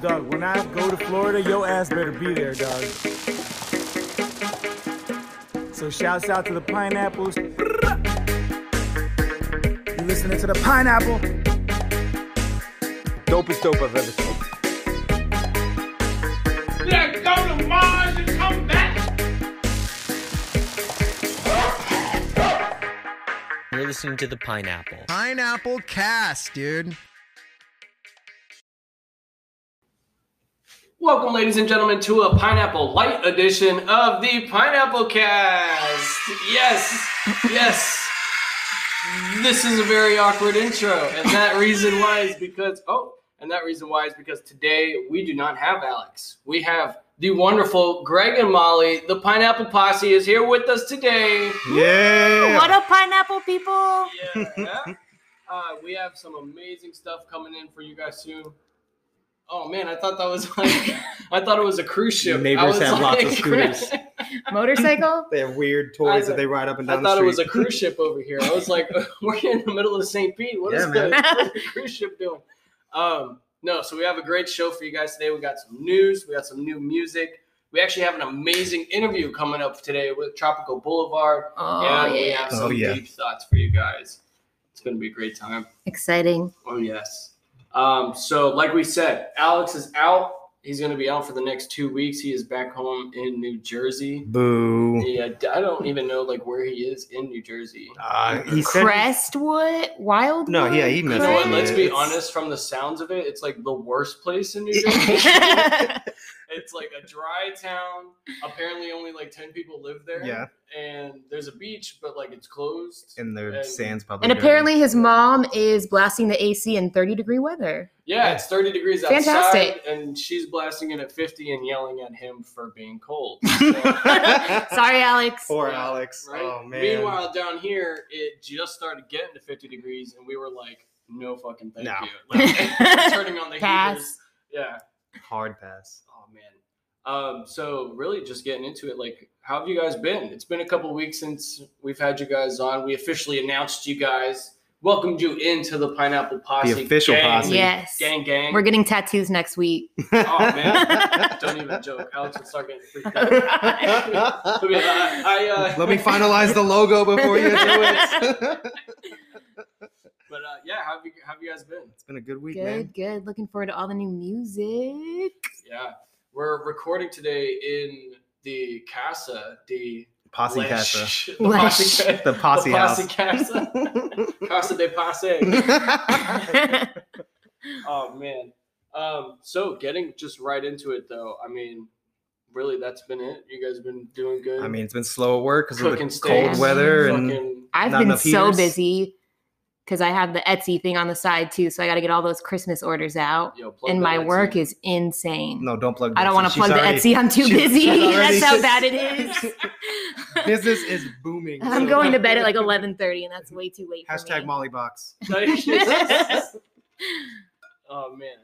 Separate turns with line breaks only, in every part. Dog, when I go to Florida, your ass better be there, dog. So shouts out to the pineapples. You listening to the pineapple?
Dopest dope I've ever smoked.
Let's go to Mars and come back.
You're listening to The Pineapple.
Pineapple Cast, dude.
Welcome, ladies and gentlemen, to a Pineapple Light edition of the Pineapple Cast. Yes, yes. This is a very awkward intro, and that reason why is because oh, and that reason why is because today we do not have Alex. We have the wonderful Greg and Molly. The Pineapple Posse is here with us today.
Yeah.
What up, pineapple people?
Yeah. Uh, we have some amazing stuff coming in for you guys soon. Oh man, I thought that was like I thought it was a cruise ship.
Your
I
neighbors
was
have lots of scooters.
Motorcycle?
They have weird
I
toys
thought-
that they ride up and down
I thought
the
it was
street.
a cruise ship over here. I was like, we're in the middle of St. Pete. What is
Yeah,
the,
man.
what's the cruise ship doing? Um, no, so we have a great show for you guys today. We got some news, we got some new music. We actually have an amazing interview coming up today with Tropical Boulevard.
Oh,
and we
yeah.
have
Oh,
some
yeah.
deep thoughts for you guys. It's going to be a great time.
Exciting.
Oh, yes. Um, so, like we said, Alex is out. He's going to be out for the next two weeks. He is back home in New Jersey.
Boo.
Yeah, I don't even know like where he is in New Jersey.
Uh, he said
Crestwood? Wildwood?
No, yeah, he
You
messed
know
up.
what? Let's be
It's-
honest. From the sounds of it, it's like the worst place in New Jersey.
Crest.
it's like a dry town. Apparently, only like ten people live there.
Yeah.
And there's a beach, but like it's closed.
in their
And-
sands public.
and
area.
apparently his mom is blasting the AC in 30 degree weather.
yeah, it's thirty degrees outside,
Fantastic.
and she's blasting it at fifty and yelling at him for being cold. So-
Sorry, Alex.
Poor
Yeah,
Alex.
right?
Oh man.
Meanwhile, down here, it just started getting to 50 degrees, and we were like, no fucking thank
No.
you. Like, turning on the heaters.
Pass.
Yeah.
hard pass.
Oh, man. Um, so, really, just getting into it, like, how have you guys been? It's been a couple weeks since we've had you guys on. We officially announced you guys, welcomed you into the Pineapple Posse.
The official
gang,
posse.
Yes.
Gang, gang.
We're getting tattoos next week.
oh, man. Don't even joke. Alex will start getting freaked out. I mean, I, I, uh,
Let me finalize the logo before you do it.
But uh, yeah, how have, you, how have you guys been?
it's been a good week, man.
Good, good. Looking forward to all the new music.
Yeah, we're recording today in the Casa de
Posse
Lesh-
Casa.
the Posse, Ca-
The posse
the
house.
Posse Casa, Casa de Posse. Oh man. Um, so getting just right into it though. I mean, really, that's been it. You guys been doing good.
I mean, it's been slow at work because of
cooking
the
steaks,
cold weather and
fucking-
I've
Not
been
enough
so
heaters?
busy because I have the Etsy thing on the side too. So I got to get all those Christmas orders out.
yo, plug
And
that
my
Etsy.
work is insane.
no, don't plug.
I don't want to
She's
plug the
already-
Etsy. I'm too
she's-
busy.
she's already-
That's how bad it is.
Business is booming.
I'm going to bed at like 11:30, and that's way too late. for
Hashtag
me.
Molly Box.
oh man.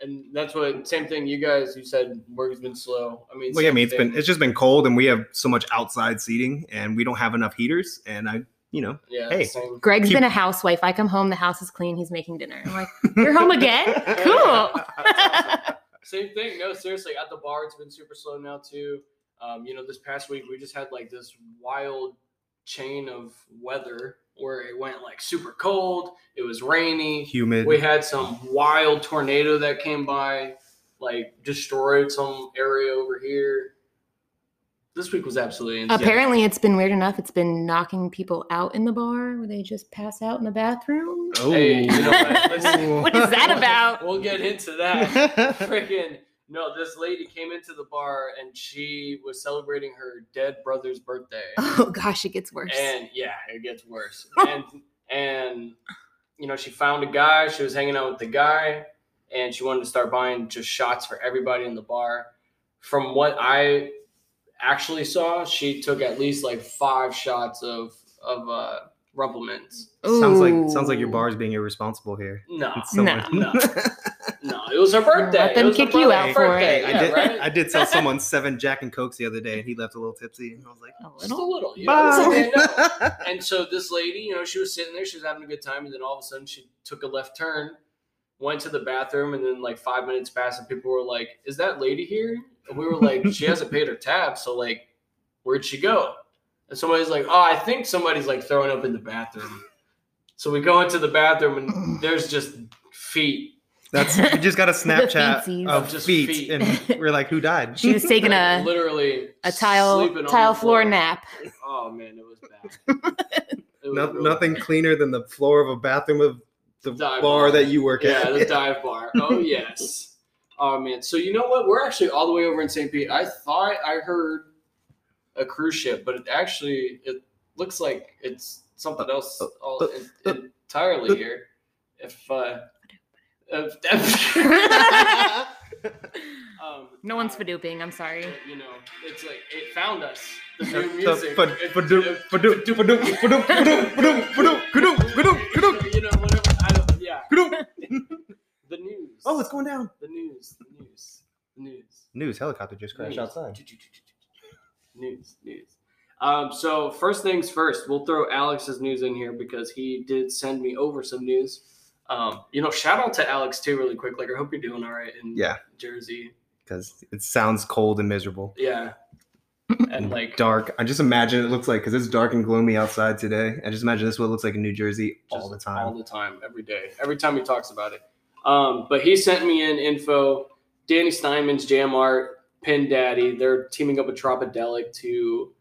And that's what same thing you guys you said work's been slow. I mean
Well, yeah, I mean, it's
same thing.
been it's just been cold, and we have so much outside seating, and we don't have enough heaters. And I, you know,
yeah,
hey.
same.
Greg's
Keep-
been a housewife. I come home, the house is clean. He's making dinner. I'm like, you're home again? Cool.
Same thing. No, seriously, at the bar, it's been super slow now too. Um, you know, this past week we just had like this wild chain of weather where it went like super cold. It was rainy.
humid.
We had some wild tornado that came by, like destroyed some area over here. This week was absolutely insane.
Apparently, it's been weird enough. It's been knocking people out in the bar where they just pass out in the bathroom.
oh,
Hey, you know what? Let's-
What is that about?
We'll get into that. Freaking no, this lady came into the bar and she was celebrating her dead brother's birthday.
Oh gosh, it gets worse.
And yeah, it gets worse. and and you know, she found a guy, she was hanging out with the guy, and she wanted to start buying just shots for everybody in the bar. From what I actually saw, she took at least like five shots of of uh rumplements.
sounds
Ooh.
like sounds like your bar's being irresponsible here.
No.
It's someone-
No. No, it was her birthday.
Let them
It was her
kick you
brother's
out for it.
birthday.
I
Yeah,
did.
right?
I did sell someone seven Jack and Cokes the other day, and he left a little tipsy, and I was like,
A
Just a
little.
little. You know, so they
"Bye."
know. and so this lady, you know, she was sitting there, she was having a good time, and then all of a sudden she took a left turn went to the bathroom, and then like five minutes passed, and people were like, "Is that lady here?" And we were like, "She hasn't paid her tab, so like, where'd she go?" And somebody's like, "Oh, I think somebody's like throwing up in the bathroom." So we go into the bathroom, and there's just feet.
That's we just got a
feetsies.
Snapchat of
Just
feet,
feet.
and we're like, who died?
She was taking
like,
a
literally
a tile
sleeping on
tile
the
floor nap.
Oh man, it was bad. It was
No-
real
nothing cleaner than the floor of a bathroom of the
Dive bar.
bar that you work
Yeah,
at.
the dive bar. Oh yes. Oh man. So you know what? We're actually all the way over in St. Pete. I thought I heard a cruise ship, but it actually it looks like it's something else
Uh,
all en- entirely here. If uh, if, um,
No one's fadooping. I'm sorry.
You know, it's like it found us. The
The-
new
the
music.
fa-
It-
fadoop,
it-
fadoop, fadoop, fadoop, fadoop, fadoop, fadoop, kadoop, kadoop, kadook,
You know, whatever. I don't. Yeah.
kadook.
The news.
Oh, it's going down.
The news, the news, the news.
News helicopter just crashed
news.
outside.
News, news. Um, so first things first, we'll throw Alex's news in here because he did send me over some news. Um, you know, shout out to Alex too, really quick. Like, I hope you're doing all right in
Yeah,
Jersey.
because it sounds cold and miserable.
Yeah, and like
Dark. I just imagine it looks like because it's dark and gloomy outside today. I just imagine this is what it looks like in New Jersey all the
Just
time.
All the time, every day, every time he talks about it. Um, but he sent me in info. Danny Steinman's Jam Art, Pin Daddy, they're teaming up with Tropodelic to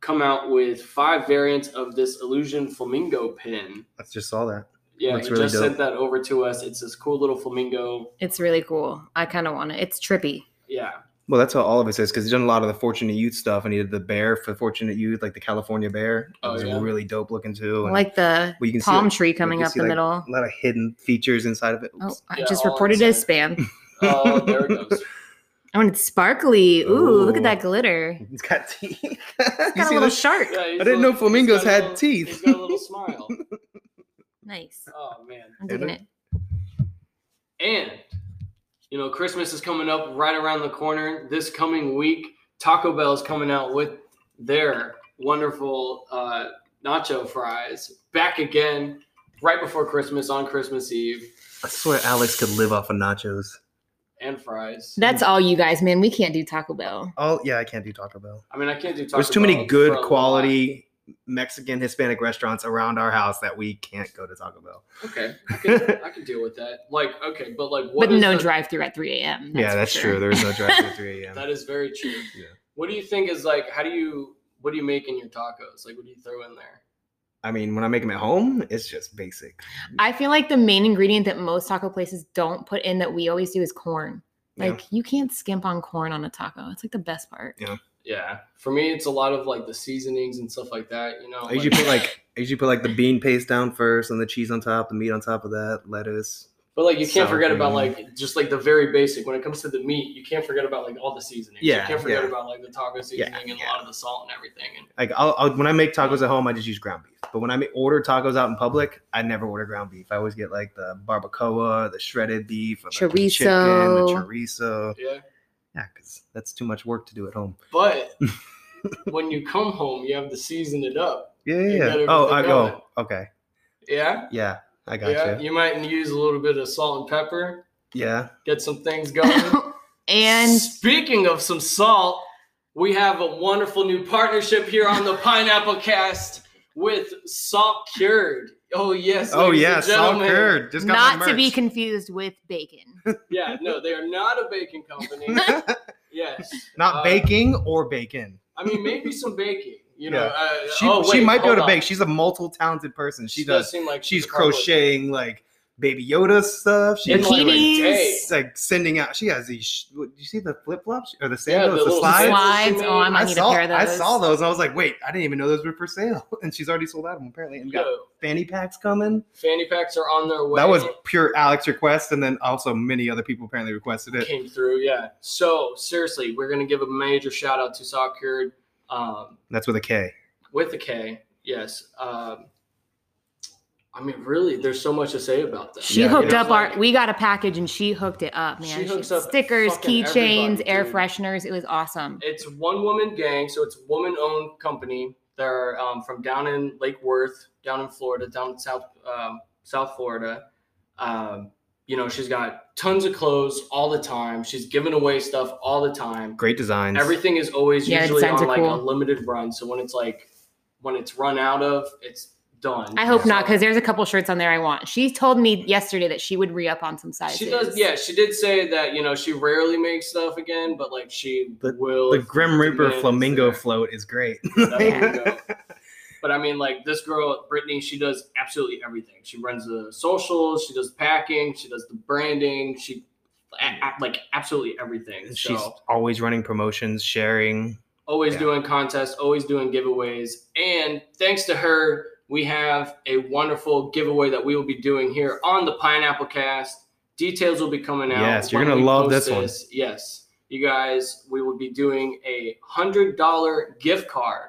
come out with five variants of this Illusion Flamingo pin.
I just saw that.
Yeah,
Looks
he
really
just
dope.
sent that over to us. It's this cool little flamingo.
It's really cool. I kind of want it. It's trippy.
Yeah,
Well, that's how all of it says because he's done a lot of the Fortunate Youth stuff, and he did the bear for Fortunate Youth, like the California bear. It
Oh,
was
yeah.
really dope looking too.
I
and
like the
Well, you can see,
palm
like-
tree coming
can
up
see,
the
like,
middle.
a lot of hidden features inside of it.
Oh,
Oops.
I
Yeah,
just
all
reported it as
inside.
spam.
Oh, there it goes.
I want it sparkly. Ooh, look
Ooh.
at that glitter.
It's got teeth. You
It's got
see
a little
this?
shark.
Yeah, he's
I didn't
a-
know
he's got
flamingos
a
had
little-
teeth.
He's got a little smile.
Nice.
Oh man.
I'm
Yeah,
digging
look.
it.
And you know, Christmas is coming up right around the corner. This coming week, Taco Bell is coming out with their wonderful uh, nacho fries back again right before Christmas on Christmas Eve
I swear, Alex could live off of nachos.
and fries.
That's all you guys, man. We can't do Taco Bell.
Oh yeah, I can't do Taco Bell.
I mean, I can't do Taco
There's too
Bell
many
for a
good
lot.
quality Mexican Hispanic restaurants around our house that we can't go to Taco Bell.
Okay, I can, I can deal with that. Like, okay, but like, what
but
is
no
the-
drive-through at 3 a.m.
yeah,
for
that's
sure.
true. There's no drive through 3 a.m.
That is very true.
Yeah.
What do you think is like? How do you? What do you make in your tacos? Like, what do you throw in there?
I mean, when I make them at home, it's just basic.
I feel like the main ingredient that most taco places don't put in that we always do is corn.
Yeah.
Like you can't skimp on corn on a taco. It's like the best part.
Yeah, for me, it's a lot of like the seasonings and stuff like that. You know,
I usually
like-
put like I usually put like the bean paste down first, and the cheese on top, the meat on top of that, lettuce.
But like you can't
Sour
forget about
cream.
like just like the very basic. When it comes to the meat, you can't forget about like all the seasonings. you
Yeah,
can't forget
yeah.
about like the taco seasoning and a
yeah.
lot of the salt and everything. And
Like I'll, I'll when I make tacos at home, I just use ground beef. But when I ma- order tacos out in public, I never order ground beef. I always get like the barbacoa, the shredded beef, or the
Chorizo.
chicken, the chorizo.
yeah,
Yeah, because that's too much work to do at home.
but when you come home, you have to season it up.
Yeah,
You
yeah.
gotta
yeah. Oh,
put
I
the
go.
garlic.
Okay.
Yeah,
Yeah, I got
yeah.
you.
You might use a little bit of salt and pepper.
Yeah.
Get some things going.
and
speaking of some salt, we have a wonderful new partnership here on the Pineapple Cast with Salt Cured. Oh yes.
Oh
ladies and
yeah, salt
gentlemen.
curd. Just got my
not to be
merch.
confused with bacon.
Yeah, no, they are not a baking company. yes.
not
uh,
baking or bacon.
I mean, maybe some baking. You know,
Yeah.
uh,
She,
oh,
she
wait,
might be
hold
able to
on.
bake. She's a multiple talented person. She, does.
seem like
She's
a hard worker.
crocheting like Baby Yoda stuff. She's
It's like-
like,
Hey.
Bikinis.
it's like sending out. She has these. sh- what- You see the flip flops or the
Yeah,
sandals, the,
little
slides.
Slides. Oh, I might
I
need
saw.
a pair of
I
those.
saw those, and I was like, "Wait, I didn't even know those were for sale." And she's already sold out of them apparently, and got
Yo,
fanny packs coming.
fanny packs are on their way.
That was pure Alex request, and then also many other people apparently requested it.
came through. Yeah. So seriously, we're gonna give a major shout out to Salt Cured. Um,
That's with a K.
with the K. Yes. Um, I mean, really, there's so much to say about this.
She
Yeah,
hooked
it
up
Like,
our. We got a package and she hooked it up, man.
She hooks
had
up
stickers,
fucking
keychains,
everybody,
air
dude.
fresheners. It was awesome.
It's one woman gang, so it's woman owned company. They're um, from down in Lake Worth, down in Florida, down in South um, South Florida. Um, You know, she's got tons of clothes all the time. She's giving away stuff all the time.
Great designs.
Everything is always
Yeah, the
usually
designs
on
are
like a
cool.
limited run. So when it's like when it's run out of, it's done.
I hope
So-
not, because there's a couple shirts on there I want. She told me yesterday that she would re up on some sizes.
She does, yeah. She did say that you know she rarely makes stuff again, but like she
The-
will.
the
if
Grim Reaper
demand is
flamingo
there.
float is great.
That flamingo. But I mean, like this girl, Brittany, she does absolutely everything. She runs the socials, she does packing, she does the branding, she a- a- like absolutely everything.
She's
so
always running promotions, sharing.
always
yeah.
doing contests, always doing giveaways, and thanks to her, we have a wonderful giveaway that we will be doing here on the Pineapple Cast. Details will be coming out.
Yes, you're
when
gonna
we
love
post
this one.
Yes, you guys, we will be doing a hundred dollar gift card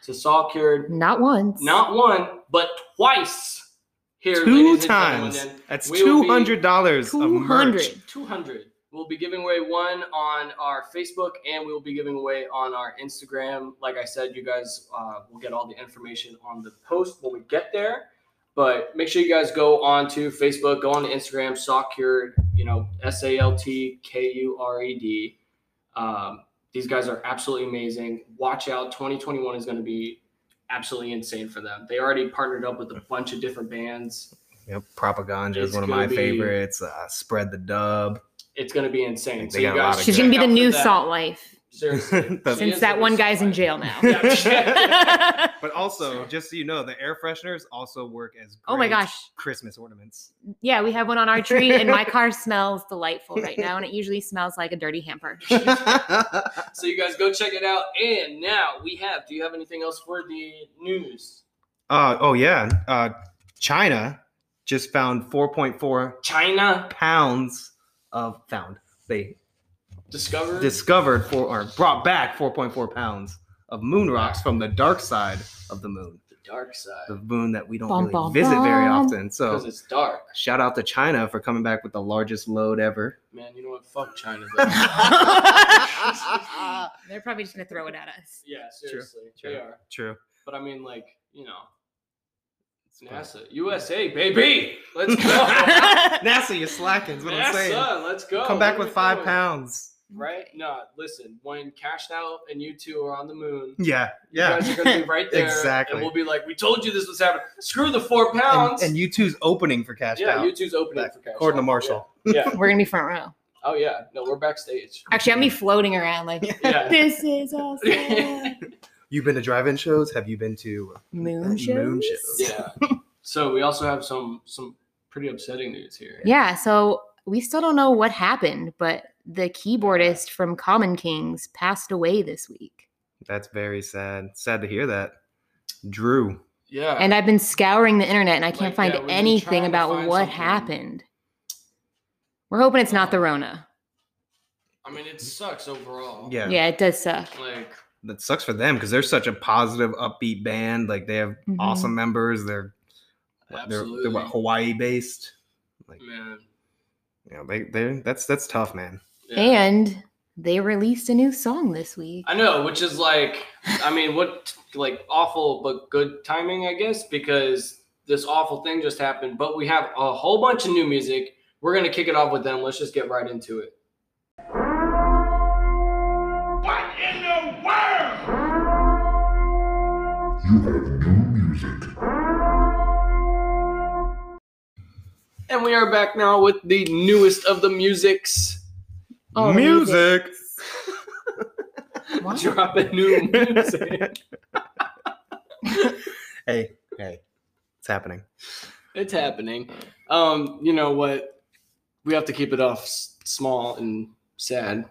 to Saw Cured
Not once.
not one, but twice here.
Two
ladies and
times.
gentlemen.
That's
We will
two
be-
hundred dollars of
two
merch.
hundred.
200. We'll be giving away one on our Facebook and we will be giving away on our Instagram. Like I said, you guys uh, will get all the information on the post when we get there. But make sure you guys go on to Facebook, go on to Instagram, Cured, you know, S A L T K U R E D. Um, these guys are absolutely amazing. Watch out. 2021 is going to be absolutely insane for them. They already partnered up with a bunch of different bands.
Yep, propaganda
It's
is one of
gonna
my
be-
favorites. Uh, spread the dub.
it's going to be insane.
They
So you
got a lot
guys,
of
She's
good-
gonna be
check
the
out for
new
that.
Salt Life
Seriously,
The-
She
since
is
that
the
one
new
guy's in
Salt
jail
Life.
now.
Yeah.
But also, just so you know, the air fresheners also work as
oh my
great
gosh.
Christmas ornaments.
Yeah, we have one on our tree, and my car smells delightful right now, and it usually smells like a dirty hamper.
Uh,
So you guys go check it out. And now we have. Do you have anything else for the news?
Uh, oh yeah, uh, China just found 4.4
China
pounds of found. They
discovered.
discovered four or brought back 4.4 pounds of moon rocks from the dark side of the moon,
the dark
the
side
moon that we don't
Bum,
really
bum,
visit very
bum.
often.
because
So
it's dark.
shout out to China for coming back with the largest load ever.
Man, you know what? Fuck China. though.
They're probably just gonna throw it at us.
yeah, seriously,
true.
they are.
True.
But I mean, like you know, it's NASA, USA, baby. Let's go.
NASA, you're slacking. Is what I'm saying.
NASA, let's go.
Come
What
back
are
with
we
five
doing?
pounds.
right? No, listen. When Cashed Out and you two are on the moon,
Yeah,
you
yeah.
guys are gonna be right there.
Exactly.
And we'll be like, we told you this was happening. Screw the four
And,
pounds.
and U2's opening for Cash
yeah,
Out,
you two's opening
Back-
for Cashed
according
Out.
to Marshall.
Yeah. yeah.
We're gonna be front row.
Oh yeah. No, we're backstage.
Actually, I'm gonna be floating around like
Yeah.
this is awesome.
You've been to drive-in shows? Have you been to uh,
Moon shows.
Moon shows.
yeah. So we also have some some pretty upsetting news here.
Yeah, so we still don't know what happened, but the keyboardist from Common Kings passed away this week.
That's very sad. Sad to hear that. Drew.
Yeah.
And I've been scouring the internet and I
Like,
can't
yeah,
find
we've been trying
anything
to
about
find
what
something.
happened. We're hoping it's
Uh-huh.
not the Rona.
I mean, it sucks overall.
Yeah.
Yeah, it does suck.
Like
That sucks for them because they're such a positive, upbeat band. Like they have
Mhm.
awesome members. They're what, they're,
absolutely,
they're what, Hawaii based.
man.
Yeah, they they that's that's tough, man.
Yeah.
And they released a new song this week.
I know, which is like, I mean, what like awful but good timing, I guess, because this awful thing just happened. But we have a whole bunch of new music. We're gonna kick it off with them. Let's just get right into it.
What in the world?
You have new music.
And we are back now with the newest of the musics.
Oh,
music.
What?
Dropping new music.
hey, hey. It's happening.
it's happening. Um, you know what? We have to keep it off s- small and sad.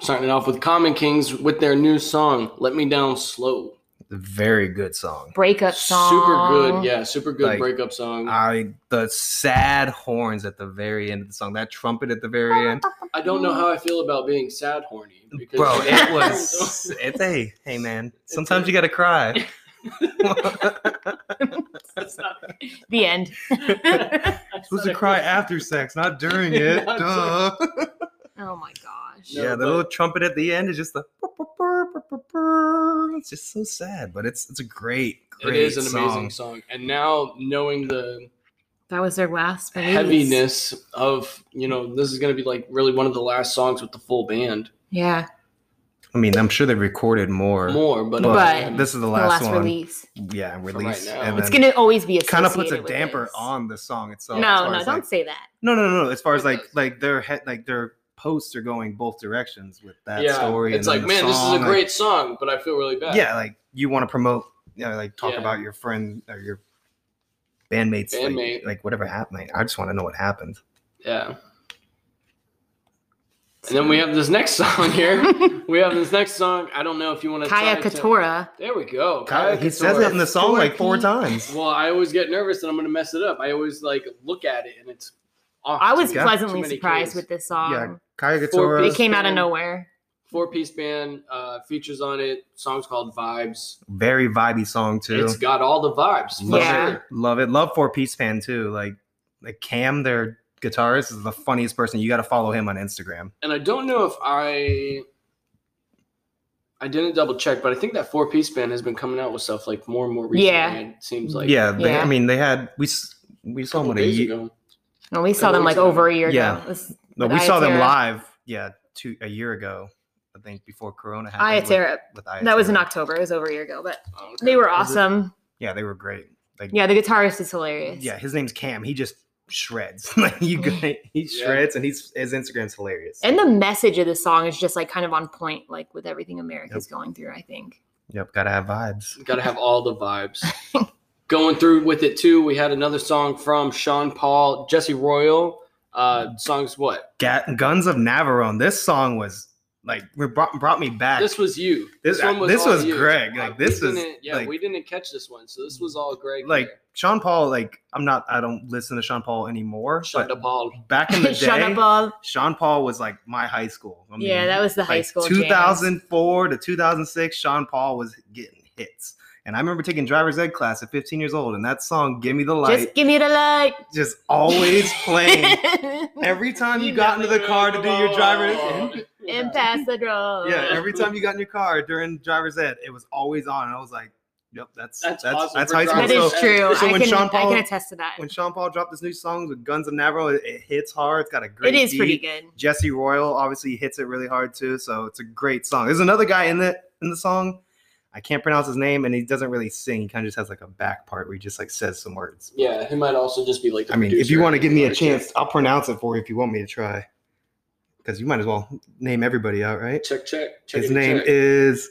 Starting it off with Common Kings with their new song, Let Me Down Slow.
Very good song.
Breakup song.
Super good, yeah, super good
Like, uh,
breakup song. I,
I the sad horns at the very end of the song. That trumpet at the very end.
don't know how I feel about being sad horny because
Bro, it was it's hey, hey man. Sometimes you gotta cry.
That's not-
The end.
supposed to cry after sex, not during it.
Not
Duh.
Oh my gosh.
No,
yeah, the
but-
little trumpet at the end is just the. It's just so sad, but it's it's a great,
it
great.
is an
song.
amazing song. And now knowing the
That was their last release.
heaviness of you know this is going to be like really one of the last songs with the full band
Yeah.
I mean, I'm sure they recorded more.
more but,
But-
this is the
The
last,
last,
one.
release.
Yeah, release.
now.
and
It's
then
gonna always be associated
kind of puts a
with
damper
this.
on the song itself. as
no,
far
no,
as,
don't
like-
say that.
No, no, no, no. As far as
It
like
does.
like their head, like their posts are going both directions with that
yeah
story.
it's
and
like
then the
man this is a
song, like-
great song but i feel really bad
yeah, like you want to promote, you know, like talk
Yeah.
about your friend or your bandmates, like-
Bandmate.
Like, whatever happened. Like, I just want to know what happened.
yeah and then we have this next song here we have this next song i don't know if you want to
Kaya Katora.
there we go
Kyle,
Kaya
he says it in the
Katora.
song like four
Dorky.
times.
well i always get nervous that i'm going to mess it up i always like look at it and it's off.
I was
Yeah.
pleasantly
Too many
surprised
Ks.
with this
Yeah,
song.
Kaya
Four
It
piece-
Gatora,
came out of
Band.
nowhere.
four piece band uh features on it songs called vibes
very vibey song too.
it's got all the vibes for
Love
Yeah.
it. Love it. Love Four Piece Fan too. Like like Cam, their guitarist, is the funniest person. You gotta follow him on Instagram.
and I don't know if I I didn't double check, but I think that four piece band has been coming out with stuff like more and more recently.
Yeah.
It seems like
yeah, they,
Yeah.
I mean they had we s- we
a
saw
couple
them at a
days
ye-
ago.
No, we saw them like
Always-
over a year
Yeah.
ago. This-
no,
With
we saw them
Ayaterra.
live, yeah, two a year ago, I think before Corona happened. with-
Ayaterra.
With,
That was in
Ayaterra.
October. It was over a year ago, but
Oh, okay.
they were
Was it-
awesome.
Yeah, they were great. Like
Yeah, the guitarist is hilarious.
yeah, his name's Cam. He just shreds. like you go- he
Yeah.
shreds and he's his Instagram's hilarious.
And the message of the song is just like kind of on point, like with everything America's going through, I think.
yep, gotta have vibes.
Gotta have all the vibes. Going through with it too, we had another song from Sean Paul, Jesse Royal. Uh songs what?
Ga- Guns of Navarone. This song was like re- brought, brought me back.
This was you.
This- this
all
was
you.
Greg.
Uh,
Like, this
we
is,
didn't- yeah,
like-
we didn't catch this one, so this was all Greg.
like
here.
Sean Paul, like I'm not, I don't listen to Sean Paul anymore.
Sean
but
Paul.
back in the
Shut up,
day,
Bob.
Sean Paul was like my high school. I
yeah, that was the high
like,
school. jam.
2004 to 2006. Sean Paul was getting hits, and I remember taking driver's ed class at 15 years old, and that song "Give Me the Light"
Just give me the light.
just, always playing. Every time you,
You
got
know
into the car to do your driver's,
Oh.
and pass the drone.
yeah, every time you got in your car during driver's ed, it was always on, and I was like, "Yep, that's
That's
that's that's,
awesome for
high school."
that
driver's
So-
is
So-
true.
so
I,
when
can,
Sean
I
Paul-
can attest to that.
when Sean Paul dropped his new songs with Guns of Navarro, it, it hits hard. It's got a great.
It is pretty
beat.
good.
Jesse Royal obviously hits it really hard too, so it's a great song. There's another guy in the in the song. I can't pronounce his name, and he doesn't really sing. He kind of just has like a back part where he just like says some words.
Yeah, he might also just be like. The
I mean, if
producer
you want to
or
give me a
writer.
chance, I'll pronounce it for you if you want me to try. Because you might as well name everybody out, right?
check, check. check
His name is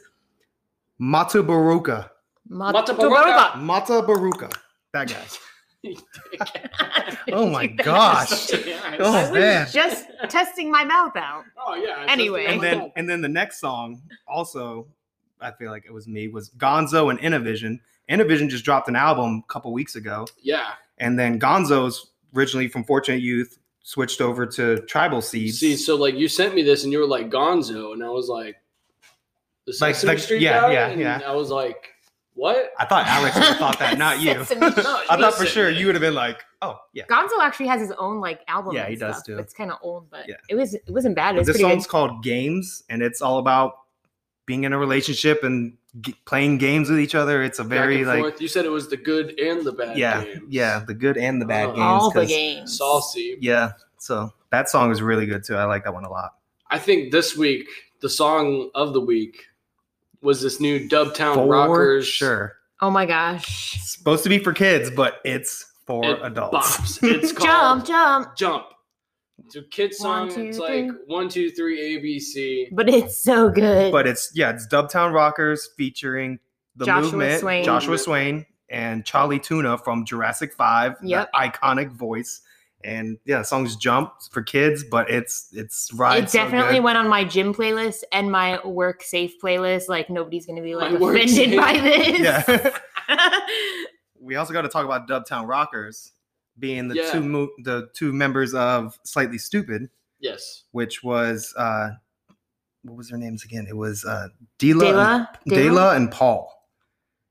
Mata Baruka.
Mata
Mata
Baruka.
Mata Baruka. That guy.
is.
Oh my gosh. Oh man.
Just testing my mouth out.
Oh yeah. it's
Anyway.
just-
and then and then the next song also i feel like it was me was gonzo and innovision innovision just dropped an album a couple weeks ago
yeah,
and then gonzo's originally from fortunate youth switched over to tribal seeds
see, so like you sent me this and you were like Gonzo, and I was like, the
Like-
Sesame
like-
Street
yeah,
guy?
yeah,
and
yeah.
I was like, what?
i thought alex would have thought that not you
Sesame Street.
No,
i thought for
listen.
sure you would have been like oh yeah
Gonzo actually has his own like album.
Yeah,
and
he does,
stuff.
too.
It's kind of old, but
Yeah.
it was it wasn't bad. It was
this
pretty
song's
good.
called games and it's all about being in a relationship and g- playing games with each other it's a
Back
very
and
like
forth. you said it was the good and the bad.
yeah
games.
yeah the good and the bad
Oh.
games
All the
'cause-
games.
Saucy.
Yeah. So that song is really good too. I like that one a lot.
I think this week the song of the week was this new Dubtown
For
Rockers.
sure.
Oh my gosh.
Supposed to be for kids, but it's for
It
adults.
bops. It's called
Jump, jump.
jump. It's a kid song.
One, two,
it's
three.
like one, two, three, ABC.
But it's so good.
But it's yeah, it's Dubtown Rockers featuring the
Joshua
movement,
Swain.
Joshua Swain and Charlie Tuna from Jurassic Five.
Yep.
that iconic voice. And yeah, the song's jump for kids, but it's it's right.
it definitely went on my gym playlist and my work safe playlist. Like nobody's gonna be like
My work
offended
safe.
by this.
Yeah. we also got to talk about Dubtown Rockers being the
Yeah.
two mo- the two members of Slightly Stupid.
Yes.
which was uh what was their names again? It was uh Dela and-
Dela,
Dela and Paul.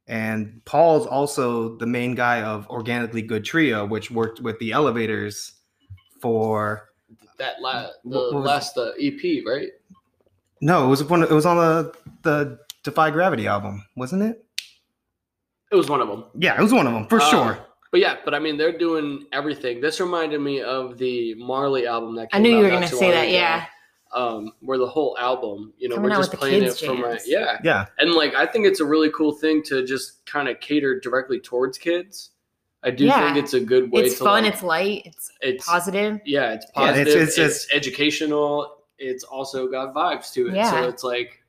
And Paul's also the main guy of Organically Good Trio, which worked with the elevators for
That la- the
What- what was-
last uh, EP, right?
no, it was one it was on the the Defy Gravity album, wasn't it?
It was one of them.
Yeah, it was one of them for
Oh.
Uh,
sure.
But yeah, but I mean, they're doing everything. This reminded me of the Marley album that
I
came
knew
out
you were
not
gonna
too
say
long
that.
ago,
Yeah,
Um, where the whole album, you know,
Coming
we're
out
just
with the
playing it
kids'
from a
jams.
yeah,
Yeah.
and like I think it's a really cool thing to just kind of cater directly towards kids. I do
Yeah.
think it's a good way.
it's
to
fun.
like,
it's light. It's
it's
positive.
yeah, it's
Yeah, it's-
positive. it's,
it's just-
educational. It's also got vibes to it.
Yeah.
So it's like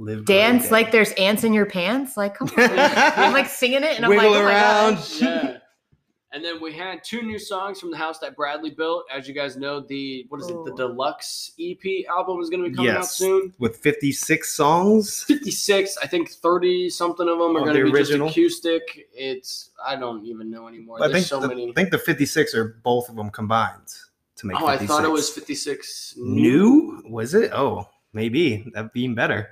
Live
Dance like
Brother
there's ants in your pants. Like come on, I'm
Dance.
like singing it, and I'm
Wiggle
like, oh my
around.
gosh.
yeah. And then we had two new songs from the house that Bradley built. As you guys know, the what is it? The
Ooh.
deluxe EP album is going to be coming out
Yes.
soon.
with 56 songs.
56, I think 30 something of them are
Of
going to
the
be
original?
just acoustic. It's I don't even know anymore.
I
There's
think,
so
the,
many.
I think the 56 are both of them combined to make
oh,
56.
I thought it was 56
new. Was it? Oh, maybe that'd be even better.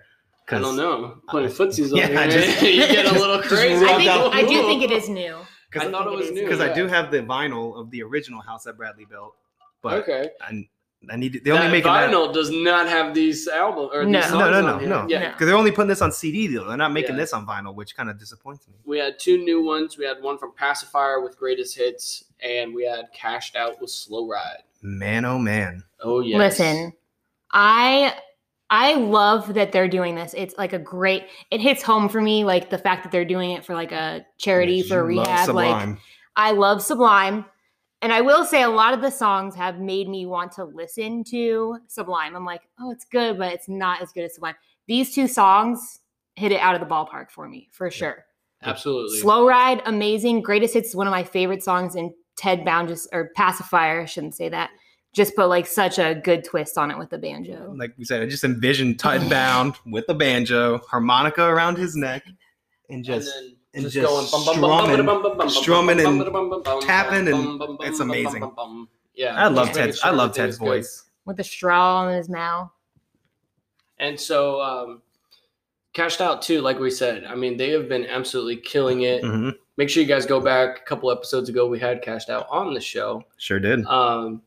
I don't know. Playing footsies
Yeah,
over here.
I just-
you get a little
just
crazy.
rubbed
I think
out-
I do think it is new.
I thought it was new.
because I
yeah.
do have the vinyl of the original house that Bradley built, but
okay.
I, I need to, they only
that
make
vinyl does not have these album or
No.
these songs
No, no, no,
on here.
no.
Yeah.
because they're only putting this on CD though. They're not making
Yeah.
this on vinyl, which kind of disappoints me.
We had two new ones. We had one from Pacifier with Greatest Hits, and we had Cashed Out with Slow Ride.
Man, oh man,
Oh yes.
Listen, I I love that they're doing this. It's like a great. It hits home for me, like the fact that they're doing it for like a charity
You
for
love
rehab. Like
Sublime.
I love Sublime, and I will say a lot of the songs have made me want to listen to Sublime. I'm like, oh, it's good, but it's not as good as Sublime. These two songs hit it out of the ballpark for me, for sure.
absolutely.
Slow Ride, amazing. Greatest Hits is one of my favorite songs, and Ted Bound just, or Pacifier, I shouldn't say that, just put like such a good twist on it with the banjo.
like we said, I just envisioned Tud bound with a banjo, harmonica around his neck, and just
then
and just strumming- strumming and tapping and it's amazing.
Yeah,
I love
just making
Ted's. I
sure
love
everything
Ted's
is good.
voice.
With the straw in his mouth.
And so, um, cashed out too. Like we said, I mean, they have been absolutely killing it.
Mhm,
Make sure you guys go back a couple episodes ago. We had cashed out on the show.
Sure did.
Um,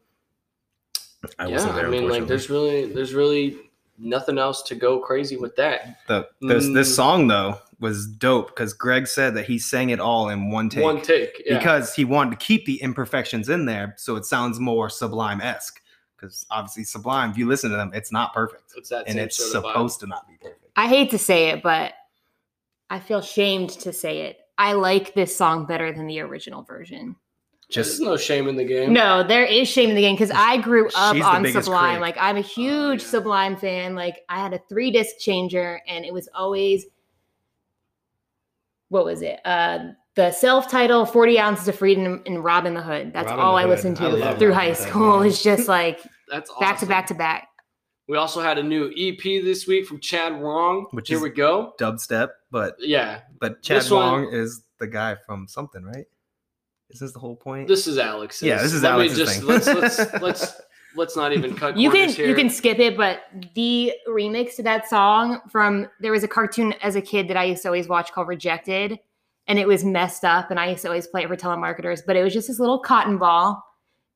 I
yeah,
wasn't there.
I mean, like,
unfortunately.
there's really, there's really nothing else to go crazy with that.
The, this,
Mm.
this song though was dope because Greg said that he sang it all in one take,
One take, yeah.
because he wanted to keep the imperfections in there so it sounds more Sublime esque. Because obviously Sublime, if you listen to them, it's not perfect,
it's that
and
same
it's
sort of vibe.
supposed to not be perfect.
I hate to say it, but I feel shamed to say it. I like this song better than the original version.
There's
Just
no shame in the game.
No, there is shame in the game because I grew up
She's the
on
biggest Oh,
Sublime. Like
critic.
I'm a huge
yeah.
Sublime fan. Like I had a three disc changer, and it was always what was it? Uh, the self title, Forty Ounces of Freedom, and Robin the Hood. That's
Robin
all
the
I
Hood.
listened
I
to
love
through
Robin
high
the Hood,
school.
man.
It's just like
That's awesome.
back to back to back.
We also had a new EP this week from Chad Wrong.
Which
Here
is-
we go.
dubstep, but
Yeah,
but Chad
This one-
Wong is the guy from something, right? Is this the whole point?
this is Alex.
yeah, this is
Let me
Alex's
just-
thing.
Let's, let's let's let's not even cut.
You can
corners here.
you can skip it, but the remix to that song from there was a cartoon as a kid that I used to always watch called Rejected, and it was messed up, and I used to always play it for telemarketers. But it was just this little cotton ball,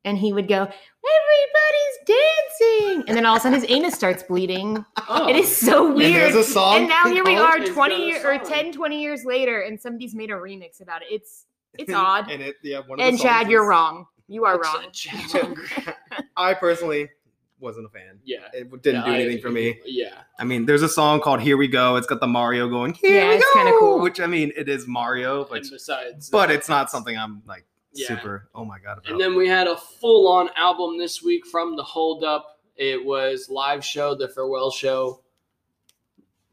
and he would go, "Everybody's dancing," and then all of a sudden his anus starts bleeding.
Oh,
It is so weird.
there's a song
And now here we
called-
are,
It's got a
twenty year, or
song.
10, 20 years later, and somebody's made a remix about it. It's it's odd.
and it, yeah, one of the
and Chad,
songs
you're
is-
wrong. You are
It's
wrong.
Chad Wrong.
I personally wasn't a fan.
yeah.
It didn't do
Yeah, I-
anything for me.
Yeah.
I mean, there's a song called "Here We Go." It's got the Mario going. Here
Yeah,
we
it's
go,
kinda cool.
Which I mean, it is Mario, but
and besides, uh,
but
that,
it's not something I'm like
Yeah.
super. Oh my god! About.
And then we had a full on album this week from the Hold Up. It was live show, the farewell show.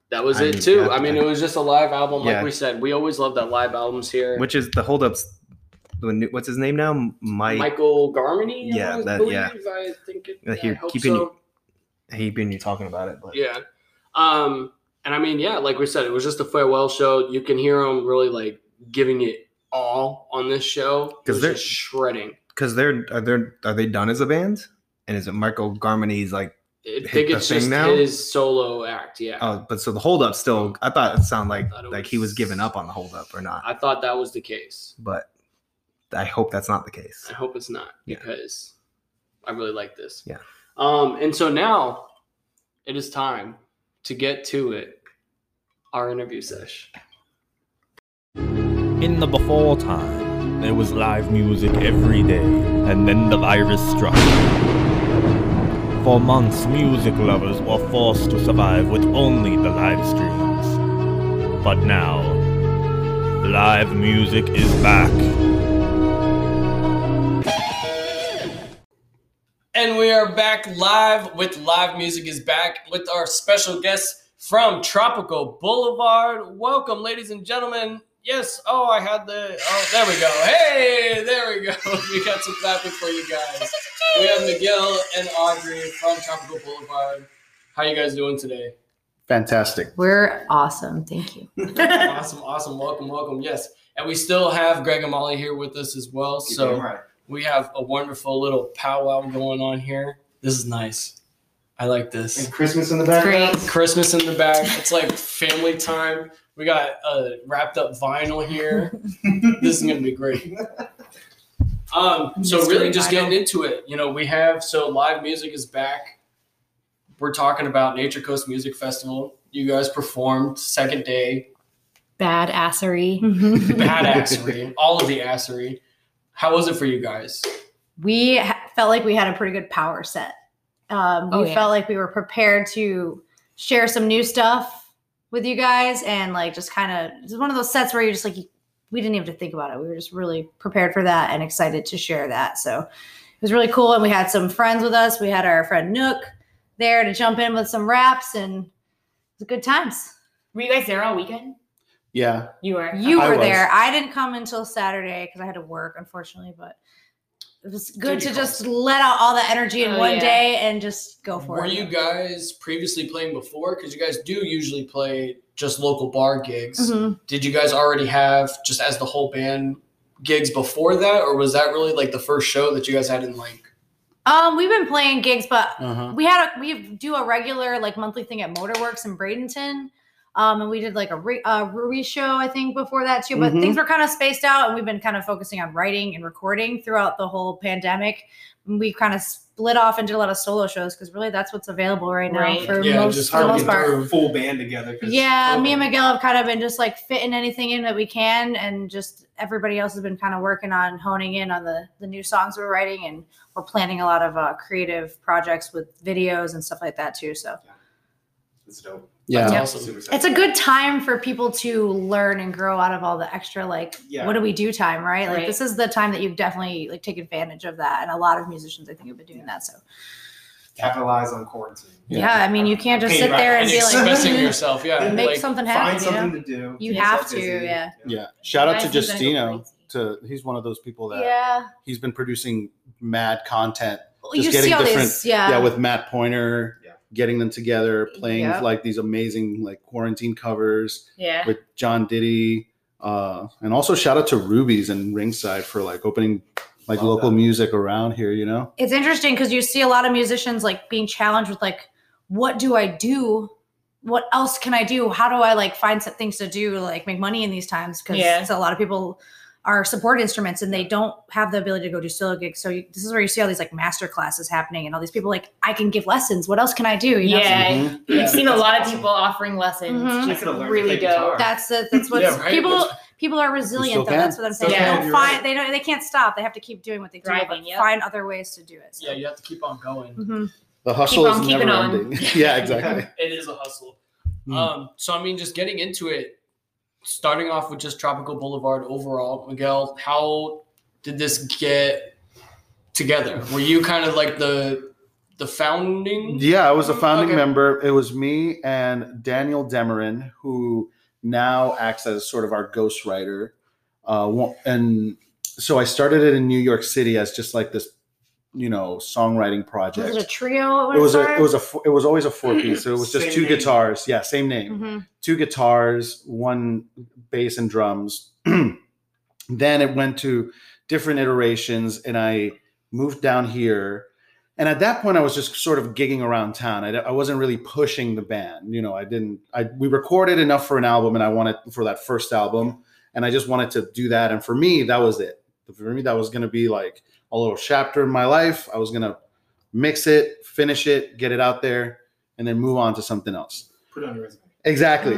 That was
I
it
mean,
too.
yeah,
I mean,
I-
it was just a live album, like
Yeah.
we said. We always love that live albums here.
which is the holdups. The new, what's his name now? Mike.
Michael Garmany. I
Yeah,
wanna
that-
believe,
yeah.
I think it,
Uh,
I
here,
hope
keeping
so.
you- He been you talking about it, but
Yeah. Um, and I mean, yeah, like we said, it was just a farewell show. You can hear them really like giving it all on this show
'Cause
It was
they're-
just shredding.
because they're are they are they done as a band? And is it Michael Garmony's like?
I
Hit
think
the
it's
thing
just
now?
his solo act. Yeah.
Oh, but so the holdup still. I thought it sounded like
Thought it
like he was
was-
giving up on the holdup or not,
I thought that was the case.
but I hope that's not the case.
I hope it's not
Yeah.
because I really like this.
Yeah.
Um, and so now it is time to get to it. Our interview sesh.
In the before time,
There was live music every day, and then the virus struck. For months, music lovers were forced to survive with only the live streams. But now, live music is back.
And we are back live with Live Music is Back with our special guest from Tropical Boulevard. Welcome, ladies and gentlemen. Yes, oh, I had the. Oh, there we go. Hey, there we go. We got some clapping for you guys. We have Miguel and Audrey from Tropical Boulevard. How you guys doing today?
Fantastic.
We're awesome. Thank you.
Awesome, awesome. Welcome, welcome. Yes. And we still have Greg and Molly here with us as well. So. we have a wonderful little powwow going on here. This is nice. I like this.
and Christmas in the
It's
back.
great.
Christmas in the back. It's like family time. We got a wrapped up vinyl here. this is gonna be great. Um, so
Just
really
doing
just
vinyl.
getting into it. You know, we have so live music is back. We're talking about Nature Coast Music Festival. You guys performed second day,
Mm-hmm.
Badassery.
badassery, all of the assery. How was it for you guys?
we ha- felt like we had a pretty good power set. Um, we
Oh, yeah.
felt like we were prepared to share some new stuff with you guys and like just kind of it's one of those sets where you're just like you- we didn't even have to think about it. We were just really prepared for that and excited to share that. So it was really cool. And we had some friends with us. We had our friend Nook there to jump in with some raps and it was good times.
Were you guys there all weekend?
Yeah.
You were.
You
I
were
was.
there. I didn't come until Saturday because I had to work, unfortunately. But it was good
Duty
to just let out all the energy in
Oh,
one
yeah.
day and just go for
Were
it.
you guys previously playing before? Because you guys do usually play just local bar gigs.
Mhm.
Did you guys already have just as the whole band gigs before that, or was that really like the first show that you guys had in like?
Um, we've been playing gigs, but
Uh-huh.
we had a we do a regular like monthly thing at Motorworks in Bradenton. Um, and we did like a, re, a Rui show, I think, before that too. But
Mhm.
Mm-hmm.
things were kind of spaced out, and we've been kind of focusing on writing and recording throughout the whole pandemic. And we kind of split off and did a lot of solo shows because really that's what's available right now
Right.
for
Yeah,
most,
just
for the
hard to
most
get
part.
through.
Full band together. 'cause-
Yeah, me and
Okay.
Miguel have kind of been just like fitting anything in that we can, and just everybody else has been kind of working on honing in on the the new songs we're writing, and we're planning a lot of uh, creative projects with videos and stuff like that too. So
It's dope.
Yeah.
Yeah.
Awesome. Super
it's a good time for people to learn and grow out of all the extra like
Yeah.
what do we do time, right? Like
Right.
this is the time that you definitely like take advantage of that, and a lot of musicians I think have been doing that. So
capitalize on quarantine.
yeah, I mean you can't just
Okay,
sit
right.
there and,
And
be like "Mm,
expressing yourself, yeah.
make
like,
something happen.
Find
you know?
something to do.
You
Keep
have
yourself busy.
to, yeah.
Yeah. Shout out to
Guys, he's gonna go
Justino. To he's one of those people that
Yeah,
he's been producing mad content.
Well,
Just
you
getting
see all
different-
this, yeah,
Yeah, with Matt Pointer,
Yeah.
getting them together, playing
Yep.
like these amazing like quarantine covers
Yeah.
with John Diddy. Uh, and also shout out to Rubies and Ringside for like opening like
Love
local
that.
music around here, you know?
it's interesting because you see a lot of musicians like being challenged with like what do i do what else can i do how do i like find some things to do to like make money in these times because
Yeah.
a lot of people are support instruments and they don't have the ability to go do solo gigs so you, this is where you see all these like master classes happening and all these people like i can give lessons what else can i do you know?
Yeah.
Mhm.
I've seen a
that's
lot
awesome.
of people offering lessons.
Mhm.
Just
I could've learned to
really
play
dope.
guitar.
that's the, that's what's
Yeah, right.
people
That's-
people are
still
resilient though
can.
that's what i'm saying
Yeah.
they don't
You're right.
find they don't they can't stop they have to keep doing what they do
Thriving,
but
yep.
find other ways to do it so.
Yeah, you have to keep on going.
Mhm.
The hustle
on
is
keeping
never
on.
ending. yeah, exactly.
It is a hustle.
Mm.
Um, so I mean, just getting into it, starting off with just Tropical Boulevard overall, Miguel, how did this get together? Were you kind of like the the founding?
Yeah, I was a founding
Okay.
member. It was me and Daniel Demarin, who now acts as sort of our ghostwriter. Uh, wa- and so I started it in New York City as just like this, you know, songwriting project.
was it a trio at
It was a
first?
it was a fo- it was always a four piece. So it was just
Same
two
name.
guitars. Yeah, same name.
Mhm.
Two guitars, one bass and drums. then it went to different iterations, and I moved down here. And at that point, I was just sort of gigging around town. I, d- I wasn't really pushing the band. You know, I didn't. I we recorded enough for an album, and I wanted for that first album, and I just wanted to do that. And for me, that was it. For me, that was going to be like a little chapter in my life. I was going to mix it, finish it, get it out there, and then move on to something else.
Put it on your resume.
Exactly.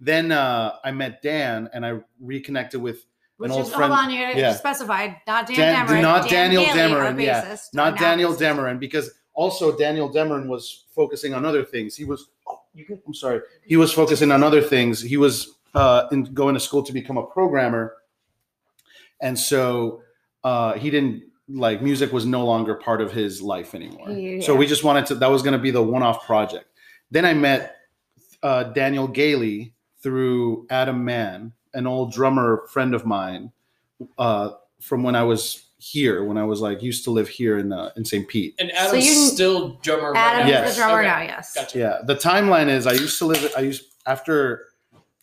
then uh, I met Dan and I reconnected with
Which
old
is,
friend-
hold on, you gotta
yeah.
specify. Not Dan,
Dan-
Dameron.
not
Dan
Daniel
Daly, our
Dameron, yeah.
bassist,
not
now
Daniel
bassist.
Dameron, because also Daniel Dameron was focusing on other things. He was, oh, you can, I'm sorry, he was focusing on other things. He was uh, in, going to school to become a programmer, and so uh, he didn't like music was no longer part of his life anymore.
Yeah.
So we just wanted to. That was going to be the one-off project. Then I met uh, Daniel Gailey through Adam Mann, an old drummer friend of mine uh, from when I was here, when I was like used to live here in uh, in St. Pete.
And Adam's
you-
still drummer. right
Adam's
now.
Yes.
the drummer
Okay.
now, yes.
Gotcha.
Yeah, the timeline is I used to live. I used after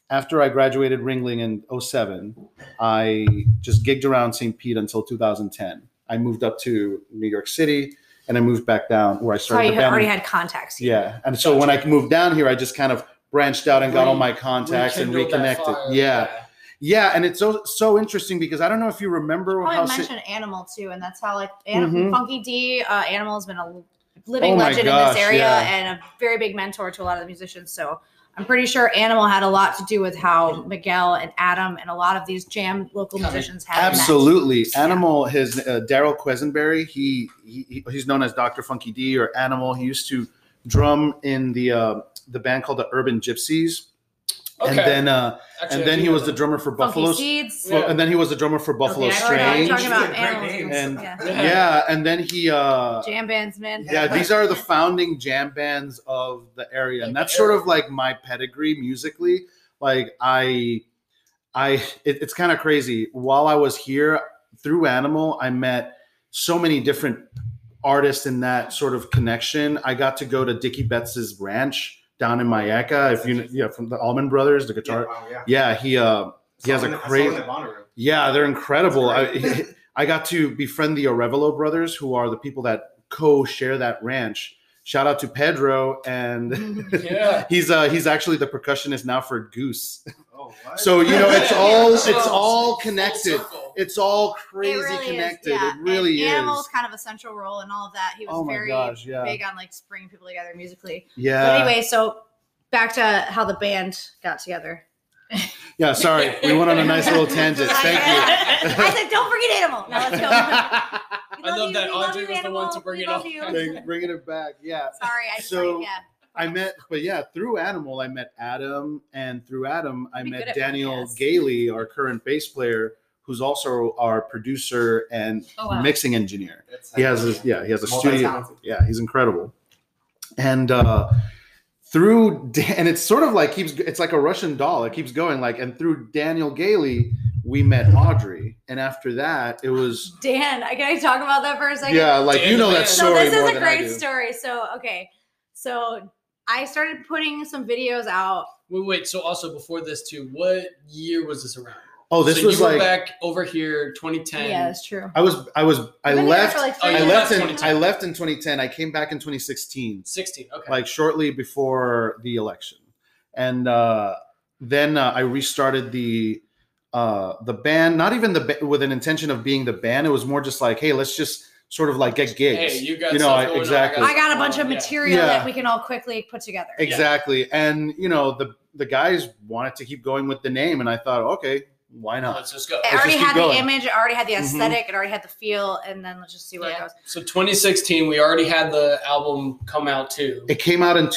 after I graduated Ringling in 07, I just gigged around St. Pete until 2010. I moved up to New York City and I moved back down where I
So
started the
you had
band.
already had contacts. here.
yeah, and so when I moved down here, I just kind of branched out and got all my contacts and
Rekindled that
reconnected.
fire.
Yeah, yeah, and it's so so interesting because I don't know if you remember
Probably
how. Sa-
mentioned Animal too, and that's how like Anim-
Mhm.
Funky D, uh, Animal has been a living
Oh my
legend in
gosh,
this area
yeah.
and a very big mentor to a lot of the musicians. So I'm pretty sure Animal had a lot to do with how Miguel and Adam and a lot of these jam local
Yeah, I mean,
musicians had met.
Absolutely, Animal. His uh, Daryl Quesenberry. He, he he- he's known as Doctor Funky D or Animal. He used to drum in the uh, the band called the Urban Gypsies,
Okay.
and then uh,
Actually, I
and then
do
he
know
was
that.
the drummer for
Funky
Buffalo.
Seeds.
Well, and then he was the drummer for Buffalo
Okay, I heard how you're
Strange.
talking about Oh,
Great
Animal.
names.
And-
yeah.
Yeah, and then he. Uh,
Jam bandsman.
yeah, these are the founding jam bands of the area, and that's sort of like my pedigree musically. Like I, I, it- it's kind of crazy. While I was here through Animal, I met so many different artists in that sort of connection. I got to go to Dickie Betts's ranch down in Mayaca. If you, yeah, from the Allman Brothers, the guitar.
wow, yeah.
Yeah, he, uh, he has
I saw
a
him- I saw
crazy-
him at Bonnaroo.
yeah, they're incredible.
That's
I,
great.
I got to befriend the Arevalo brothers, who are the people that co-share that ranch. Shout out to Pedro, and
Yeah.
he's uh, he's actually the percussionist now for Goose.
Oh, what?
So you know, it's
Yeah,
all
yeah.
it's all connected.
Full circle.
It's all crazy
really is,
connected.
yeah.
It really
and
is.
Animal's kind of a central role in all of that. He was
oh my
very
gosh! Yeah,
big on like bringing people together musically.
yeah,
But anyway, so back to how the band got together.
yeah. Sorry, we went on a nice little tangent. Thank you.
I said, don't forget animal. Now let's go. We
I love
you,
that
we love
Audrey
you,
was the one
Animal.
to bring
We
it
love
up.
you.
Thank- Bringing it back, yeah.
Sorry, I just
So-
yeah.
I met, but yeah, through Animal, I met Adam, and through Adam, I
Be good
met
at
Daniel
podcasts.
Gailey, our current bass player, who's also our producer and
Oh, wow.
mixing engineer.
That's-
He has, his, yeah, he has a studio.
Multi-talented.
Yeah, he's incredible. And uh, through Dan- and it's sort of like keeps, it's like a Russian doll. It keeps going. Like, and through Daniel Gailey, we met Audrey, and after that, it was
Dan, I can I talk about that for a second?
yeah, like you know that
So
story
this
more
is a
than I
great
do.
story. So okay. So I started putting some videos out.
Wait, wait. So also before this too, what year was this around?
Oh, this
so
was
you
like
were back over here, 2010.
Yeah, that's true.
I was, I was, I
I've been here
left.
for, like,
Oh,
three
you
I
years.
left in
left
I left in 2010. I came back in 2016,
16. Okay.
like shortly before the election, and uh, then uh, I restarted the uh, the band. Not even the ba- with an intention of being the band. It was more just like, hey, let's just sort of like get gigs.
hey, you got
you know,
stuff
I-
going on,
exactly.
I got a bunch
stuff going on, Oh,
of
yeah.
material
Yeah.
that we can all quickly put together.
exactly, and you know the the guys wanted to keep going with the name, and I thought, okay, why not?
Let's just go.
It
Let's
already
just keep
had
going.
the image, it already had the
Mhm.
aesthetic, it already had the feel, and then let's just see where it
Yeah.
goes.
So 2016, we already had the album come out too.
It came out in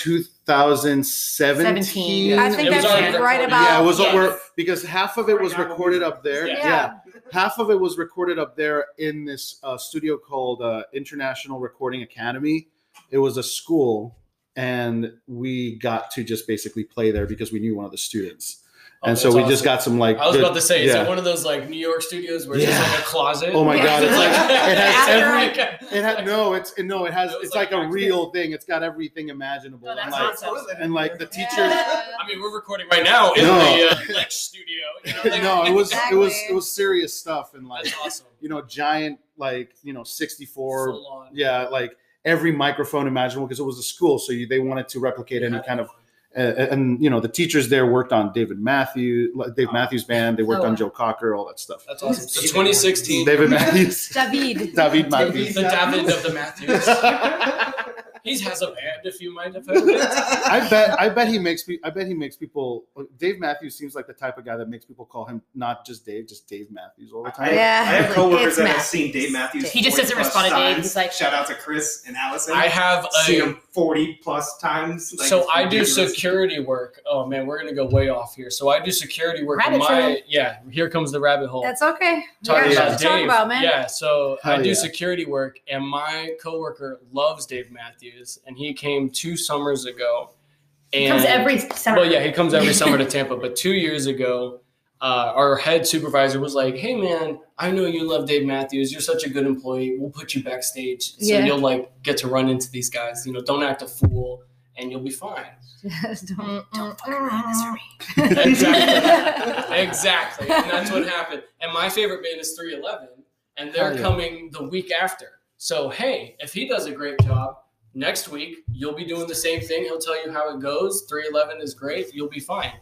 2017.
Seventeen.
I think
It was
that's
already
right
recorded.
about.
yeah, it was
yes.
over because half of it was recorded up there.
Yeah.
yeah. half of it was recorded up there in this uh, studio called uh, International Recording Academy. It was a school, and we got to just basically play there because we knew one of the students,
Oh,
and so
that's
we
awesome.
just got some like.
I was
good-
about to say, is
yeah.
it one of those like New York studios where it's
Yeah.
just like a closet?
Oh my
Yeah.
god! It's like it has
After
every.
I-
It had no. It's it- no. It has.
It was
it's
like
like, a
backstage.
real thing. It's got everything imaginable.
No,
and,
that's
like,
awesome.
and like the teachers.
Yeah.
I mean, we're recording right now in
No.
the uh, Lex studio. You know, like-
no, it was it was
Exactly.
it was serious stuff and like
That's awesome.
you know giant like you know sixty four
Full on.
yeah, like every microphone imaginable because it was a school, so you, they wanted to replicate any kind of. Uh, and you know, the teachers there worked on David Matthews, Dave Matthews Band. They worked
Oh, wow.
on Joe Cocker, all that stuff.
That's awesome. So 2016,
David Matthews,
David.
David
the
Matthews.
David of the Matthews. He has a band. If you might have heard it.
I bet I bet he makes me I bet he makes people Dave Matthews seems like the type of guy that makes people call him not just Dave, just Dave Matthews all the time.
I,
Yeah.
I have coworkers
It's
that have
Matthews.
seen Dave Matthews.
He just doesn't
40 plus
respond to Dave.
times.
He's like-
shout out to Chris and Allison.
I have
see
a
him forty plus times. Like,
so
it's
I do
ridiculous.
security work. Oh man, we're gonna go way off here. So I do security work.
Rabbit
in my
trail.
yeah, here comes the rabbit hole.
That's okay. We
Talking
got
about
shit to talk
Dave.
about, man.
Yeah, so I
Hell
do
yeah.
security work, and my coworker loves Dave Matthews, and he came two summers ago. And
He comes every summer.
Well, yeah, he comes every summer to Tampa. But two years ago, uh, our head supervisor was like, "Hey, man, I know you love Dave Matthews. You're such a good employee. We'll put you backstage, so
Yeah.
you'll like get to run into these guys. You know, don't act a fool, and you'll be fine."
Don't-
don't fucking ruin this for me.
exactly. exactly. And that's what happened. And my favorite band is 311, and they're
Hell yeah.
coming the week after. So, hey, if he does a great job, next week you'll be doing the same thing. He'll tell you how it goes. 311 is great. You'll be fine.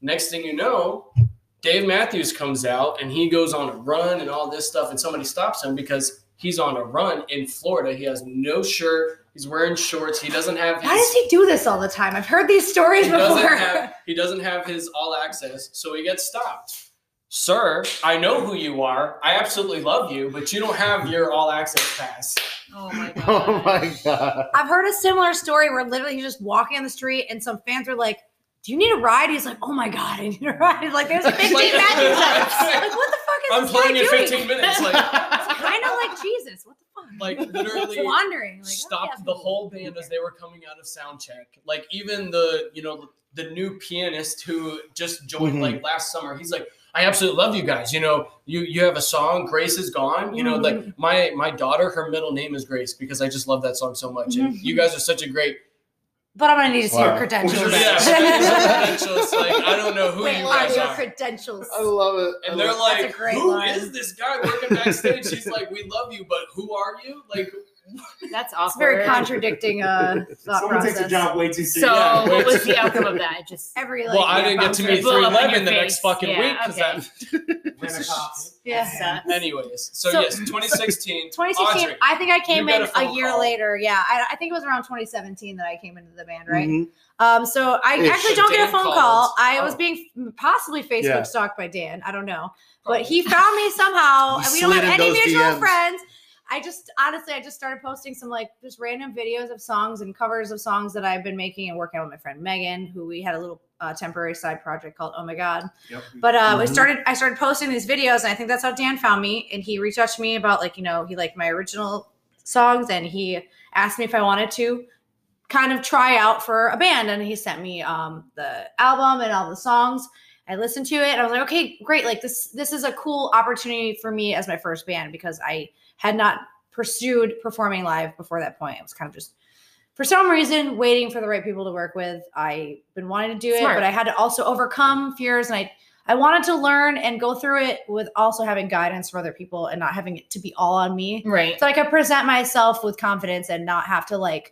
Next thing you know, Dave Matthews comes out and he goes on a run and all this stuff, and somebody stops him because he's on a run in Florida. He has no shirt. He's wearing shorts. He doesn't have his
Why does he do this all the time? I've heard these stories
he
before.
doesn't have he doesn't have his all access, so he gets stopped. Sir, I know who you are. I absolutely love you, but you don't have your all access pass.
Oh my god.
Oh my god.
I've heard a similar story where literally he's just walking on the street and some fans are like, Do you need a ride? He's like, Oh my God, I need a ride. Like, there's like 15
Like-
Matthews lights. Like, what the fuck is
I'm
this
playing
guy
in
doing?
15 minutes, like-
kind of like Jesus. What the fuck?
Like, literally
wandering. Like,
Stopped
oh, yeah.
the whole band as they were coming out of sound check. Like even the you know the new pianist who just joined
Mhm.
like last summer. He's like, I absolutely love you guys. You know, you you have a song, Grace is gone. You know,
Mm-hmm.
like my my daughter, her middle name is Grace because I just love that song so much. And
Mm-hmm.
you guys are such a great
But I'm gonna need to see your
Wow.
credentials.
Yeah, credentials. Like I don't know who
Wait,
you
are
guys
your
are.
credentials?
I
Oh,
love it. I
and they're
love
That's a
like,
great
"Who is
line.
this guy working backstage?" He's like, "We love you, but who are you?" Like,
That's
It's
awkward.
very contradicting uh, thought
Someone
process.
takes a job way too
So,
soon.
Yeah.
what was the outcome of that? Just
Every like,
well, I
yeah,
didn't get to
bouncer.
meet
Blow
three
up on your
eleven the
face.
next fucking
Yeah,
week because
okay.
Renaissance.
Yeah.
that. Anyways, so,
So-
yes, 2016.
2016.
Audrey,
I think I came
you got
in
a
a,
phone
year
call.
later. Yeah, I, I think it was around 2017 that I came into the band, right?
Mhm.
Um, so I
Ish.
actually don't get
Dan
a phone
called.
call. I was
Oh.
being possibly Facebook
Yeah.
stalked by Dan. I don't know,
probably.
but he found me somehow,
You
and we don't
slid
have
in
any
those
mutual
DMs.
friends. I just honestly, I just started posting some like just random videos of songs and covers of songs that I've been making and working out with my friend Megan, who we had a little uh, temporary side project called Oh My God.
Yep.
But uh, I
Mhm.
started I started posting these videos, and I think that's how Dan found me. And he reached out to me about like you know he liked my original songs, and he asked me if I wanted to kind of try out for a band. And he sent me um, the album and all the songs. I listened to it, and I was like, okay, great. Like this this is a cool opportunity for me as my first band because I had not pursued performing live before that point. It was kind of just for some reason waiting for the right people to work with. I've been wanting to do
Smart.
it, but I had to also overcome fears and I I wanted to learn and go through it with also having guidance from other people and not having it to be all on me.
right.
So I could present myself with confidence and not have to like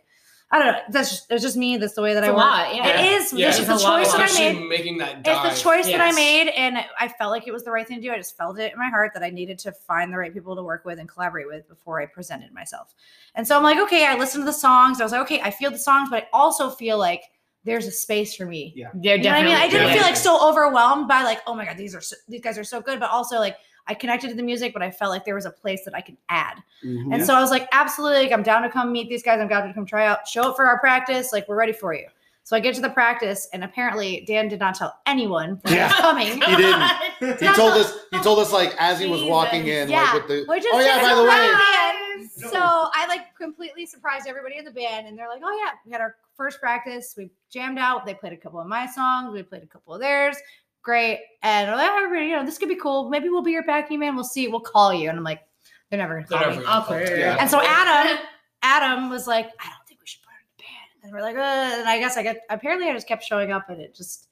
I don't know. That's just, that's just me. That's the way that
It's
I
a
work.
lot. Yeah.
It is.
Yeah.
This is
It's
the
a lot.
choice that I
Especially
made.
making that dive.
It's the choice that I
yes.
made, and I felt like it was the right thing to do. I just felt it in my heart that I needed to find the right people to work with and collaborate with before I presented myself. And so I'm like, okay, I listened to the songs. I was like, okay, I feel the songs, but I also feel like there's a space for me.
Yeah.
They're
You know what I
definitely.
mean? I didn't
yeah.
feel like so overwhelmed by like, oh my god, these are so, these guys are so good, but also like I connected to the music, but I felt like there was a place that I could add.
Mhm.
And so I was like, absolutely, like, I'm down to come meet these guys. I'm down to come try out, show up for our practice. Like, we're ready for you. So I get to the practice, and apparently Dan did not tell anyone that I was
Yeah.
coming.
He didn't. He
Not
told
the-
us. He told us like as he was walking in,
Yeah.
like with the.
Which is
oh yeah,
just
by the way,
surprise.
No.
So I like completely surprised everybody in the band, and they're like, "Oh yeah, we had our first practice. We jammed out. They played a couple of my songs. We played a couple of theirs. Great. And I'm like, "Oh, everybody, you know, this could be cool. Maybe we'll be your backing band. We'll see. We'll call you." And I'm like, "They're never gonna
They're
call
never
me."
gonna call
Awkward.
it.
Yeah.
And so Adam, Adam was like, "I don't think we should put her in the band." And we're like, uh, and I guess I got. Apparently, I just kept showing up, and it just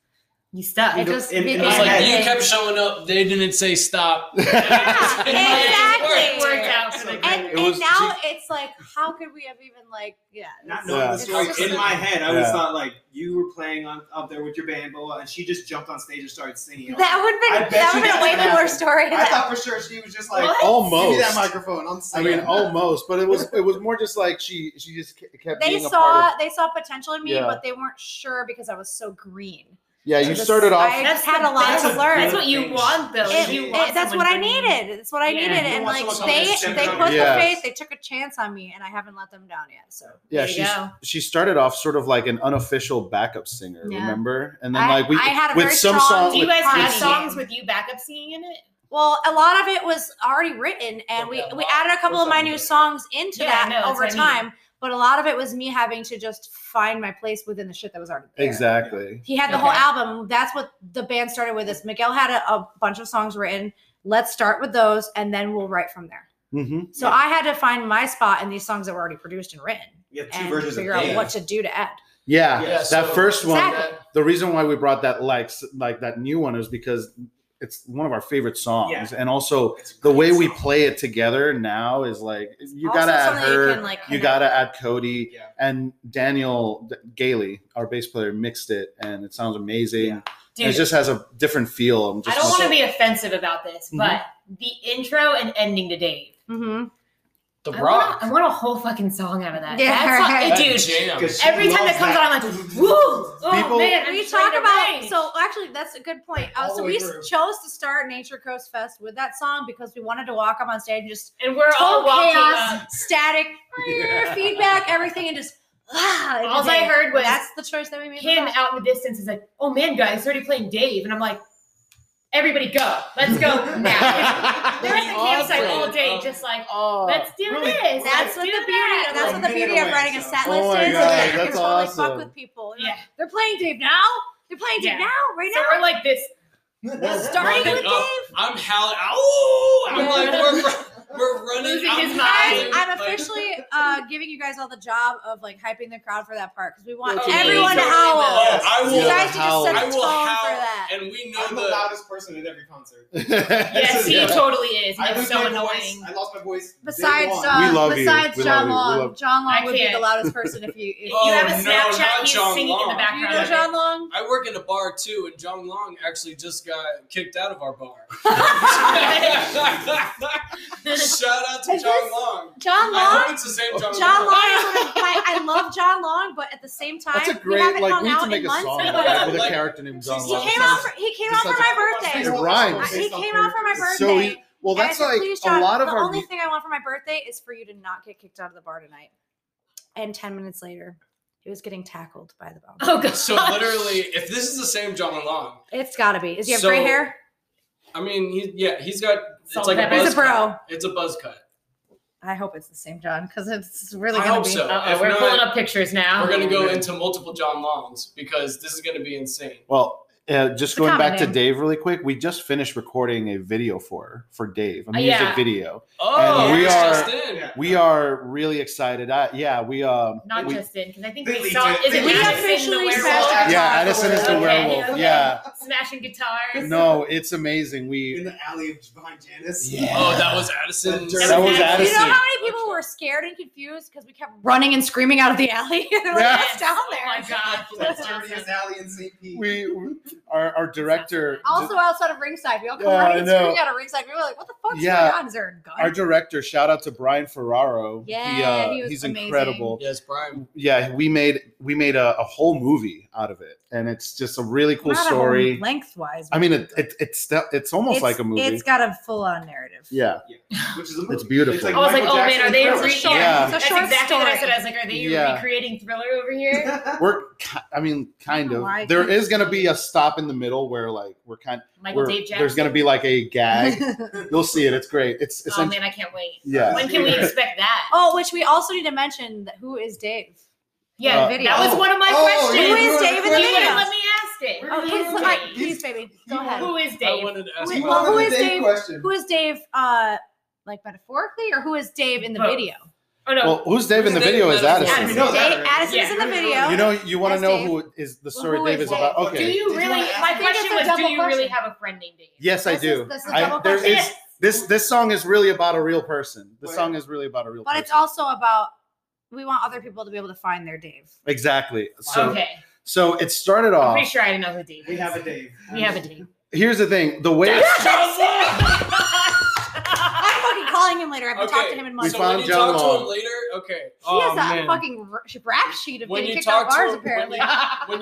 You stuck.
It just
in-
it,
in
It's
my
like
head.
you kept showing up. They didn't say stop.
exactly.
It worked out so good.
And,
It
and
was
now
just-
it's like, how could we have even like, yeah,
Not
it's-
knowing
Yeah.
the
it's
story
just
in
like-
my head, I was
Yeah.
thought like you were playing on up there with your band, blah, blah, and she just jumped on stage and started singing.
That would
I bet
have been that
you
would have
that's
been way
what
cooler
happened.
story.
I thought for sure she was just like,
What?
Almost.
give me that microphone. I'm
I
singing.
mean, almost, but it was it was more just like she she just ke- kept.
they
being a part
saw
of-
they saw potential in me,
Yeah.
but they weren't sure because I was so green.
yeah,
I
you
just-
started off.
I just had a lot
that's
to
a
learn.
That's what you want, though.
It-
you
it-
want
that's what
someone
I
green.
needed. That's what I
Yeah.
needed,
You
and
want
like
someone
they
that's
they
centered.
put
Yes.
the faith, they took a chance on me, and I haven't let them down yet. So
yeah,
There you
she
go.
she started off sort of like an unofficial backup singer,
Yeah.
remember? And then
I-
like we
I had a
with
very
some song
strong-
Do you
with-
guys have
Party.
songs with you backup singing in it?
well, a lot of it was already written, and we
Yeah,
we
well,
added a couple of my
something
new
good.
songs into
Yeah, I know,
that
that's
over
what I mean.
time. But a lot of it was me having to just find my place within the shit that was already there.
exactly.
He had the whole
Okay.
album. That's what the band started with. Is Miguel had a, a bunch of songs written. Let's start with those, and then we'll write from there.
hmm
So I had to find my spot in these songs that were already produced and written,
you have two
and
versions of
figure out
Bane.
what to do to add.
Yeah, that
so-
first one.
Exactly.
The reason why we brought that like s- like that new one is because it's one of our favorite songs,
Yeah.
and also
It's a
the way
great
we
song.
play it together now is like you
Also
gotta add
something that you
her, you,
can, like, connect
gotta add Cody,
Yeah.
and Daniel D- Gailey, our bass player, mixed it, and it sounds amazing.
Yeah.
And it
Dude,
just has a different feel. I'm
I
just
don't want to be offensive about this,
Mhm.
but the intro and ending to Dave.
Mm-hmm.
The
I
Rock.
want, I want a whole fucking song out of that.
Yeah,
That's not-
right.
dude.
Jam.
Because she
Every time that
loves
comes on, I'm like, woo! Oh
People-
man, I'm
We
just
talk
ready to
about
rage.
so actually that's a good point. Uh,
All
so
the
we
way
s-
through.
chose to start Nature Coast Fest with that song because we wanted to walk up on stage and just
and we're all
total
walking
chaos,
up.
static, feedback, everything, and just ah. it
Alls
did.
I heard was
that's the choice that we made. with
Him
that.
out in the distance is like, oh man, guys, it's already playing Dave, and I'm like, everybody go, let's go now. They're at the campsite all day, just like,
Oh,
let's do
really?
this.
That's
Let's
what
do
the beauty.
that.
That's
Like,
what the
minute
beauty of
away,
writing a
so-
set
Oh
list
my
is. is
God,
that you
that's
can totally
awesome.
fuck with people.
Yeah.
They're playing Dave now. They're playing Dave
Yeah.
now, right
So
now.
we're like this.
Starting
Running
with
up,
Dave.
oh, I'm howling. Ow! I'm
Yeah.
like, we're, we're running.
Losing
I'm
his
howling,
Guys, I'm
like-
officially uh, giving you guys all the job of like hyping the crowd for that part because we want
Oh, Okay.
everyone to
totally
howl.
will.
Oh, I will.
You guys should just
howl.
set a
I
tone
will
for
howl,
that.
and we know
I'm the
the.
loudest person at every concert.
Yes, he
Yeah.
totally is.
I
He's
lose
so
my
annoying.
voice. I lost my voice. day
Besides,
one.
uh,
We love you.
besides
We love
John
you. We
Long,
love-
John Long
I
would be
can't.
the loudest person if you. If
If you have
Oh,
a
no,
Snapchat,
not
he's
John
singing in
Long.
the background.
you know John Long.
I work in a bar too, and John Long actually just got kicked out of our bar. Shout out to
Is
John
this-
Long.
John
I hope
Long.
it's the same John,
John Long is one of my. I love John Long, but at the same time,
That's a
we
great
haven't
like
hung
we need
out
to make
in
a
months.
song
Yeah,
with a
like-
character named John.
He
Long.
came out for he came
It's
out for
like
my
a-
birthday.
It rhymes.
He came out for my
So
birthday.
he- well,
And I
that's
said,
like
"Please,
a
John,
lot of
the
our.
only thing I want for my birthday is for you to not get kicked out of the bar tonight. And ten minutes later, he was getting tackled by the bouncer.
Oh god.
So literally, if this is the same John Long,
It's gotta be. Is he have
So-
gray hair?
I mean, he, yeah, he's got. It's
Salt
like a
and pepper.
buzz
He's a bro.
cut. It's a buzz cut.
I hope it's the same John because it's really
I
gonna
hope
be.
so.
Uh-oh,
If
we're
not,
pulling up pictures now.
We're gonna go into multiple John Longs because this is gonna be insane.
Well, uh, just
a
going
common
back to
name.
Dave really quick. We just finished recording a video for her, for Dave, a
Uh,
music
yeah.
video.
Oh,
And we
it's
are-
just in.
We are really excited. I, yeah, we um.
Not
we-
just in, because I think
Lily
we saw.
did-
Is it
We
Madison
officially
the
smashed
werewolf?
yeah, Addison is the
Okay,
werewolf.
okay.
Yeah,
Smashing guitars.
no, it's amazing.
in
We
the alley behind Janice.
Yeah.
Oh, that was Addison.
that
That
was
You know
You know
Addison.
how many people were scared and confused because we kept running and screaming out of the alley? They're like,
Yeah.
"What's down
Oh my
there?"
god.
That's
That's awesome.
dirtiest alley in St. Pete.
we our our director.
Also outside of ringside, we all come
Yeah, I
running and
know.
screaming out of ringside. We were like, "What the fuck's
Yeah.
going on? Is there a gun?"
our director shout out to brian ferraro uh,
Yeah, he was
he's
amazing.
incredible
Yes, Brian.
yeah we made we made a, a whole movie out of it and it's just a really cool
Not a whole
story
Lengthwise,
i mean it, it it's st- it's almost like a movie
It's got a full on narrative.
yeah
Which is a
It's beautiful.
I was like,
Michael
oh man,
Jackson
are they
Thriller.
re-
short-
Yeah.
it's a
That's
short
exactly what I
story.
said. I was like, are they
Yeah.
recreating Thriller over here?
we're ki- i mean kind
I
of
don't like
there
it.
is going to be a stop in the middle where like we're kind
Michael
we're,
Dave Jackson.
there's going to be like a gag you'll see it it's great it's
Oh
essentially
man, I can't wait.
yeah
When can we expect that?
oh, which we also need to mention that who is Dave?
Yeah,
Uh,
that was one of my
oh,
questions.
you
Who is
were
David
You
recording
wouldn't
Leo?
let me ask it.
Oh, please,
Who is
like,
Dave?
please, baby, go ahead.
Who is
I
Dave?
wanted to ask.
Wait,
you
well,
about
who
that.
is Dave?
Question.
Who is Dave? Uh, like metaphorically, or who is Dave in the
Both.
video?
oh Oh, no.
Well, who's Dave in the
Who's Dave
video
in
is
the-
Addison.
We
Addison,
know that
Dave-
already.
Addison's
Yeah.
in the video.
You know, you want to
That's
know
Dave.
who is the
Well,
story
who
Dave
is
is about?
Dave?
Okay.
Do you
Did you
really?
wanna ask-
my
I think
question
it's
was,
a
do
double
you really
question.
have a friend named Dave?
Yes, I
This
do.
is- this is
I-
double
there
question.
is this this song is really about a real person. The
Right.
song is really about a real
But
person.
it's also about we want other people to be able to find their Dave.
exactly. So
okay,
so it started
I'm
off.
pretty sure I know who Dave. Is.
a Dave.
We have a Dave.
Here's the thing. The way it
I'm fucking calling him later. I haven't talked to him in
We
months.
so
found
when you
John
talk to
Long.
him later, okay.
He
oh,
has a
man.
fucking r- rap sheet of
When
getting
you
kicked out of
talk to
bars,
him-
apparently.
when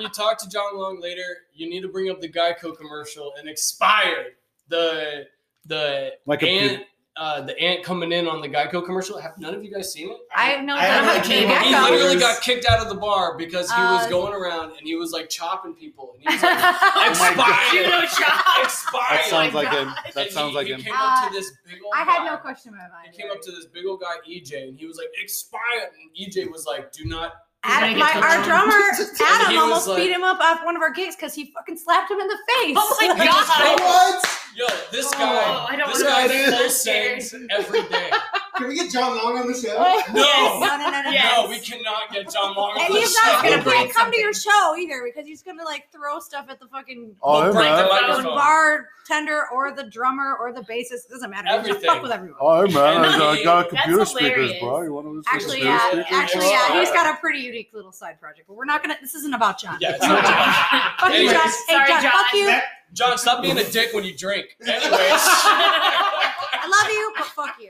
when you talk to John Long later, you need to bring up the Geico commercial and expire the the
Like a
ant uh, the ant coming in on the Geico commercial. Have none of you guys seen it?
I know
I
that
haven't
Geico-
came up
He
Geico.
literally got kicked out of the bar because he was
Uh, Oh
going around and he was like chopping people. And he was like, expire,
Judo chop.
expire.
that sounds like
God.
him.
And
That sounds
he,
like
he
him.
Came up
Uh,
to this big old
I had
guy.
no question in my mind.
He came up to this big old guy EJ and he was like, expire. And EJ was like, do not.
Adam,
He's
my,
gonna get
our
touched.
drummer
He
Adam
was
almost
like-
beat him up at one of our gigs because he fucking slapped him in the face.
Oh my
He was
God.
like,
What?
Yo, this
Oh,
guy,
I don't
this
wanna
guy
go
does those
downstairs.
things every day.
Can we get John Long on the show?
No,
no, no, no, no.
Yes.
no, we cannot get John Long. on
And
the
he's not
show.
gonna
break
can't come to your show either because he's gonna like throw stuff at the fucking
Oh,
We'll
I'm
break the
out.
the
microphone.
bartender or the drummer or the bassist. It doesn't matter. He's gonna
Everything.
Fuck with everyone.
Oh man,
I got
computer speakers, hilarious. bro.
You want to
Actually,
Computer
yeah.
speakers.
Actually, yeah. He's
Yeah.
got a pretty unique little side project, but we're not gonna. This isn't about John.
Yeah, it's not John.
Fuck you,
Anyways,
John. Hey,
Sorry,
John,
John.
Fuck you.
That-
John, stop being a dick when you drink. Anyways,
I love you, but fuck you.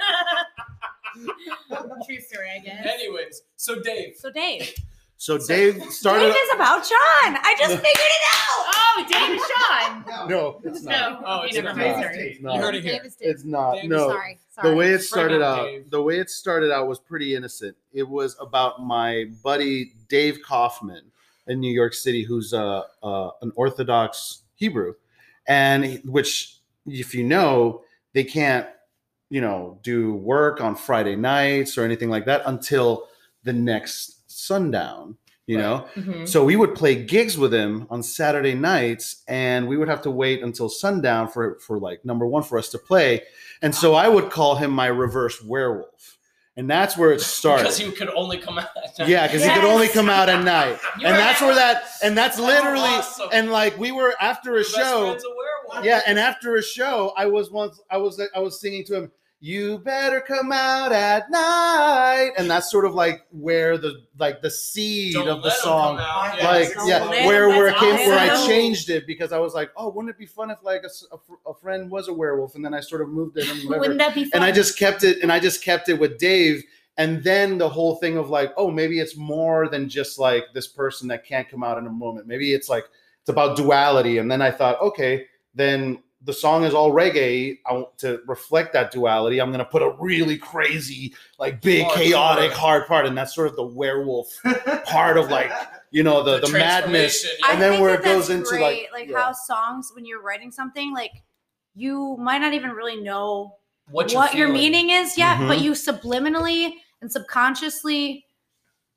True story, I guess.
anyways, so Dave,
So Dave.
So Dave started.
Dave is about John. I just figured it
Oh, Dave and Sean.
No, it's not.
No.
Oh,
okay,
it's
never
It's not. It's
mind. Sorry.
you
not.
heard
out.
it
Dave
here.
is Dave.
It's not.
Dave,
No.
Sorry. Sorry.
the way it
Bring
started
it,
out
Dave.
the way it started out was pretty innocent it was about my buddy dave kaufman in new york city who's uh, uh, an orthodox hebrew and he- which if you know they can't you know do work on friday nights or anything like that until the next sundown you know
Mm-hmm.
Mm-hmm.
so we would play gigs with him on Saturday nights, and we would have to wait until sundown for for like number one for us to play. And so I would call him my reverse werewolf, and that's where it started.
because he could only come out. That time.
yeah, because he could
Yes.
only come out at night,
You
and
were-
that's where that and that's
Oh,
literally
awesome.
and like we were after a
Your best
show.
friend's a werewolf.
Yeah, and after a show, I was once I was I was singing to him, "You better come out at night," and that's sort of like where the like the seed
Don't
of the
let him
song
come out. Yeah,
like
it's-
yeah,
Oh, man,
where where it
that's
came where I
awesome.
changed it because I was like, oh, wouldn't it be fun if like a, s- a fr- a friend was a werewolf, and then I sort of moved it and whatever.
Wouldn't that be fun?
and I just kept it, and I just kept it with Dave, and then the whole thing of like, oh, maybe it's more than just like this person that can't come out in a moment. Maybe it's like it's about duality, and then I thought, okay, then the song is all reggae. I want to reflect that duality. I'm gonna put a really crazy, like big,
Hard
chaotic,
part.
hard part, and that's sort of the werewolf part of like you know the the, madness
transformation,
and
I
then
think
where
that
it goes
that's
into,
great,
like-
like
yeah.
how songs when you're writing something like you might not even really know
yeah.
what,
you're
your
feeling.
meaning is yet,
Mhm.
but you subliminally and subconsciously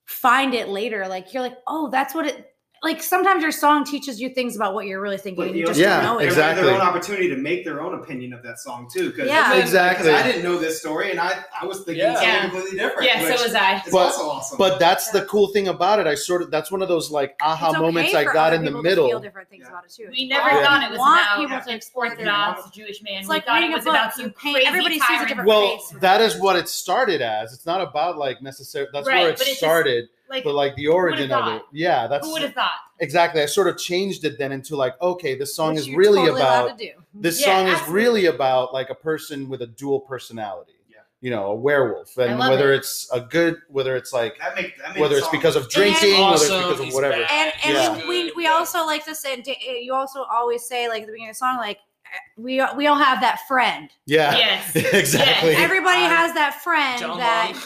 find it later. Like you're like, oh, that's what it. Like sometimes your song teaches you things about what you're really thinking. and you just
Yeah,
don't know it.
exact-
They
exactly.
have their own opportunity to make their own opinion of that song too. 'cause-
Yeah.
Exactly.
Because I didn't know this story, and I, I was thinking
Yeah.
something
Yeah.
completely different.
yeah,
which
so was I.
is
But-
also awesome.
but that's the cool thing about it i sort of that's one of those like aha
It's okay
moments i
for
got
other
in the
people to Feel
middle
different things
Yeah.
about it too.
We never
Yeah.
thought it was
want
about
people to
Orthodox Jewish man.
It's
we
like
thought
reading
it
a
was
book.
about some
You paint-
crazy
everybody sees a
tyrant.
different-
well
face.
that is what it started as it's not about like necessarily that's
Right,
where it
but it's just,
started
Like,
but like the
would've
origin of it
thought?
yeah that's
who would have thought?
exactly i sort of changed it then into like okay this song
which
is
you're
really
totally allowed
about
to do.
this
Yeah,
song
absolutely.
is really about like a person with a dual personality
Yeah.
you know a werewolf
I
and
love
whether
it.
it's a good whether it's like
that make, that made
whether
the
it's
song-
because of drinking whether it's
Awesome,
because of
he's
whatever
back.
and and
Yeah.
we, we
Yeah.
also like to say eh, you also always say like at the beginning of the song like eh, we we all have that friend
yeah
Yes.
exactly
Yes.
everybody
I-
has that friend
John
that
Long.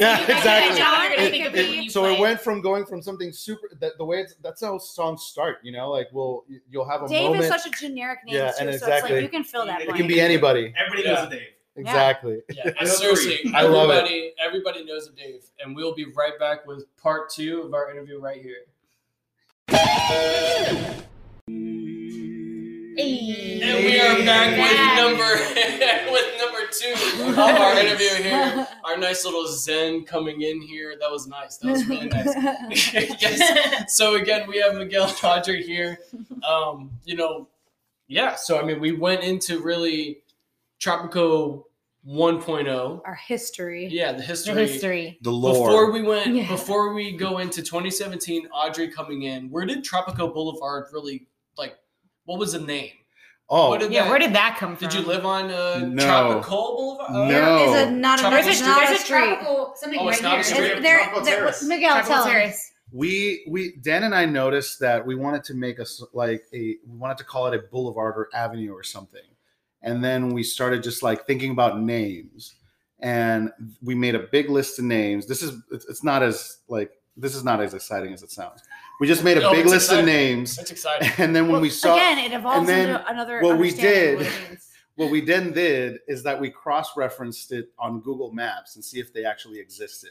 Yeah,
you- I think
exactly.
John, you're gonna
It-
think of
it-
me when you
so
play
it went from going from something super that the way it's that's how songs start you know like well you- you'll have a
Dave
moment
is such a generic name
Yeah,
too,
and
so it's
exactly.
like you can fill that
It
it
blank.
can be anybody
Everybody
Yeah.
knows a Dave.
exactly
Yeah,
I
and
know
seriously,
I love it.
everybody, everybody knows a Dave, and we'll be right back with part two of our interview right here. And we are back with number with number two of our interview here. Our nice little Zen coming in here. That was nice. That was really nice. yes. So again, we have Miguel Todger here. Um, you know, yeah. So I mean, we went into really Tropico 1.0.
Our history.
Yeah, the history.
The history.
The
Before
lore.
we went,
Yeah.
before we go into 2017, Audrey coming in. Where did Tropico Boulevard really like? What was the name?
oh,
What did
Yeah,
that-
where did that come from?
Did you
Um,
live on uh,
No.
Tropical Boulevard? Oh,
No.
There is a not a,
Tropical
there's a, not a
there's a
street.
tropical something
Oh,
right
it's not a
here.
street.
Is- there,
Tropical
there-
Terrace.
Miguel, tell
Tropical
him.
terrace.
we we Dan and I noticed that we wanted to make us like a we wanted to call it a boulevard or avenue or something, and then we started just like thinking about names, and we made a big list of names. This is it's it's not as like this is not as exciting as it sounds. We just made a
No,
big
it's
list
exciting.
of names,
That's exciting.
and then when we saw
Again, it evolves
and then
into another.
what we
understanding
did-
of what it means.
what we then did is that we cross-referenced it on Google Maps and see if they actually existed.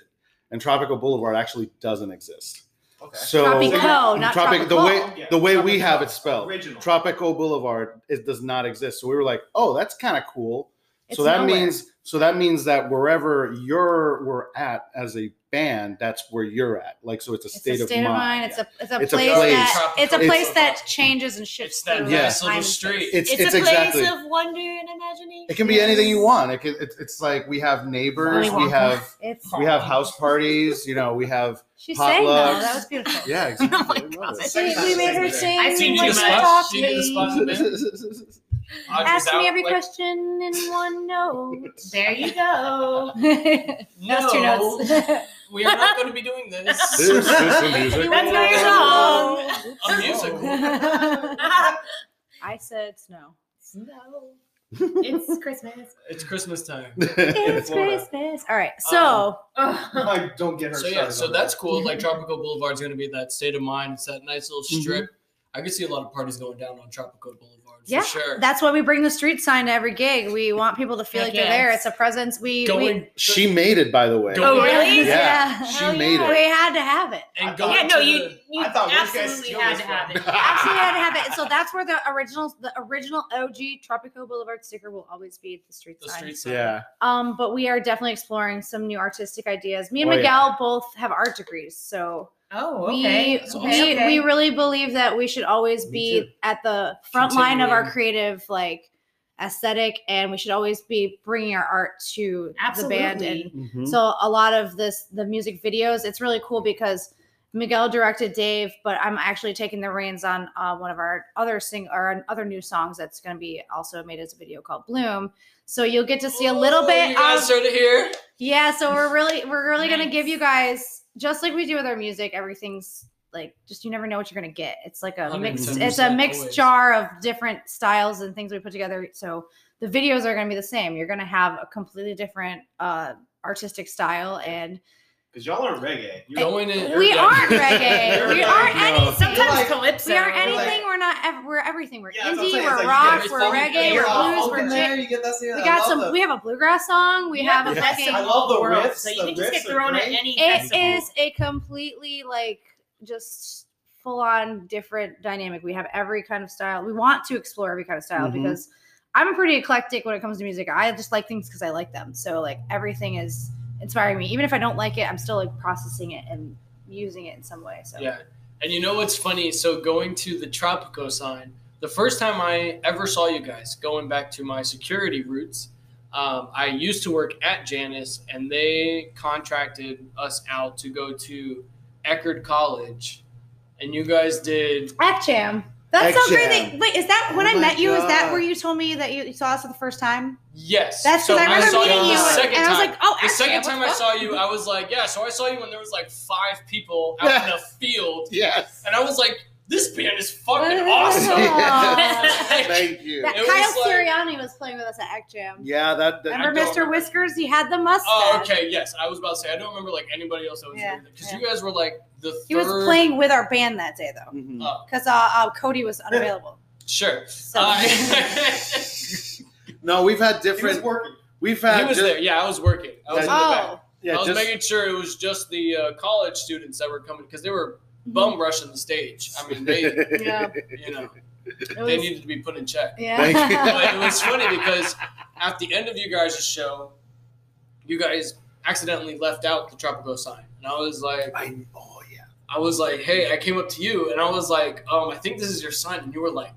And Tropical Boulevard actually doesn't exist.
Okay.
So
Tropico, not
Tropic- the
Tropical.
way
Yeah,
the way we
Tropico,
have it spelled.
original.
Tropico Boulevard it does not exist. So we were like, oh, that's kind of cool. so
It's
that
nowhere.
means so that means that wherever you're we're at as a band, that's where you're at. Like so it's a
It's
state,
a state of mind. It's a it's a place that
place.
it's a
It's-
place that changes and shifts.
It's that
through
nice
time
little
and space.
street.
It's-
It's, a
exactly-
place of wonder and imagination.
it can be anything you want. It can, it's it's like we have neighbors, we have
It's
we have house parties. You know, we have
she sang though.
potlucks.
That was beautiful.
yeah. Exactly. I love it.
We, we made her sing.
I seen
like,
you
she
do that.
talked
She did the spot.
me.
Audrey's
Ask
out,
me every
like,
question in one note.
There you go.
That's two
"No,
notes.
we are not going to be doing this.
This is the music.
That's very song.
A musical.
I said no.
No. It's Christmas.
It's Christmas time.
It's
Florida.
Christmas. All right. So
Ugh.
I don't get her.
So yeah, so that's cool. Like Tropical Boulevard's going to be that state of mind. It's that nice little
Mm-hmm.
strip. I could see a lot of parties going down on Tropical Boulevard for
Yeah,
sure.
that's why we bring the street sign to every gig. We want people to feel
Heck
like they're there.
yes.
It's a presence. We, we
going
She made it, by the way.
Go- Oh,
really?
Yeah,
Yeah.
she
Hell
made
we
it.
had to have it.
and going
Yeah, no,
to
you,
the-
you
I thought we guys
absolutely
steal
had
this
to
one.
have it.
Actually, had to have it. And so that's where the original, the original OG Tropico Boulevard sticker will always be the street
the
sign.
streets.
Yeah,
Um, but we are definitely exploring some new artistic ideas. Me and
Oh, yeah.
Miguel both have art degrees, so
Oh,
we
okay.
we,
Okay, okay.
we really believe that we should always
Me
be
too.
at the front line of our
Continuing.
creative like aesthetic, and we should always be bringing our art to the band.
Absolutely.
And
Mm-hmm.
so a lot of this, the music videos, it's really cool because Miguel directed Dave, but I'm actually taking the reins on uh, one of our other sing or on other new songs that's going to be also made as a video called Bloom. So you'll get to see a little
Oh,
bit
You guys
of
heard it here.
yeah, so we're really we're really gonna
Nice.
give you guys just like we do with our music, everything's like just you never know what you're gonna get. It's like a mixed it's a
110%
mixed
always.
jar of different styles and things we put together. So the videos are gonna be the same. You're gonna have a completely different uh artistic style and
because y'all are reggae. You
Going in.
we
yeah.
aren't reggae. we
You're
aren't
like,
anything.
no.
Sometimes
Like,
calypso.
we aren't
like-
anything. we're not ev- we're everything. We're
Yeah, that's what I'm
indie,
saying.
we're
It's like,
rock,
yeah,
we're
it's like,
reggae,
yeah,
we're
all
blues,
over
we're
there,
jazz.
You get that thing.
We
I
got
love
some
the-
we have a bluegrass song, we
Yeah,
have a
but
Yes,
that's
fucking
I love the
world,
riffs.
So
The
you can just
riffs
get
are
thrown at
great.
any
it
festival.
is a completely like just full on different dynamic. We have every kind of style. We want to explore every kind of style
Mm-hmm.
Mhm.
because I'm pretty eclectic when it comes to music. I just like things because I like them. So like everything is inspiring me. Even if I don't like it, I'm still like processing it and using it in some way. So
Yeah. And you know what's funny? So going to the Tropico sign, the first time I ever saw you guys, going back to my security roots, um, I used to work at Janus, and they contracted us out to go to Eckerd College, and you guys did.
Act Jam. That's so great.
Act Jam.
That, wait, is that when
Oh
I
my
met you? Is that
God.
where you told me that you, you saw us for the first time?
Yes,
That's
so
because I remember
saw
meeting
you
you,
the
and,
second
and I was
time.
like, "Oh,
the
Act Jam,
second
what's
time I
up?"
saw you, I was like, yeah. So I saw you when there was like five people out in a field,
Yes.
and I was like, this band is fucking awesome. Like,
Thank you.
That
It was
Kyle
like-
Sirianni was playing with us at Act Jam.
Yeah, that. that
Remember
I don't
Mr.
remember.
Whiskers? He had the mustache.
Oh, okay. Yes, I was about to say I don't remember like anybody else that was
Yeah,
because you guys were like the third.
He was playing with our band that day though,
Mhm.
Oh,
because uh, uh, Cody was unavailable.
sure.
So
Uh,
No, we've had
He was
different.
working.
We've
he
had
was
just,
there. Yeah, I was working. I was, in the back.
oh,
yeah,
I was
just-
making sure it was just the uh,
Mm-hmm.
college students that were coming because they were bum rushing the stage. I mean, they,
yeah.
you know, they needed to be put in check.
Yeah.
Thank you.
But it was funny because at the end of you guys' show, you guys accidentally left out the Tropico sign. And I was like,
I, oh yeah.
I was like, hey, I came up to you and I was like, um, I think this is your sign. And you were like,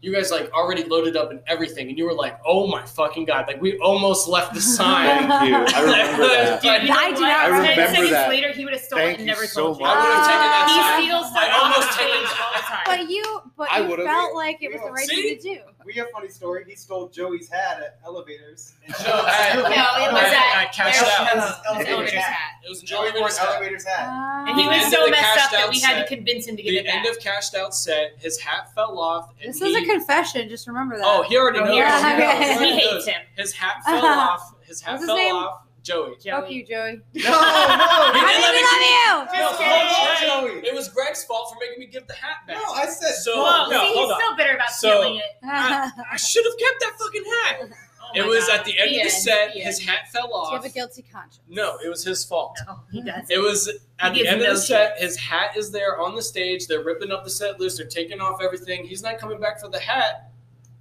you guys like already loaded up and everything. And you were like, oh my fucking God. Like we almost left the sign.
Thank you. I remember that.
Like,
I do not
I
remember.
remember
seconds
that.
later, he would have stolen
Thank
it and
you
never
so
told you.
much.
I would have taken that
Ah.
sign.
he steals stuff
I
off
almost
stage
taken that.
all the time.
But you, but
I
you
would've-
felt like it was the right
See?
thing to do.
We have funny story. He stole Joey's hat at elevators.
And Joe, I,
No, it was
I-
at-
I cashed
there
out.
was- it was Elevator's hat.
It was Joey Morris.
hat.
Uh,
And he
The
was
end of
so
the
messed up
cashed
that
out
we had
set.
to convince him to give
The
it back.
end of cashed out set, his hat fell off. And
This is a
he-
confession. Just remember that.
Oh, he already
Oh,
knows.
he
already
Yeah,
knows.
already
He hates
knows.
him.
His hat fell
Uh-huh.
off. His hat
What's his
fell
name?
off. Joey.
Fuck you, Joey.
No,
He
no.
I
didn't let me-
didn't even
No,
love
hold
you.
on,
Joey.
Joey. It was Greg's fault for making me give the hat back.
No, I said
so.
Well,
no,
see,
hold
he's
on.
still bitter about
So-
stealing it.
I should have kept that fucking hat.
Oh
it
my
was
God.
at the end of the set. His hat fell
Do you have
off.
a guilty conscience?
No, it was his fault.
Oh,
No, he does.
It was at
He
the
gives
end
no
of the set. His hat is there on the stage. They're ripping up the set loose. They're taking off everything. He's not coming back for the hat.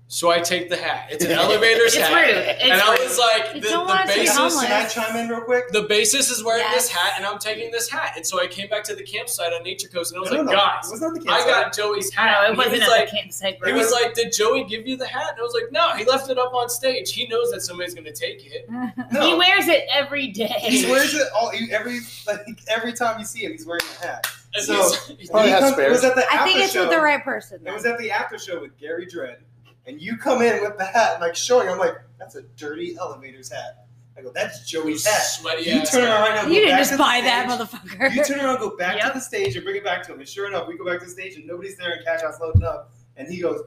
So I take the hat. It's an elevator's
It's
hat.
rude. It's
and I
rude.
was like, the,
You don't
the
want it to be
basis
homeless.
Can I chime in real quick?
the basis is wearing this
Yes.
hat, and I'm taking this hat. And so I came back to the campsite on Nature Coast, and I was
No,
like,
no, no.
guys,
It was not the
I
campsite.
got Joey's hat.
No,
And
it wasn't
he
at
was like,
the campsite.
he was like, did Joey give you the hat? And I was like, no, he left it up on stage. He knows that somebody's going to take it.
he
No.
wears it every day.
He wears it all he- every like every time you see him. He's wearing a hat.
And
So-
he's- he's-
Probably
He
has
comes-
spares.
It was at the
I
after
think it's
show.
with the right person.
It
though.
was at the after show with Gary Dredd, and you come in with the hat and like showing. I'm like, that's a dirty elevator's hat. I go, that's Joey's hat.
Sweaty
You
ass
turn
hat.
around right now. go
you didn't
back
just
to the
buy that,
stage.
motherfucker.
You turn around, go back
Yep.
to the stage, and bring it back to him. And sure enough, we go back to the stage, and nobody's there, and Cash House loading up. And he goes,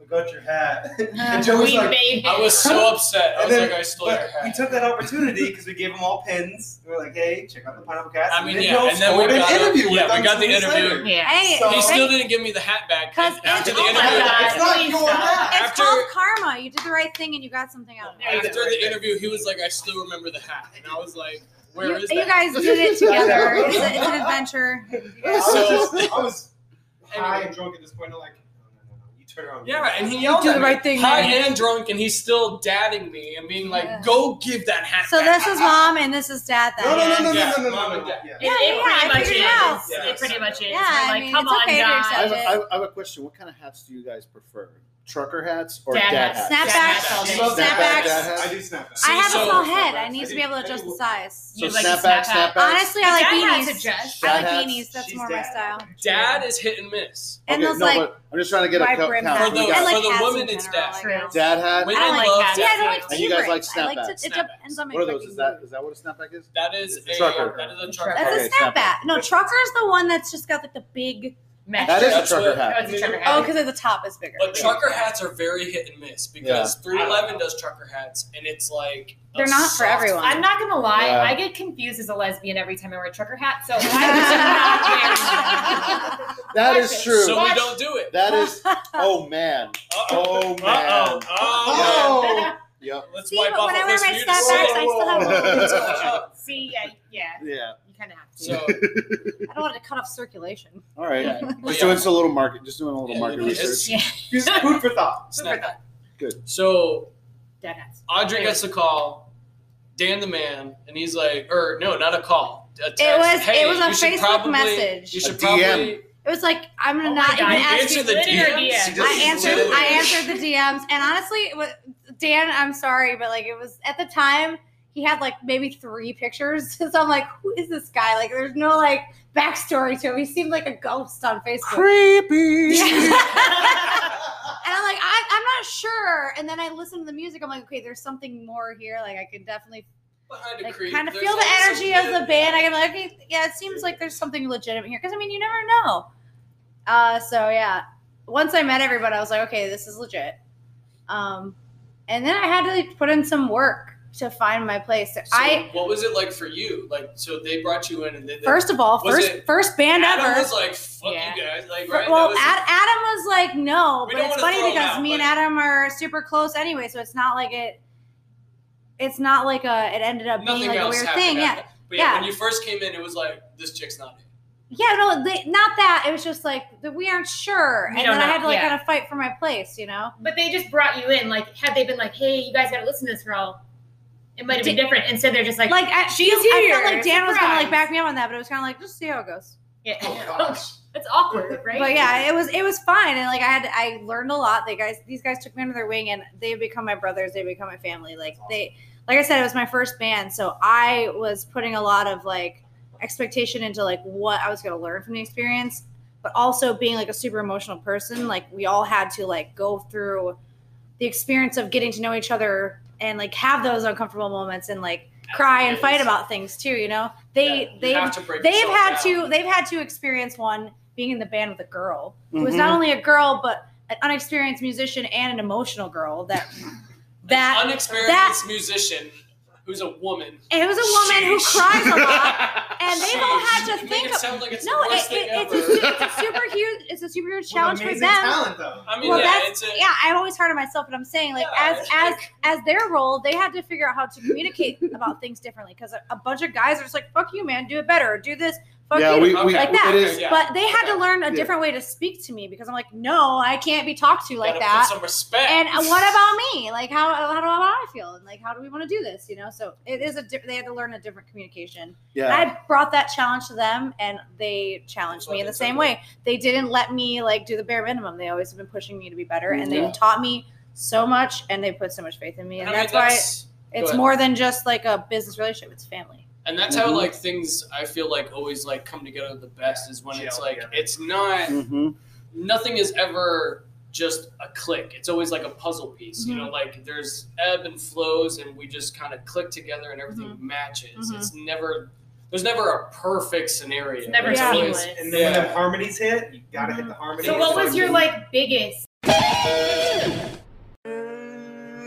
"We got your hat."
Uh,
and Joe was
we
like,
made
I
him.
was so upset. I was
And then-
like, I stole your
"But
hat.
we took that opportunity because we gave him all pins. We were like, hey, check out the Pineapple Cast.'
I mean,
then
yeah,
y'all
and then we
scored an
got-
interview.
yeah,
with
we
him
got
two
the
weeks
interview.
later.
yeah.
Hey,
So-
he
hey,
still didn't give me the hat back.
Cause
And after
it's-
the
oh my
interview,
God.
It's not
please
your
stop.
hat.
it's
after-
called karma. You did the right thing and you got something out of it.
after the interview, he was like, I still remember the hat. And I was like,
You,
"Where is
you
that?
guys did it together. It's, a, it's an adventure.
I was,
So-
just- I was high
Anyway.
and drunk at this point. I'm like, no, no, no, no. You turn around.
Yeah, and he yelled
do
at
the
me,
right thing,
high
man.
and drunk, and he's still dadding me and being like,
Yeah.
"Go give that hat."
So
back."
this is mom and this is dad. Then.
No, no, no, no,
Yeah,
no, no,
mom
no, no,
and
no.
dad.
It,
Yeah,
it
yeah, I
pretty much is.
figured it out.
Yeah.
It pretty much is.
Yeah,
We're
I
like,
mean,
come
it's
on,
okay to
guys.
I
accept
have,
it.
I have- I have a question. What kind of hats do you guys prefer? Trucker hats or
Dad
dad, hats?
hats. Snap-
Snapbacks.
Snapbacks.
Love that.
Snapbacks.
Snapbacks.
I do snapbacks.
I have
So-
a small head. I need
I
to
do-
be able to adjust the size.
So
You like a
snapback,
snap
snapback.
Honestly, I like
Dad has
beanies.
a dress.
Dad
I like
hats.
beanies. That's
She's
more my
dad.
style.
Dad is hit and miss.
And
Okay,
those
no,
like
but I'm just trying to get a
wide
cup
brim
count.
hats.
For
We
the-
got
and like
for the
hats
women,
in
it's
general,
dad.
I
True.
guess.
dad hat.
Women
I
I
like
like
hats.
See, I don't like
And you guys like
t-shirts. I like to-
snapbacks.
It depends on my
What are those?
fucking
Is that
mood.
is that what a snapback is?
That is
It's
a
a trucker.
That is a
Trucker.
trucker.
That's
Okay,
a snapback.
snapback.
No, trucker's the one that's just got like the big.
Mesh.
That is a
That's
trucker
what-
hat.
Oh, it's a trucker
Oh,
hat.
because the top is bigger.
But trucker hats are very hit and miss because 311 does trucker hats, and it's like a
They're not for
soft-
everyone.
I'm not gonna lie,
Yeah.
I get confused as a lesbian every time I wear a trucker hat, so I was not wearing one.
That
Watch
is
it.
true.
So we don't do it.
that is. Oh man. Oh man.
Uh oh. Oh.
Yeah.
Oh.
Yep.
Let's
See,
wipe
but
off
when I
all
wear
this
my
muted
snapbacks, I
soil.
still have a little bit of
Oh.
See, yeah, yeah,
Yeah.
you kind of have to.
So
I don't want to cut off circulation.
All right.
Yeah.
Just
Yeah.
doing a little market. Just doing a little
Yeah,
market
yeah,
research.
it's-
yeah,
Just food for thought.
snapback.
Good.
So
dead hats.
Audrey gets a call, Dan the man, and he's like, or no, not a call. A text.
It was-
hey,
it was a
you should
Facebook
probably-
message.
You
A
should
DM.
probably.
It was like I'm gonna
Oh my
not
God,
even
you
ask
answer
you.
the
Literally,
DMs.
yeah.
She just
I answered.
literally-
I answered the DMs, and honestly, it was, Dan, I'm sorry, but like it was at the time he had like maybe three pictures, so I'm like, who is this guy? Like, there's no like backstory to him. He seemed like a ghost on Facebook.
Creepy.
Yeah. and I'm like, I, I'm not sure. And then I listen to the music. I'm like, okay, there's something more here. Like, I can definitely
Behind a
like,
creek,
kind of
there's
feel the
always
energy
something
of the band. I can like, okay, yeah, it seems like there's something legitimate here. Because I mean, you never know. Uh, so yeah, once I met everybody, I was like, okay, this is legit. Um, and then I had to like, put in some work to find my place.
So
I
what was it like for you? Like, so they brought you in, and then
first of all,
Was
first
it-
first band
Adam
ever.
was like, "Fuck
Yeah.
you guys!" Like,
For-
right?
well,
That was-
Ad- Adam was like, no,
We
but
don't wanna
it's funny
throw him
because
out,
me and
but-
Adam are super close anyway, so it's not like it. It's not like a. It ended up being
nothing
like a
else
weird
happened.
thing, yeah.
after that. But yeah,
Yeah.
when you first came in, it was like, "This chick's not it."
yeah, no, they, not that. It was just like the, we aren't sure,
We
and
don't
then I
know,
had to like
yeah.
kind of fight for my place, you know.
But they just brought you in. Like, had they been like, "Hey, you guys got to listen to this for all," it might have been
Did-
different. Instead, they're just like,
Like I,
she's
I felt
here.
like Dan was gonna like
Surprise."
back me up on that, but it was kind of like just see how it goes.
Yeah. That's awkward, right?
But yeah, it was it was fine, and like I had I learned a lot. They guys, these guys took me under their wing, and they've become my brothers. They've become my family. Like they, like I said, it was my first band, so I was putting a lot of like expectation into like what I was going to learn from the experience, but also being like a super emotional person. Like we all had to like go through the experience of getting to know each other and like have those uncomfortable moments and like cry and fight about things too. You know,
Yeah,
they
you
they
have to break
they've
yourself
had
down.
to they've had to experience one being in the band with a girl who was
Mhm.
not only a girl but an unexperienced musician and an emotional girl that that
Unexperienced
that
musician who's a woman.
and it was a woman who
Sheesh.
cries a lot and they've all
Sheesh.
had to
You
think
make it
of
sound like it's
no
the
it,
worst
it,
thing
it's, a,
ever.
hu- it's a super huge it's a super huge challenge for them
amazing talent, though.
I mean,
well,
yeah,
that's
it's a,
yeah. I always hard on myself, but I'm saying like
Yeah,
as
it's
as as their role, they had to figure out how to communicate about things differently because a, a bunch of guys are just like, "Fuck you, man, do it better, or do this." Fuck
Yeah,
you.
we-
we-
like that.
it is-
Yeah.
But they had to learn a
Yeah.
different way to speak to me because I'm like, no, I can't be talked to like
gotta
that.
Put some respect.
and uh, what about me? Like, how how do I feel? And like, how do we want to do this? You know, so it is a diff- they had to learn a different communication.
Yeah.
And I brought that challenge to them, and they challenged me in the same way. They didn't let me like do the bare minimum. They always have been pushing me to be better, and they
Yeah.
taught me so much, and they put so much faith in me, and
I mean,
that's why
that's- go
it's
ahead.
more than just like a business relationship; it's family.
and that's
Mm-hmm.
how like things I feel like always like come together the best is when it's
Gel
like
together.
it's not
Mhm.
nothing is ever just a click. It's always like a puzzle piece. You
Mm-hmm.
know, like there's ebb and flows, and we just kind of click together, and everything
Mm-hmm.
matches.
Mhm.
It's never there's never a perfect scenario. It's
never
Yeah.
always-
seamless.
And then when the
Yeah.
harmonies hit, you gotta hit the harmonies.
So what was your like biggest?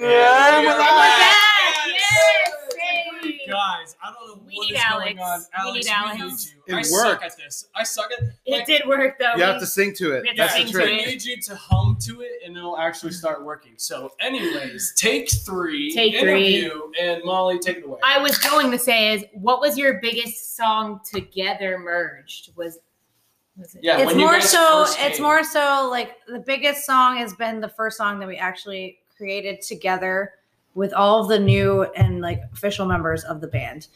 Yeah, we are back.
Yes! Yay!
Guys, I don't know
We
what
need
is going
Alex.
on.
We
Alex,
need
we
Alex.
need you.
It
I suck
worked.
at this. I suck at
It did work though.
You have
We-
to sing to it.
we have to
That's
sing
the
to
trick.
I need you to hum to it, and it'll actually start working. So, anyways, take three.
Take three.
interview, And Molly, take it away.
I was going to say is what was your biggest song together merged was was it
yeah,
it's
when you
more
guys
so
first
it's
came.
more so like the biggest song has been the first song that we actually created together with all of the new and like official members of the band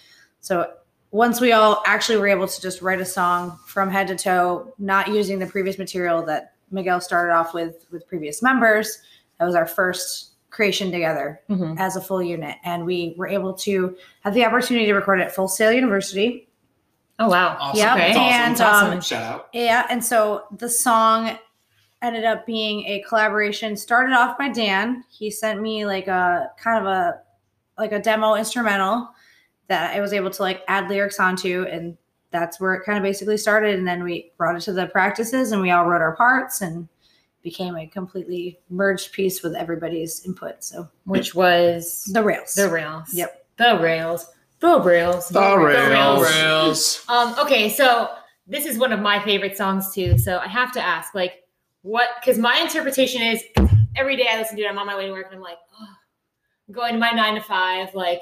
so once we all actually were able to just write a song from head to toe not using the previous material that miguel started off with with previous members that was our first creation together
Mhm.
as a full unit and we were able to have the opportunity to record at full sail university
Oh wow.
Awesome.
Yep,
Okay.
and,
That's awesome.
um,
Shout out.
Yeah, and so the song ended up being a collaboration. Started off by Dan. He sent me like a kind of a like a demo instrumental that I was able to like add lyrics onto, and that's where it kind of basically started. And then we brought it to the practices, and we all wrote our parts and became a completely merged piece with everybody's input. So
Which was
the rails.
the rails.
Yep.
The rails. The rails.
The rails.
Rails.
Um, okay, so this is one of my favorite songs too. So I have to ask, like, what? Because my interpretation is every day I listen to it, I'm on my way to work, and I'm like, oh, I'm going to my nine to five, like,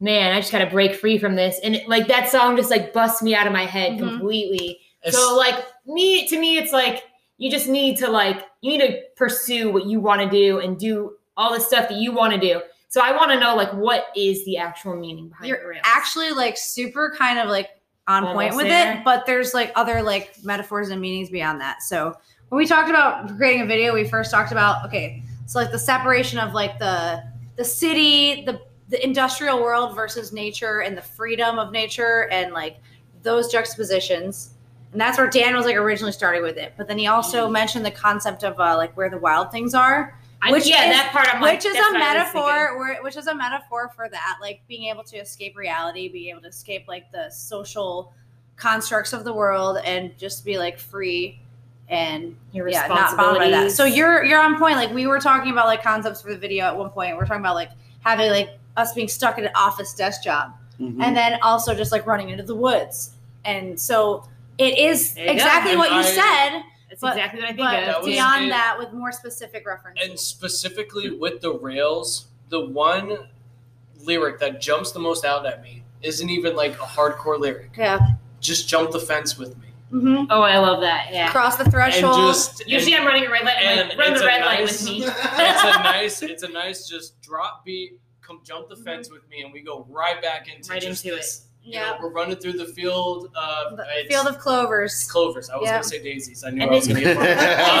man, I just gotta break free from this. And it, like that song just like busts me out of my head
Mhm.
completely.
It's-
So like me, to me, it's like you just need to like you need to pursue what you want to do and do all the stuff that you want to do. So I want to know like what is the actual meaning behind the
You're
rails?
actually like super kind of like on
Almost
point with
there.
it, but there's like other like metaphors and meanings beyond that. So when we talked about creating a video, we first talked about okay, so like the separation of like the the city, the the industrial world versus nature and the freedom of nature and like those juxtapositions. And that's where Dan was like originally starting with it. But then he also mentioned the concept of uh, like where the wild things are
I-
which
yeah,
is-
that part I'm like,
which is
that's
a
what I was thinking.
metaphor where, which is a metaphor for that like being able to escape reality being able to escape like the social constructs of the world and just be like free and
your
yeah not bound by that
responsibilities.
so you're you're on point like we were talking about like concepts for the video at one point we're talking about like having like us being stuck at an office desk job
Mhm.
and then also just like running into the woods and so it is
There you go.
exactly
And
what you
I-
said
That's
But-
exactly what I think
but
that
of.
was-
Yeah.
beyond
it.
that with more specific references
And specifically with the rails, the one lyric that jumps the most out at me isn't even like a hardcore lyric.
yeah
Just jump the fence with me.
Mm-hmm.
Oh, I love that. Yeah.
Cross the threshold.
And just-
Usually, I'm running a red light. I'm like,
and
run
it's
the
a
red light
nice-
with me.
it's a nice, it's a nice, just drop beat, come jump
Mm-hmm.
the fence with me, and we go right back into
Right
just
into it.
this. You know,
yeah.
we're running through the field of
The
it's
field of clovers.
clovers. I was
Yeah.
gonna say daisies. I knew
And
I was
then-
gonna get one.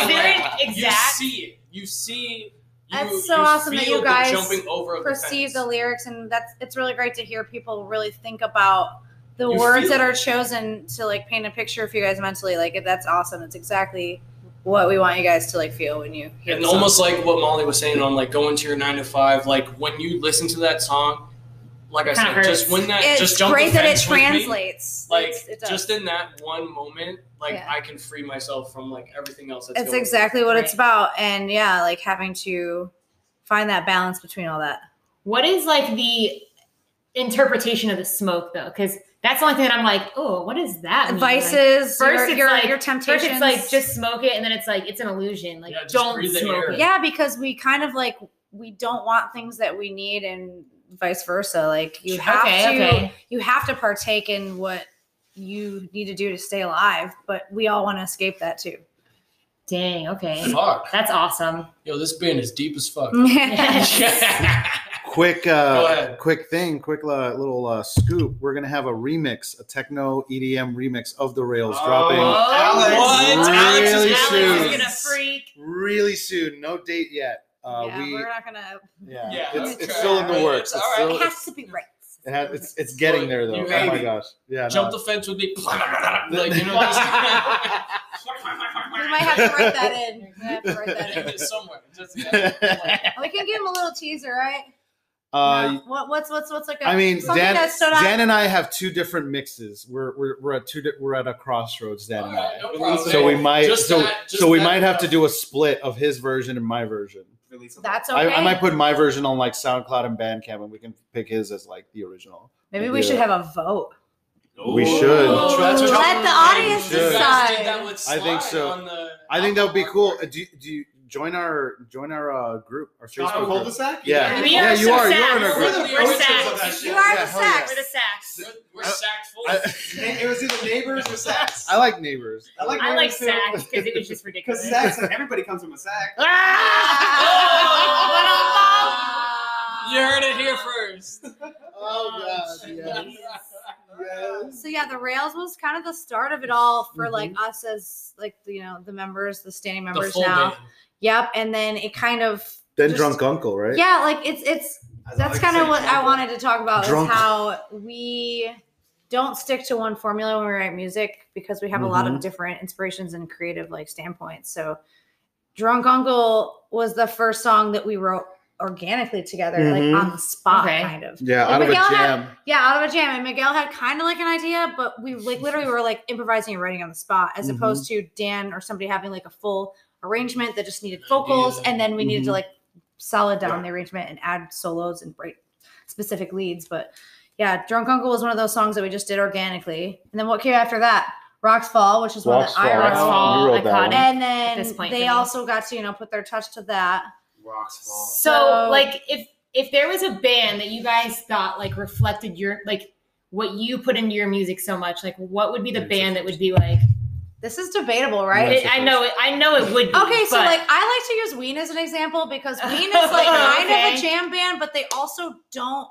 Is there an
You
exact?
see it. You see. You,
That's so
you
awesome that
feel
you
the
guys
jumping over of
Perceive
the,
the
fence.
lyrics, and that's it's really great to hear people really think about the
You
words
feel
that
it.
are chosen to like paint a picture for you guys mentally. Like that's awesome. That's exactly what we want you guys to like feel when you hear
and
the song.
almost like what Molly was saying on like going to your nine to five, like when you listen to that song, like I
Kinda
said,
hurts.
just when that
it's
just jump
great
the
that it
fence with me,
translates.
like
It's- it does.
just in that one moment, like
Yeah.
I can free myself from like everything else. That's
it's
going on.
exactly what it's
Right.
about, and yeah, like having to find that balance between all that.
What is like the interpretation of the smoke though? Because that's the only thing that I'm like, oh, what is that? mean? Like,
Vices,
first
your,
it's
your,
like-
your
First,
temptations.
it's like just smoke it, and then it's like it's an illusion. Like
Yeah, just
don't
breathe the
smoke
air.
it.
Yeah, because we kind of like we don't want things that we need and vice versa. Like you have
okay,
to
okay.
you have to partake in what you need to do to stay alive, but we all want to escape that too.
Dang. Okay.
Fuck,
That's awesome. Oh,
yo, this band is deep as
Uh,
fuck.
Mm.
quick
Go
uh
ahead.
quick thing quick uh, little uh, scoop we're gonna have a remix a techno edm remix of the rails
Oh.
dropping
Alex. What? Alex is-
Really
Alex
soon.
is gonna freak.
really soon no date yet uh we
we're not gonna.
yeah,
Yeah,
it's,
okay.
it's still in the works
All
it's
right.
still,
It has to be right.
it has, it's, it's getting there though
You
oh
hate
my
it.
gosh yeah
Jump
uh,
no.
the fence with me, like you know, just,
We might have to write that in. We might have to write that in.
somewhere. Just, yeah.
We can give him a little teaser, right?
uh
No? What, what's what's what's like a
I mean,
something
Dan,
that's so not-
Dan and I have two different mixes. We're we're, we're at two. Di- we're at a crossroads, Dan and I.
Alright, no problem.
so we might
Just
so,
that- just
so we
that
might have to
stuff.
do a split of his version and my version.
Release them.
that's okay.
I, I might put my version on like SoundCloud and Bandcamp, and we can pick his as like the original.
Maybe we
Yeah.
should have a vote.
We should.
Ooh, that's what
Let
you-
the audience
You guys did
decide.
that with
I think
Sly
so.
on the-
I think that would be cool. Uh, Do you- do you join our join our uh, group our
John
Facebook group?
Cul-de-sac?
Yeah.
We
Yeah,
are
you
so
are- you
Sacks.
are in our
We're
group.
the-
We're
We're
the
sacks.
originals of that
You are
Yeah,
the
hell
sex.
We're the sacks.
We're, we're
I-
sacked full.
I,
It was either neighbors or sacks.
I like neighbors.
I like
I like
neighbors
sacks because it was just ridiculous.
Because sacks, like, everybody comes from a sack.
you heard it here first.
Oh god,
So yeah, the Rails was kind of the start of it all for like us as like you know the members, the standing
The
members
full
now.
band.
Yep, and then it kind of
Then
Just-
drunk uncle, right?
yeah, like it's it's
As I
that's
like
kind
to
of
say,
what I wanted to talk about
Drunk.
is how we don't stick to one formula when we write music because we have a
Mm-hmm.
lot of different inspirations and creative like standpoints. So Drunk Uncle was the first song that we wrote organically together,
Mhm.
like on the spot,
Okay.
kind of.
Yeah,
Like,
out of a
Miguel had-
jam.
Yeah, out of a jam. And Miguel had kind of like an idea, but we like literally were like improvising and writing on the spot, as
Mhm.
opposed to Dan or somebody having like a full arrangement that just needed vocals,
Idea.
and then we needed to
Mhm.
like solid down
Yeah.
the arrangement and add solos and break specific leads. But yeah, Drunk Uncle was one of those songs that we just did organically. And then what came after that? Rocks Fall, which is one that I
Rockstar.
wrote.
Rocks Fall,
You wrote that
iconic.
one.
And
At this
then
point for
they
me.
also got to, you know, put their touch to that.
Rocks fall.
So,
So-
like, if if there was a band that you guys thought like reflected your like what you put into your music so much, like, what would be the
Music.
band that would be like?
This is debatable, right?
Yes.
It, I know it. I know it would. be.
Okay, so
but-
like I like to use Ween as an example because Ween is like kind of
Okay.
a jam band, but they also don't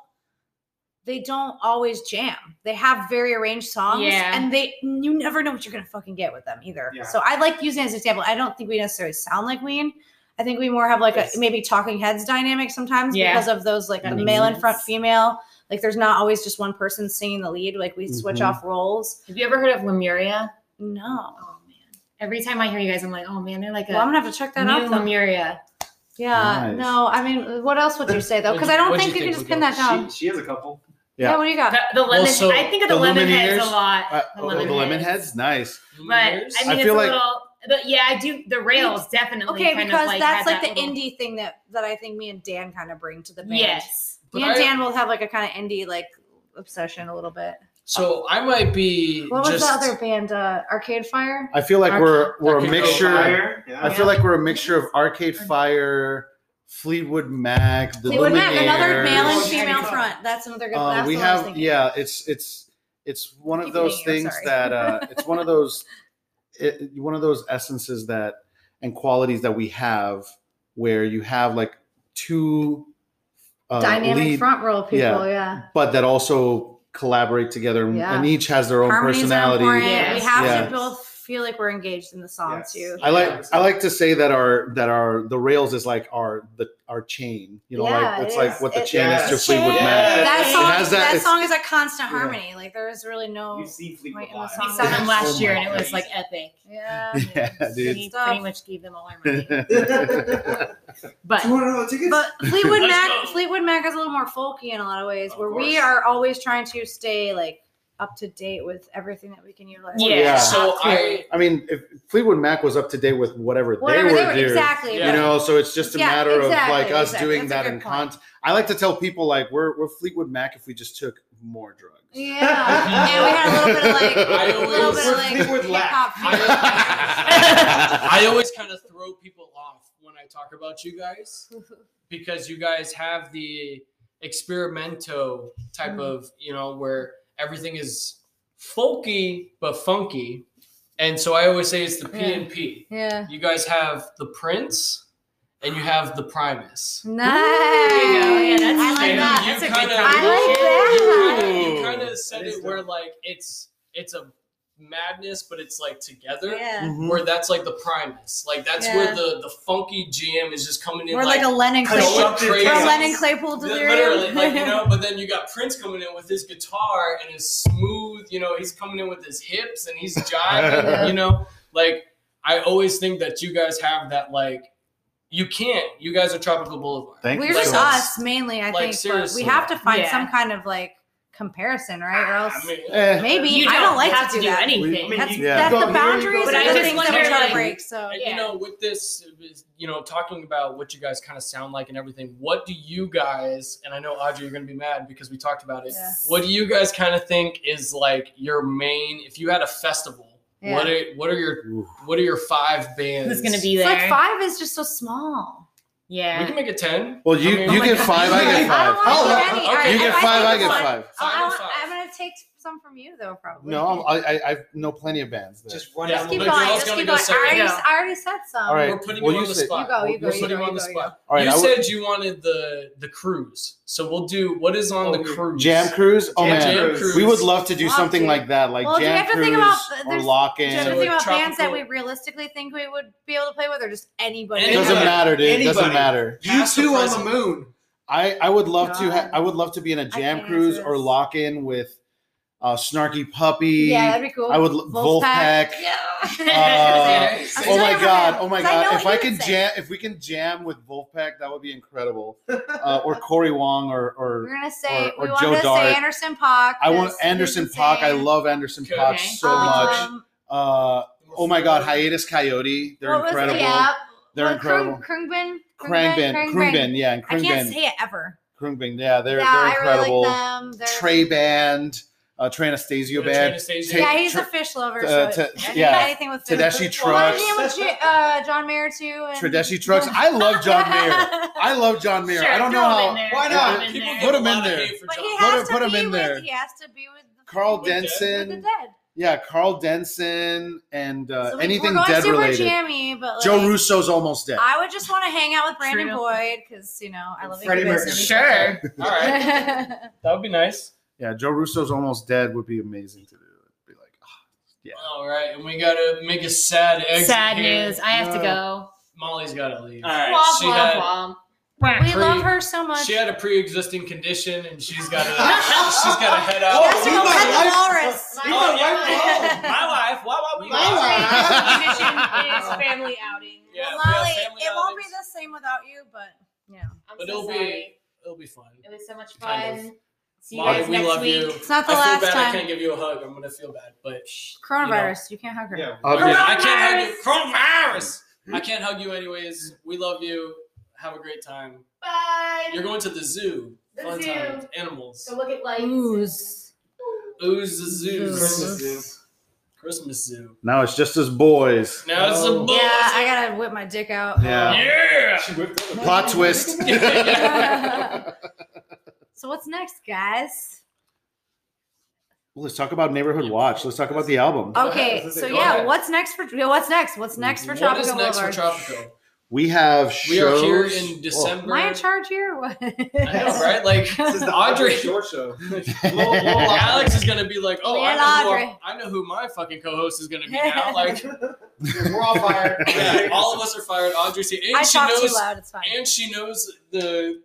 they don't always jam. They have very arranged songs
Yeah.
and they you never know what you're gonna fucking get with them either.
Yeah.
So I like using it as an example. I don't think we necessarily sound like Ween. I think we more have like a
Yes.
maybe talking heads dynamic sometimes
Yeah.
because of those like
That
the
makes
male in front,
sense.
female. Like there's not always just one person singing the lead. Like we switch
Mhm.
off roles.
have you ever heard of Lemuria?
No.
Oh man! Every time I hear you guys, I'm like, oh man, they're like
Well, I'm
a
gonna have to check that
new
out. though.
Lemuria.
Yeah,
Nice.
no, I mean, what else would you say though? Because I don't
What'd
think you
you think
can just
we
pin that down.
She, she has a couple.
Yeah.
Yeah.
what do you
The,
got?
the lemon.
so
I think of the,
the
lemon heads a
Lumineers-
lot.
Uh,
the
oh,
lemon
the lemon heads, nice.
But I mean,
Lumineers?
I
it's
feel
a
like-
little. The, yeah, I do. The rails definitely.
Okay,
kind
because
of like
that's
had
like the
that little-
indie thing that that I think me and Dan kind of bring to the band.
Yes.
me
But
and
I-
Dan will have like a kind of indie like obsession a little bit.
So I might be.
What was
just,
the other band? Uh, Arcade Fire.
I feel like
Arc-
we're we're a
Arcade
mixture.
Fire.
I feel like we're a mixture of Arcade Fire, Fleetwood Mac, the
Fleetwood Mac,
Lumineers.
another male and
Oh, yeah,
female
yeah.
front. That's another good.
Uh,
that's
we
the one I was
have
thinking.
yeah, it's it's it's one of
Keep
those
eating, I'm
things
sorry.
that uh, it's one of those it, one of those essences that and qualities that we have where you have like two uh,
Dynamic
lead-
front row people,
yeah,
yeah.
but that also collaborate together and,
Yeah.
and each has their own
Harmonies are
personality.
important. We
Yes.
have
Yeah.
to both feel like we're engaged in the song too.
I like I like to say that our that our the rails is like our the our chain. You know,
Yeah,
like it's
it
like
is.
what the
It-
chain is to
Yes.
Fleetwood
Yeah.
Mac.
That
It
song,
has that-
that,
it's-
song is a constant
yeah.
harmony. Like there is really no.
You see Fleetwood
point in the
live.
song.
We saw them last
Oh
year
my
and it was
goodness.
like epic.
Yeah.
Yeah, dude.
We
Stuff.
pretty much gave them all our money.
Do
But
you want to know the tickets?
But Fleetwood
Let's
Mac,
go.
Fleetwood Mac is a little more folky in a lot of ways,
Of
where we
course.
are always trying to stay like up to date with everything that we can utilize.
yeah,
Yeah.
So I,
I mean, if Fleetwood Mac was up to date with whatever,
Whatever
they were
they were-
doing,
exactly.
you
Yeah.
know, so it's just a
Yeah,
matter
exactly,
of like us
exactly.
doing
That's a
that in
good point.
content. I like to tell people like we're we're Fleetwood Mac if we just took more drugs.
Yeah. and we had a little bit of like
I
a little bit of
always-
like
Fleetwood
hip hop
Mac.
feel.
I always kind of throw people off when I talk about you guys because you guys have the experimento
Mm-hmm.
type of, you know, where everything is folky but funky. And so I always say it's the P and P.
Yeah.
You guys have the Prince and you have the Primus.
Nice.
yeah, that's-
I like
And
that.
you
That's a good
kinda-
combination.
I like that.
You kind of said
That is
it where like it's it's a madness, but it's like together.
Yeah.
Mm-hmm.
Mm-hmm.
Where that's like the Primus, like that's
Yeah.
where the the funky GM is just coming in.
We're like, a Lennon
going
Claypool.
crazy.
We're a Lennon Claypool delirium.
Literally, like you know, but then you got Prince coming in with his guitar and his smooth, you know, he's coming in with his hips and he's jiving,
Yeah.
you know. Like I always think that you guys have that like you can't. You guys are Tropical Boulevard.
Thank
We're
you.
Like
just
us.
us mainly, I
Like,
think. But
seriously.
we have to find
Yeah.
some kind of like comparison, right? Or else
I mean,
Eh,
maybe
you
I don't like
have
to do that.
anything.
We- I mean,
That's,
you- Yeah.
that's
you
the
go here, you
boundaries
go
and
there.
the
But I just
things that we're trying to
wonder,
break. So
And, you
Yeah.
know, with this, it was, you know, talking about what you guys kind of sound like and everything, what do you guys, and I know, Audrey, you're going to be mad because we talked about it.
Yeah.
What do you guys kind of think is like your main, if you had a festival, what are what are your
Ooh.
what are your five bands?
Who's gonna be
it's
there?
like five is just so small.
We
Yeah.
can make it ten.
Well, you
I mean-
you
Oh my
get
God.
five, I get
I
five.
don't want
Oh,
to do any.
okay.
All right,
you
if
get
I
five,
think
I
of
get
one-
five.
Oh, I
Five or
want,
five.
I'm gonna take some from you though, probably.
No, I'm- I, I I know plenty of bands. There.
just run
Yeah,
down
keep
the
but
going.
you're also
Just
gonna
keep
go
going. I already,
second.
I already said some.
All right.
We're putting
well,
you on
you
the
say-
spot.
You go, you
We're
go,
putting
you go,
you on
you
the
go, you
spot.
All right,
you
I would-
said you wanted the the cruise, so we'll do what is on
Oh,
the cruise.
Jam cruise. Oh
Jam
man,
Cruise.
we would love to do
Love
something
to.
like that, like
Well, do you
jam
have to
cruise
think about-
or
there's-
lock
Do you
in.
have to
So
think about
tropical-
bands that we realistically think we would be able to play with, or just anybody?
Anybody.
doesn't matter, dude. Doesn't
Anybody.
matter.
You
Past the
two on the
present.
moon.
I, I would love to ha-
God.
I would love to be in a jam
can't
cruise
answer
or
this.
lock in with uh, Snarky Puppy.
Yeah, that'd be cool.
I would l- Wolfpack.
Yeah.
Uh,
I'm
oh
sorry
my
for
god!
him,
Oh my
'cause I
god!
know what
If
he
I
would
could
say.
jam, if we can jam with Wolfpack, that would be incredible. Uh, or Corey Wong, or
We're
or
gonna say
Or- or
we wanted
Joe
to
Dart.
say Anderson Paak.
I want
'cause he's
Anderson Paak. I
insane.
love Anderson
Okay.
Paak
Okay.
so
um,
much. Uh, oh my god! Hiatus Coyote. They're
what was-
incredible.
yeah.
They're
Well,
incredible.
Krung, Krungbin,
Krangbin, Krungbin, yeah, and
I can't
Krungbin,
say it ever.
Krungbin, yeah, they're they're
yeah, I really
incredible.
like them. They're,
Trey Band, uh, Trey Anastasio Band,
Anastasia.
Take-
yeah, he's
Tre-
a fish lover.
uh,
so
Te-
I-
yeah.
anything with fish.
Tedeschi
Well, I
Trucks,
mean, with J- uh, John Mayer too. And
Tedeschi Trucks. I love John Mayer. I love John Mayer. I don't know how.
Why not?
People
People
Put
get a
him in
lot of
there.
hate for
but he
John.
Put him-
has
put
to
him
be
in
with.
there.
He has to be with the
Carl
with the-
Denson.
With the dead.
Yeah, Carl Denson and uh,
So we-
anything
we're going
dead
super
related.
jammy, but like,
Joe Russo's almost dead.
I would just want to hang out with Brandon
True.
Boyd because you know I love
Freddie
you guys.
Mercury.
Sure.
All right, that would be nice.
yeah, Joe Russo's almost dead would be amazing to do. It'd be like, ah.
All right, and we gotta make a sad exit.
Sad
here.
news. I have to
No.
go.
Molly's gotta leave.
Womp,
she,
womp,
had,
womp.
we love her so much.
she had a pre-existing condition, and she's gotta she's gotta head out.
Yes,
we
we're
might
gonna
like-
pet the walrus.
My
Oh, yeah,
wife-
oh, my wife. Why, why, we-
My wife.
Tradition is family outing.
Yeah,
well,
we have
Molly,
family
it won't be
outings.
the same without you, but you know,
I'm
But
so
it'll be
sorry.
it'll be fun.
It was so much
Kind
fun. See you
Molly,
guys
we
next
love
week.
you.
it's not
I
the
feel
last
bad. I
time.
can't give you a hug. I'm gonna feel bad, but
Coronavirus, you can't hug her.
Yeah.
Oh,
Yeah,
yeah.
I can't hug you. Coronavirus. I can't hug you anyways. We love you. Have a great time.
Bye.
You're going to the zoo.
The
Fun
zoo.
times. Animals.
So look at lights.
Ooze.
Ooze the zoo. Christmas zoo.
Ooze.
Christmas zoo.
Now it's just us boys.
Now it's a
Oh.
bull.
Yeah, I gotta whip my dick out.
Yeah.
Yeah.
Plot twist.
so what's next, guys?
Well, let's talk about Neighborhood Watch. Let's talk about the album.
Okay, so yeah, what's next for yeah, what's next? What's
Mm-hmm.
next for
What
Tropical
is next for
Boulevard?
Tropical?
We have
We are
shows. Oh.
here in December.
Am I in charge here? What?
I know, right? Like Audrey,
Shore show.
Oh.
Well, well, Alex is gonna be like, oh, I
Little
know, who
Audrey.
our- I know who my fucking co-host is gonna be now. Like,
We're all fired.
yeah, all of us are fired. Audrey's here, and
I
she
talk too
knows,
loud. It's fine.
and she knows the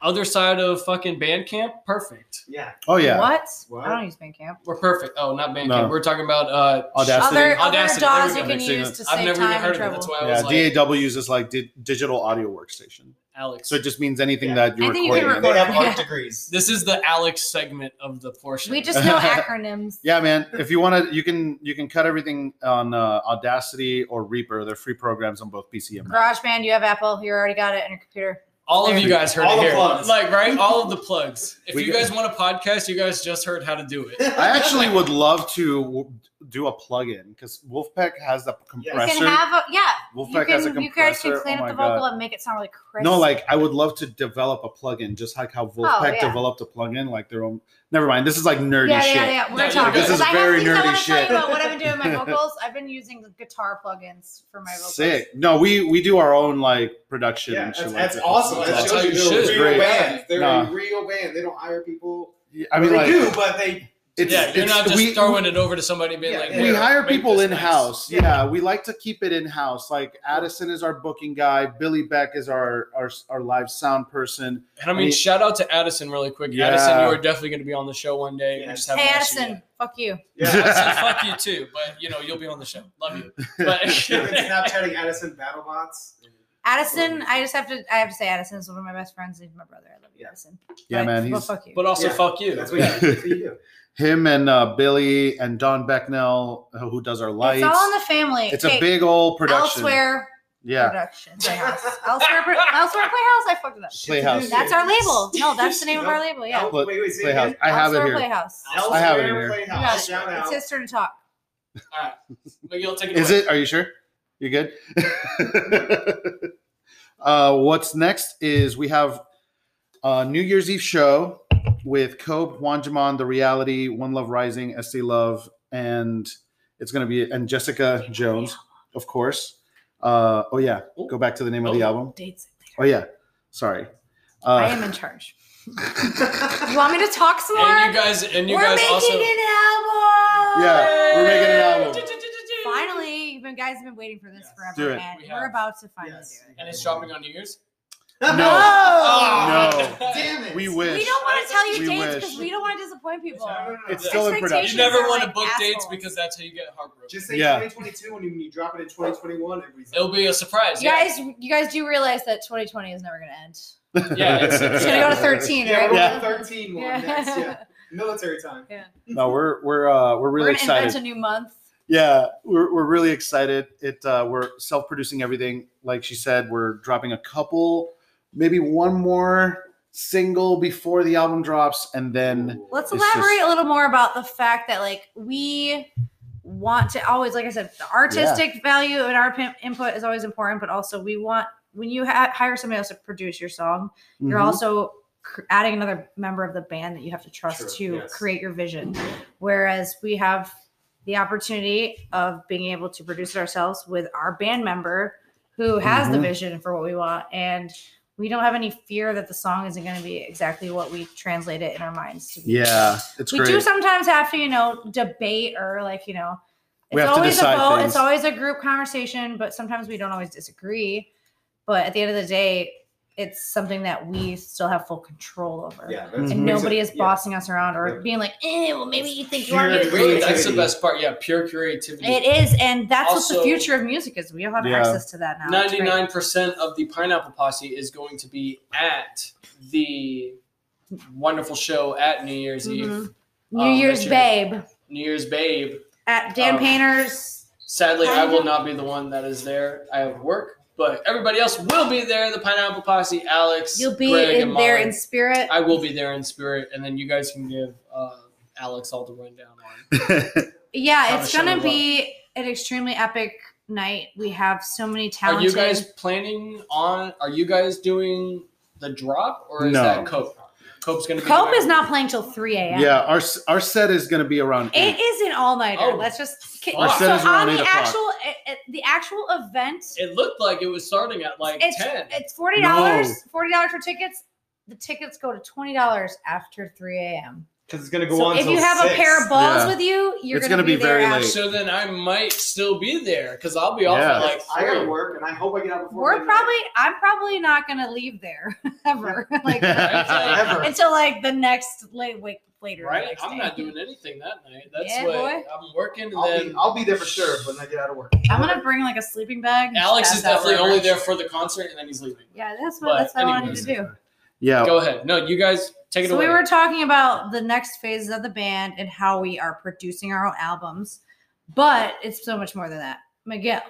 other side of fucking Bandcamp. Perfect.
Yeah.
Oh yeah.
What?
What?
I don't use Bandcamp.
We're perfect. Oh, not Bandcamp.
No.
We're talking about. uh
Audacity.
Other other
Audacity,
DAWs
there
you
we
can
go.
use to
I've
save
never even
time and
heard of it. That's why
trouble.
I
yeah,
was like,
DAWs is like di- digital audio workstation.
Alex.
So it just means anything
Yeah.
that you're
I think you can
recording.
record-
They have
Yeah.
art degrees.
this is the Alex segment of the portion.
We just know acronyms.
yeah, man. If you want to, you can you can cut everything on uh, Audacity or Reaper. They're free programs on both PC and Mac.
GarageBand, you have Apple. You already got it on your computer.
all of you guys heard
All
it
the
here.
plugs.
Like, right? All of the plugs. If
We
you
got-
guys want a podcast, you guys just heard how to do it.
I actually would love to w- do a plug-in because Wolfpack has the
You
compressor.
can have a yeah. You
Wolfpack has a
can you guys
compressor.
can clean
oh
up
my
the
God.
vocal and make it sound really crisp.
No, like I would love to develop a plugin, just like how Wolfpack
Oh, yeah.
developed a plugin, like their own. Never mind, this is like nerdy
yeah,
shit.
yeah, yeah. We're
No, you guys-
talking. Because
This
is
I have
very
things I
nerdy
want to tell
shit.
you about what I've been doing with my vocals. I've been using the guitar plugins for my vocals.
Sick. No, we we do our own like production
Yeah,
and shit.
that's,
like
that's
that.
awesome.
It's
That
That's how
shows
you
you they're
should.
a real
Great.
band. They're
Nah.
a real band. They don't hire people.
I mean,
they
like
do, but they.
it's,
yeah, you're
it's-
not just
we,
throwing it over to somebody being
Yeah,
like,
yeah.
We
"Here,
hire
make
people
this
in
nice."
house. Yeah. we like to keep it in house. Like Addison is our booking guy. Billy Beck is our our, our live sound person.
And I mean,
I mean-
shout out to Addison really quick.
Yeah.
Addison, you are definitely going to be on the show one day. We
Yes.
just haven't
Hey,
asked you
Addison,
yet.
fuck you.
Yeah.
Addison, fuck you too, but you know you'll be on the show. Love you. But
They've been Snapchatting Addison BattleBots.
Addison, I just have to. I have to say, Addison is one of my best friends. He's my brother. I love you,
Yeah.
Addison.
Yeah,
But-
man,
well,
he's
fuck you.
but also
Yeah.
fuck you.
That's what you, that's what you do.
him and uh, Billy and Don Becknell, uh, who does our lights.
it's all in the family.
It's
Okay,
a big old production.
Elsewhere
Yeah,
production. Playhouse. elsewhere, pro- elsewhere playhouse. I fucked it up.
Playhouse.
That's our label. No, that's the name of our label. Yeah.
Oh, wait, wait, say it
Playhouse.
again.
I have it
elsewhere
here.
playhouse.
I have it in
Elsewhere
here.
Playhouse.
Yeah,
Shout
it's
out.
his turn to talk.
Miguel, take it
Is
away.
it? Are you sure? You good? uh, what's next is we have a New Year's Eve show with Cope, Juan Jamon, The Reality, One Love Rising, SD Love, and it's going to be and Jessica Jones, of course. Uh, oh yeah, go back to the name of the
Oh.
album.
Dates.
Oh yeah, sorry. Uh,
I am in charge. you want me to talk some more?
And you guys, and you
We're
guys
making
also.
an album.
Yeah, we're making an album.
Finally, you've been guys have been waiting for this
Yes.
forever,
Do it.
and
We
we are
have.
about to finally
Yes.
do it.
And it's dropping on New Year's. Oh.
No,
Oh.
No.
Damn it.
we wish.
We don't want to tell you
We wish.
dates because we don't want to disappoint people.
It's still in
You
production.
Expectations.
never
are
want to
like
book dates
assholes.
because that's how you get heartbroken.
Just say
Yeah.
2022 when you, when you drop it in 2021. Everybody's
It'll be a surprise.
You
Yeah,
guys, you guys do realize that 2020 is never going to end.
yeah. It's,
It's going to go to 13,
yeah,
right?
we're
Yeah.
on 13 one next. Yeah. Military time.
no, we're we're uh, we're really
we're going to
excited.
invent a new month.
yeah we're, we're really excited it uh, we're self-producing everything like she said we're dropping a couple maybe one more single before the album drops and then
Let's
It's
elaborate
just-
a little more about the fact that like we want to always, like I said, the artistic value and our pin- input is always important, but also we want when you ha- hire somebody else to produce your song, you're
Mhm.
also cr- adding another member of the band that you have to trust
True,
to
yes.
create your vision. Whereas we have the opportunity of being able to produce it ourselves with our band member who has the
Mhm.
vision for what we want and we don't have any fear that the song isn't going to be exactly what we translate it in our minds to be.
yeah it's
we
great
do sometimes have to, you know, debate or like, you know,
We
it's
have to
always a
decide
vote,
things.
it's always a group conversation, but sometimes we don't always disagree. But at the end of the day, it's something that we still have full control over.
Yeah, that's-
Mhm.
And nobody is
Yeah.
bossing us around or
Yeah.
being like, eh, well, maybe you think you
Pure
want me to do
really,
this."
that's the best part. Yeah, pure creativity.
It is, and that's what
Also-
the future of music is. We all have
Yeah.
access to that now. It's great.
Ninety-nine percent of the pineapple posse is going to be at the wonderful show at New Year's Eve,
Mhm. New
um, that
Year's
you're-
Babe
New Year's Babe.
at Dan
Um,
Painter's.
Sadly, I will
Pineapple-
not be the one that is there. I have work, but everybody else will be there. The pineapple posse, Alex,
You'll be
Greg,
in
and
there
Molly.
in spirit.
I will be there in spirit, and then you guys can give uh, Alex all the rundown on.
yeah,
Have
it's
a show
gonna
up.
be an extremely epic night. We have so many
Are
talented.
you guys planning on? Are you guys doing the drop, or is
No.
that Coke? Cope's gonna be.
Cope is not playing till 3 a.m.
Yeah, our our set is going to be around.
It
eight.
is an all nighter.
Oh,
Let's just
fuck.
Our set is
on
around
the
eight o'clock.
actual uh, uh, the actual event.
It looked like it was starting at like
It's
ten.
it's forty dollars. Forty dollars for tickets. The tickets go to twenty dollars after 3 a.m.
because it's gonna go
So
on.
if
till
you have a
six.
pair of balls
Yeah.
with you, you're
It's
going
gonna
to be,
be
there
very
after.
late.
So then I might still be there because I'll be off
Yeah.
at like
I gotta
three.
work, and I hope I get out before.
We're
midnight.
probably. I'm probably not going to leave there ever. like
Ever.
until like the next late wake later. the
Right?
next
I'm
day.
not doing anything that night. That's
Yeah,
what
boy.
I'm working. And
I'll be,
then
I'll be there for sure when I get out of work.
I'm gonna bring like a sleeping bag. and just
Alex is
pass out
definitely
wherever.
only there for the concert, and then he's leaving.
Yeah, that's
But
what that's what I wanted
anyways.
to do.
Yeah,
Go ahead. No, you guys take it
so
away.
we were talking about the next phases of the band and how we are producing our own albums, but it's so much more than that. Miguel,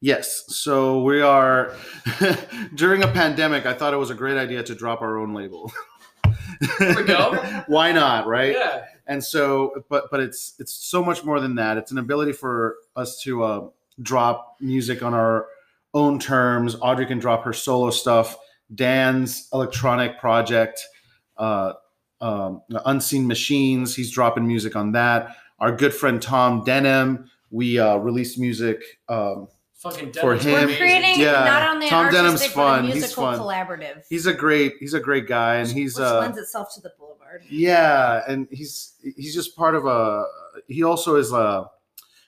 Yes. So we are during a pandemic. I thought it was a great idea to drop our own label.
There we go.
Why not? Right.
Yeah.
And so, but but it's it's so much more than that. It's an ability for us to uh, drop music on our own terms. Audrey can drop her solo stuff. Dan's electronic project, uh, um, Unseen Machines. He's dropping music on that. Our good friend Tom Denham. We uh, released music. Um,
Fucking
For
Denver's
him-
we're
amazing.
creating
Yeah.
not only an
Tom
artistic
Denham's
but a
fun. He's
musical
fun.
collaborative,
he's a great he's a great guy, and he's
which
uh,
lends itself to the Boulevard.
Yeah, and he's he's just part of a. He also is a.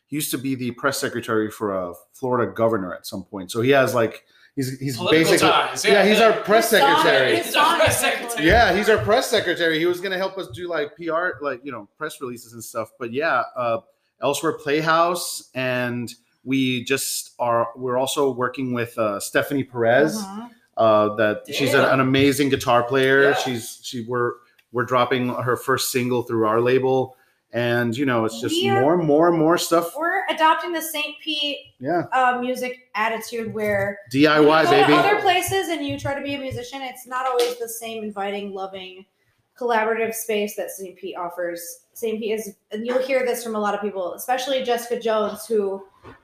He used to be the press secretary for a Florida governor at some point, so he has like he's he's
Political
basically
ties,
yeah,
yeah.
he's our press
His song-
secretary.
his song is
Secretary.
Yeah, he's our press secretary. He was gonna help us do like PR, like you know, press releases and stuff. But yeah, uh, elsewhere Playhouse, and we just are. We're also working with uh, Stephanie Perez
Mhm.
uh, that she's an,
Damn.
an amazing guitar player.
Yeah.
She's she we're we're dropping her first single through our label, and you know it's just
We are-
more and more and more stuff.
We're adopting the St. Pete
Yeah,
uh, music attitude where
DIY
you go to
baby.
other places and you try to be a musician. It's not always the same inviting, loving, collaborative space that St. Pete offers. St. Pete is, and you'll hear this from a lot of people, especially Jessica Jones, who,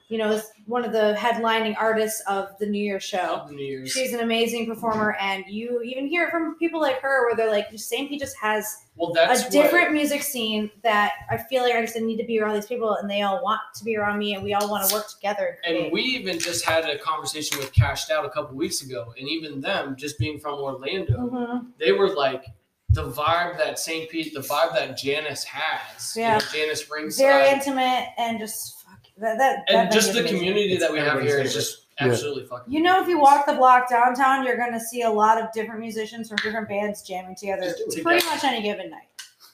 you know, is one of the headlining artists of the New Year show.
Of New Year's.
She's an amazing performer, and you even hear it from people like her where they're like, St. Pete just has
Well, that's
a different music scene that I feel like I just need to be around these people, and they all want to be around me, and we all want to work together.
What, and
create.
we even just had a conversation with Cashed Out a couple weeks ago, and even them, just being from Orlando,
Mhm.
they were like the vibe that St. Pete, the vibe that Janice has. you
Yeah.
know, Janice Ringside.
very intimate and just fuck, that, that that
and just
venue's
the
amazing.
community that we have here is
everybody's
just
favorite. Yeah.
absolutely fucking.
You know, if you walk the block downtown, you're going to see a lot of different musicians from different bands jamming together
Just do it.
pretty much any given night.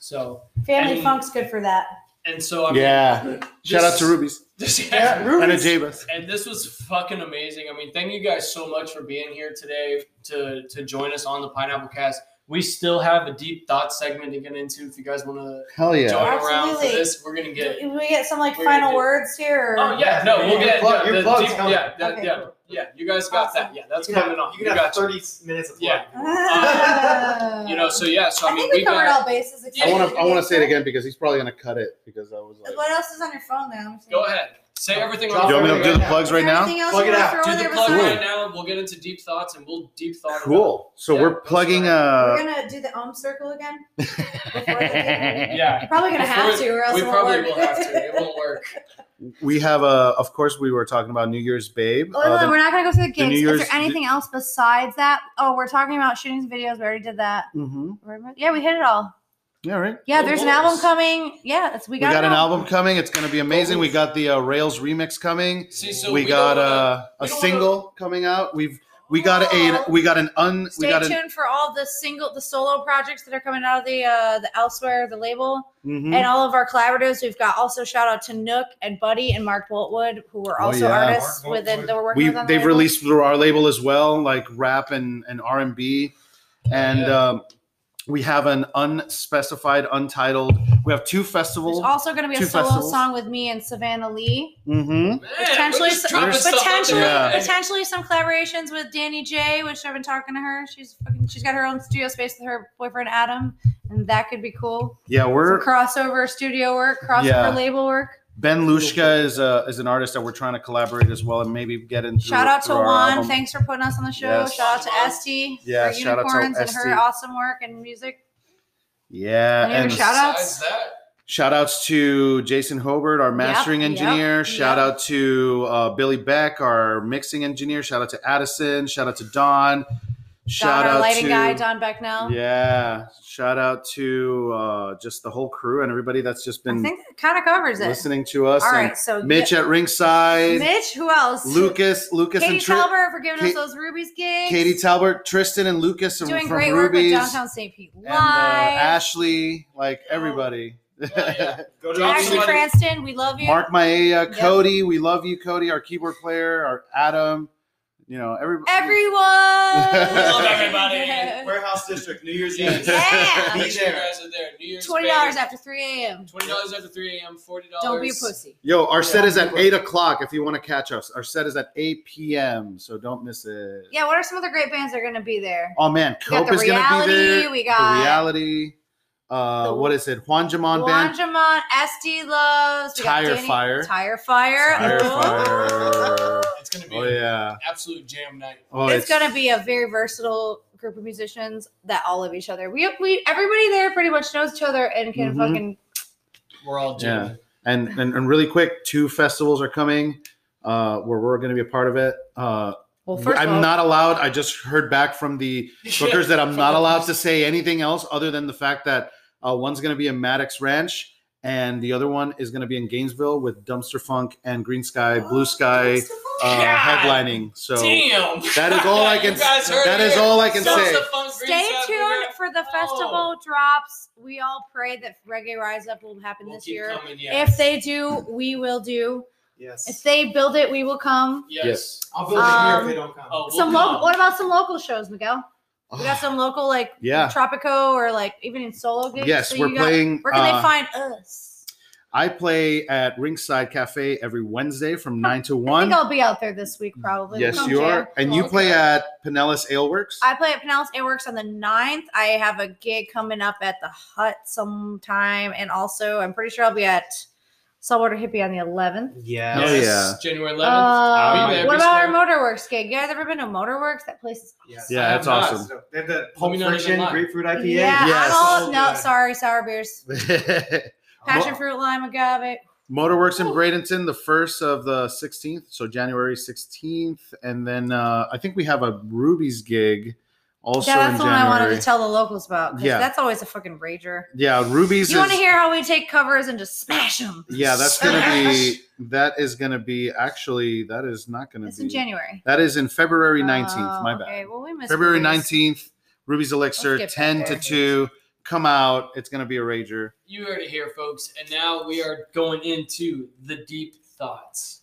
So
Family
And-
funk's good for that.
and so I mean,
Yeah, shout out to Rubies
This,
and Ajabas.
And this was fucking amazing. I mean, thank you guys so much for being here today to to join us on the Pineapple Cast. We still have a deep thought segment to get into. If you guys want to
Hell
join
yeah!
around for
Absolutely.
this, we're gonna get.
Do we get some like
We're
final
gonna do-
words here? or-
Oh yeah, no, we'll
Your
get
plug-
the-
your
the
plug's
deep-
coming.
yeah, that-
Okay,
yeah,
cool.
yeah. You guys got
Awesome.
that. Yeah, that's
You
coming
got,
on.
you got,
got you.
30 minutes of
Yeah.
Ah.
You know, so yeah, so I,
I
mean,
think we covered
got,
all bases. except
I
Yeah.
want
for
to I want
the
to say it
intro.
again because he's probably gonna cut it because I was like,
What else is on your phone now? I'm
Go ahead, say everything.
Drop
on
you
your
want me
phone
to do
right
the
now.
plugs right now?
Anything else
Plug
you
it
wanna
out.
throw
Do
in
the
there
plug
besides-
right now. We'll get into deep thoughts and we'll deep thought.
Cool. So
Yeah,
we're
that's
plugging.
fine.
Uh,
We're gonna do the um circle again. Before the game?
About, yeah.
You're probably gonna have to, or else
we
it won't
probably
work.
will have to. It won't work.
we have a. Of course, we were talking about New Year's Babe.
Oh,
Uh,
no,
the-
we're not gonna go through the
New
games. Is
Year's-
there anything else besides that? Oh, we're talking about shootings and videos. We already did that.
Mm-hmm.
Mhm.
Yeah, we hit it all.
Yeah, right.
Yeah,
Go
there's an
Bulls.
album coming. Yeah, it's, we
We
got, Oh.
got, an album coming. It's going to be amazing. We got the uh, Rails remix coming.
See, so
we,
we
got
don't wanna-
uh, a
we don't
single coming out. We've we got a we got an un
Stay
we got an
tuned for all the single, the solo projects that are coming out of the uh, the elsewhere, the label,
mhm.
and all of our collaboratives. We've got also shout out to Nook and Buddy and Mark Boltwood, who were
Oh,
also
yeah.
artists
Mark
within
Boltwood.
that we're working
we
with. On the
they've
label.
released through our label as well, like rap and and R and B, and
Yeah.
um, we have an unspecified, untitled. We have two
There's
festivals.
also going to be a
two
solo
festivals.
song with me and Savannah Lee.
mm-hmm.
Man, we're
potentially,
just
some,
dropping stuff out
potentially,
there.
Yeah.
potentially some collaborations with Danny J, which I've been talking to her. She's fucking, she's got her own studio space with her boyfriend Adam, and that could be cool.
Yeah,
Some
we're
crossover studio work, crossover
Yeah.
label work.
Ben Lushka is a, is an artist that we're trying to collaborate as well, and maybe get into.
Shout out to
through our
Juan,
album.
thanks for putting us on the show.
Yes.
Shout out to Esty
Yeah,
for
shout out to
unicorns and her
Esty.
awesome work and music.
Yeah.
Any other shout-outs? Besides
that,
Shout outs to Jason Hobart, our mastering
Yep, yep,
engineer. Shout
yep.
out to uh, Billy Beck, our mixing engineer. Shout out to Addison. Shout out to Don. Shout
Don, our
out
lighting
to
guy, Don Becknell.
Yeah. Shout out to uh, just the whole crew and everybody that's just
I
been
think that kind of covers it.
listening to us.
All
and
right, so
Mitch
yeah-
at ringside.
Mitch, who else?
Lucas, Lucas
Katie
and Tri-
Talbert for giving us
Kate-
those rubies gigs.
Katie Talbert, Tristan and Lucas
doing
from
great work
Rubies,
with Downtown St. Pete
and uh,
Live. Oh.
Ashley, like everybody.
go
Ashley,
drop somebody-
Cranston, we love you.
Mark Maia,
Yep.
Cody, we love you, Cody, our keyboard player, our Adam, you know, every,
Everyone.
Love
everybody.
Warehouse District, New Year's
Yeah.
Eve.
Yeah.
Make sure you guys are there. New Year's
Twenty dollars
Day,
after three a.m.
$20 after 3 a.m. $40.
Don't be a pussy.
Yo, our set
Yeah.
is at 8 o'clock if you want to catch us. Our set is at 8 p.m., so don't miss it.
Yeah, what are some of the great bands that are going to be there?
Oh, man,
We got
Cope
the
is going to be
reality,
there.
we got-
the reality. Uh,
The-
what is it? Juan Jamon Band.
Wanjamon, SD Loves, we got
Tire
Danny-
Fire.
Tire Fire.
Fire,
Ooh.
fire.
It's going to be
Oh, yeah.
an absolute jam night.
Oh,
it's, gonna be a very versatile group of musicians that all love each other. We we everybody there pretty much knows each other and can
Mhm.
fucking
We're all
Yeah.
jamming.
and, and and really quick, two festivals are coming uh, where we're going to be a part of it. Uh,
well first
I'm
of all,
not allowed. I just heard back from the bookers that I'm not allowed to say anything else other than the fact that uh, one's going to be in Maddox Ranch and the other one is going to be in Gainesville with Dumpster Funk and Green Sky, Blue Sky uh,
Oh, God
headlining. So
Damn.
that is all I
You
can.
guys heard
That
it
is
here.
all I can
Sounds
say.
the fun green
Stay
side. We're
tuned
gonna-
for the festival drops. We all pray that Reggae Rise Up will happen
We'll
this
keep
year.
coming, yes.
If they do, we will do. If
Yes.
they build it, we will come.
Yes.
I'll build it
Um,
here if they don't come.
Oh, we'll
some
come.
local. What about some local shows, Miguel? We got some local, like
Yeah.
Tropico, or like even in solo gigs.
Yes,
So
we're
you got-
playing,
Where can
uh,
they find us?
I play at Ringside Cafe every Wednesday from nine to
I think
one.
I'll be out there this week, probably.
Yes,
We'll
you
jam.
are, and you
Oh, Okay.
play at Pinellas Aleworks.
I play at Pinellas Airworks on the 9th. I have a gig coming up at the Hut sometime, and also I'm pretty sure I'll be at Saltwater Hippie on the 11th.
Yeah.
Hell
Yes.
yeah.
January 11th. I'll
Uh,
be there.
what
Be
about our
smart.
Motorworks gig? You guys ever been to Motorworks? That place is
Yes.
Yeah,
I
that's
have not.
awesome.
They have that
Let me
Pulp
not even
Friction
lie.
grapefruit IPA.
Yeah,
Yes.
I'm all, no,
good.
sorry, sour beers. Passion fruit, lime, agave.
Motorworks in Bradenton, the first of the 16th, so January 16th, and then uh, I think we have a Ruby's gig also
Yeah,
in
that's the one I wanted
January.
to tell the locals about because
Yeah.
that's always a fucking rager.
yeah, Ruby's.
You want to
is-
hear how we take covers and just smash them?
Yeah, that's gonna be. That is gonna be actually. That is not gonna
It's
be.
in January.
That is in February 19th. my
Oh,
bad.
Okay, well we missed
February
Ruby's.
19th, Ruby's Elixir,
Let's get
10 to
back
2. Come out. It's gonna be a rager.
You heard it here, folks. And now we are going into the deep thoughts.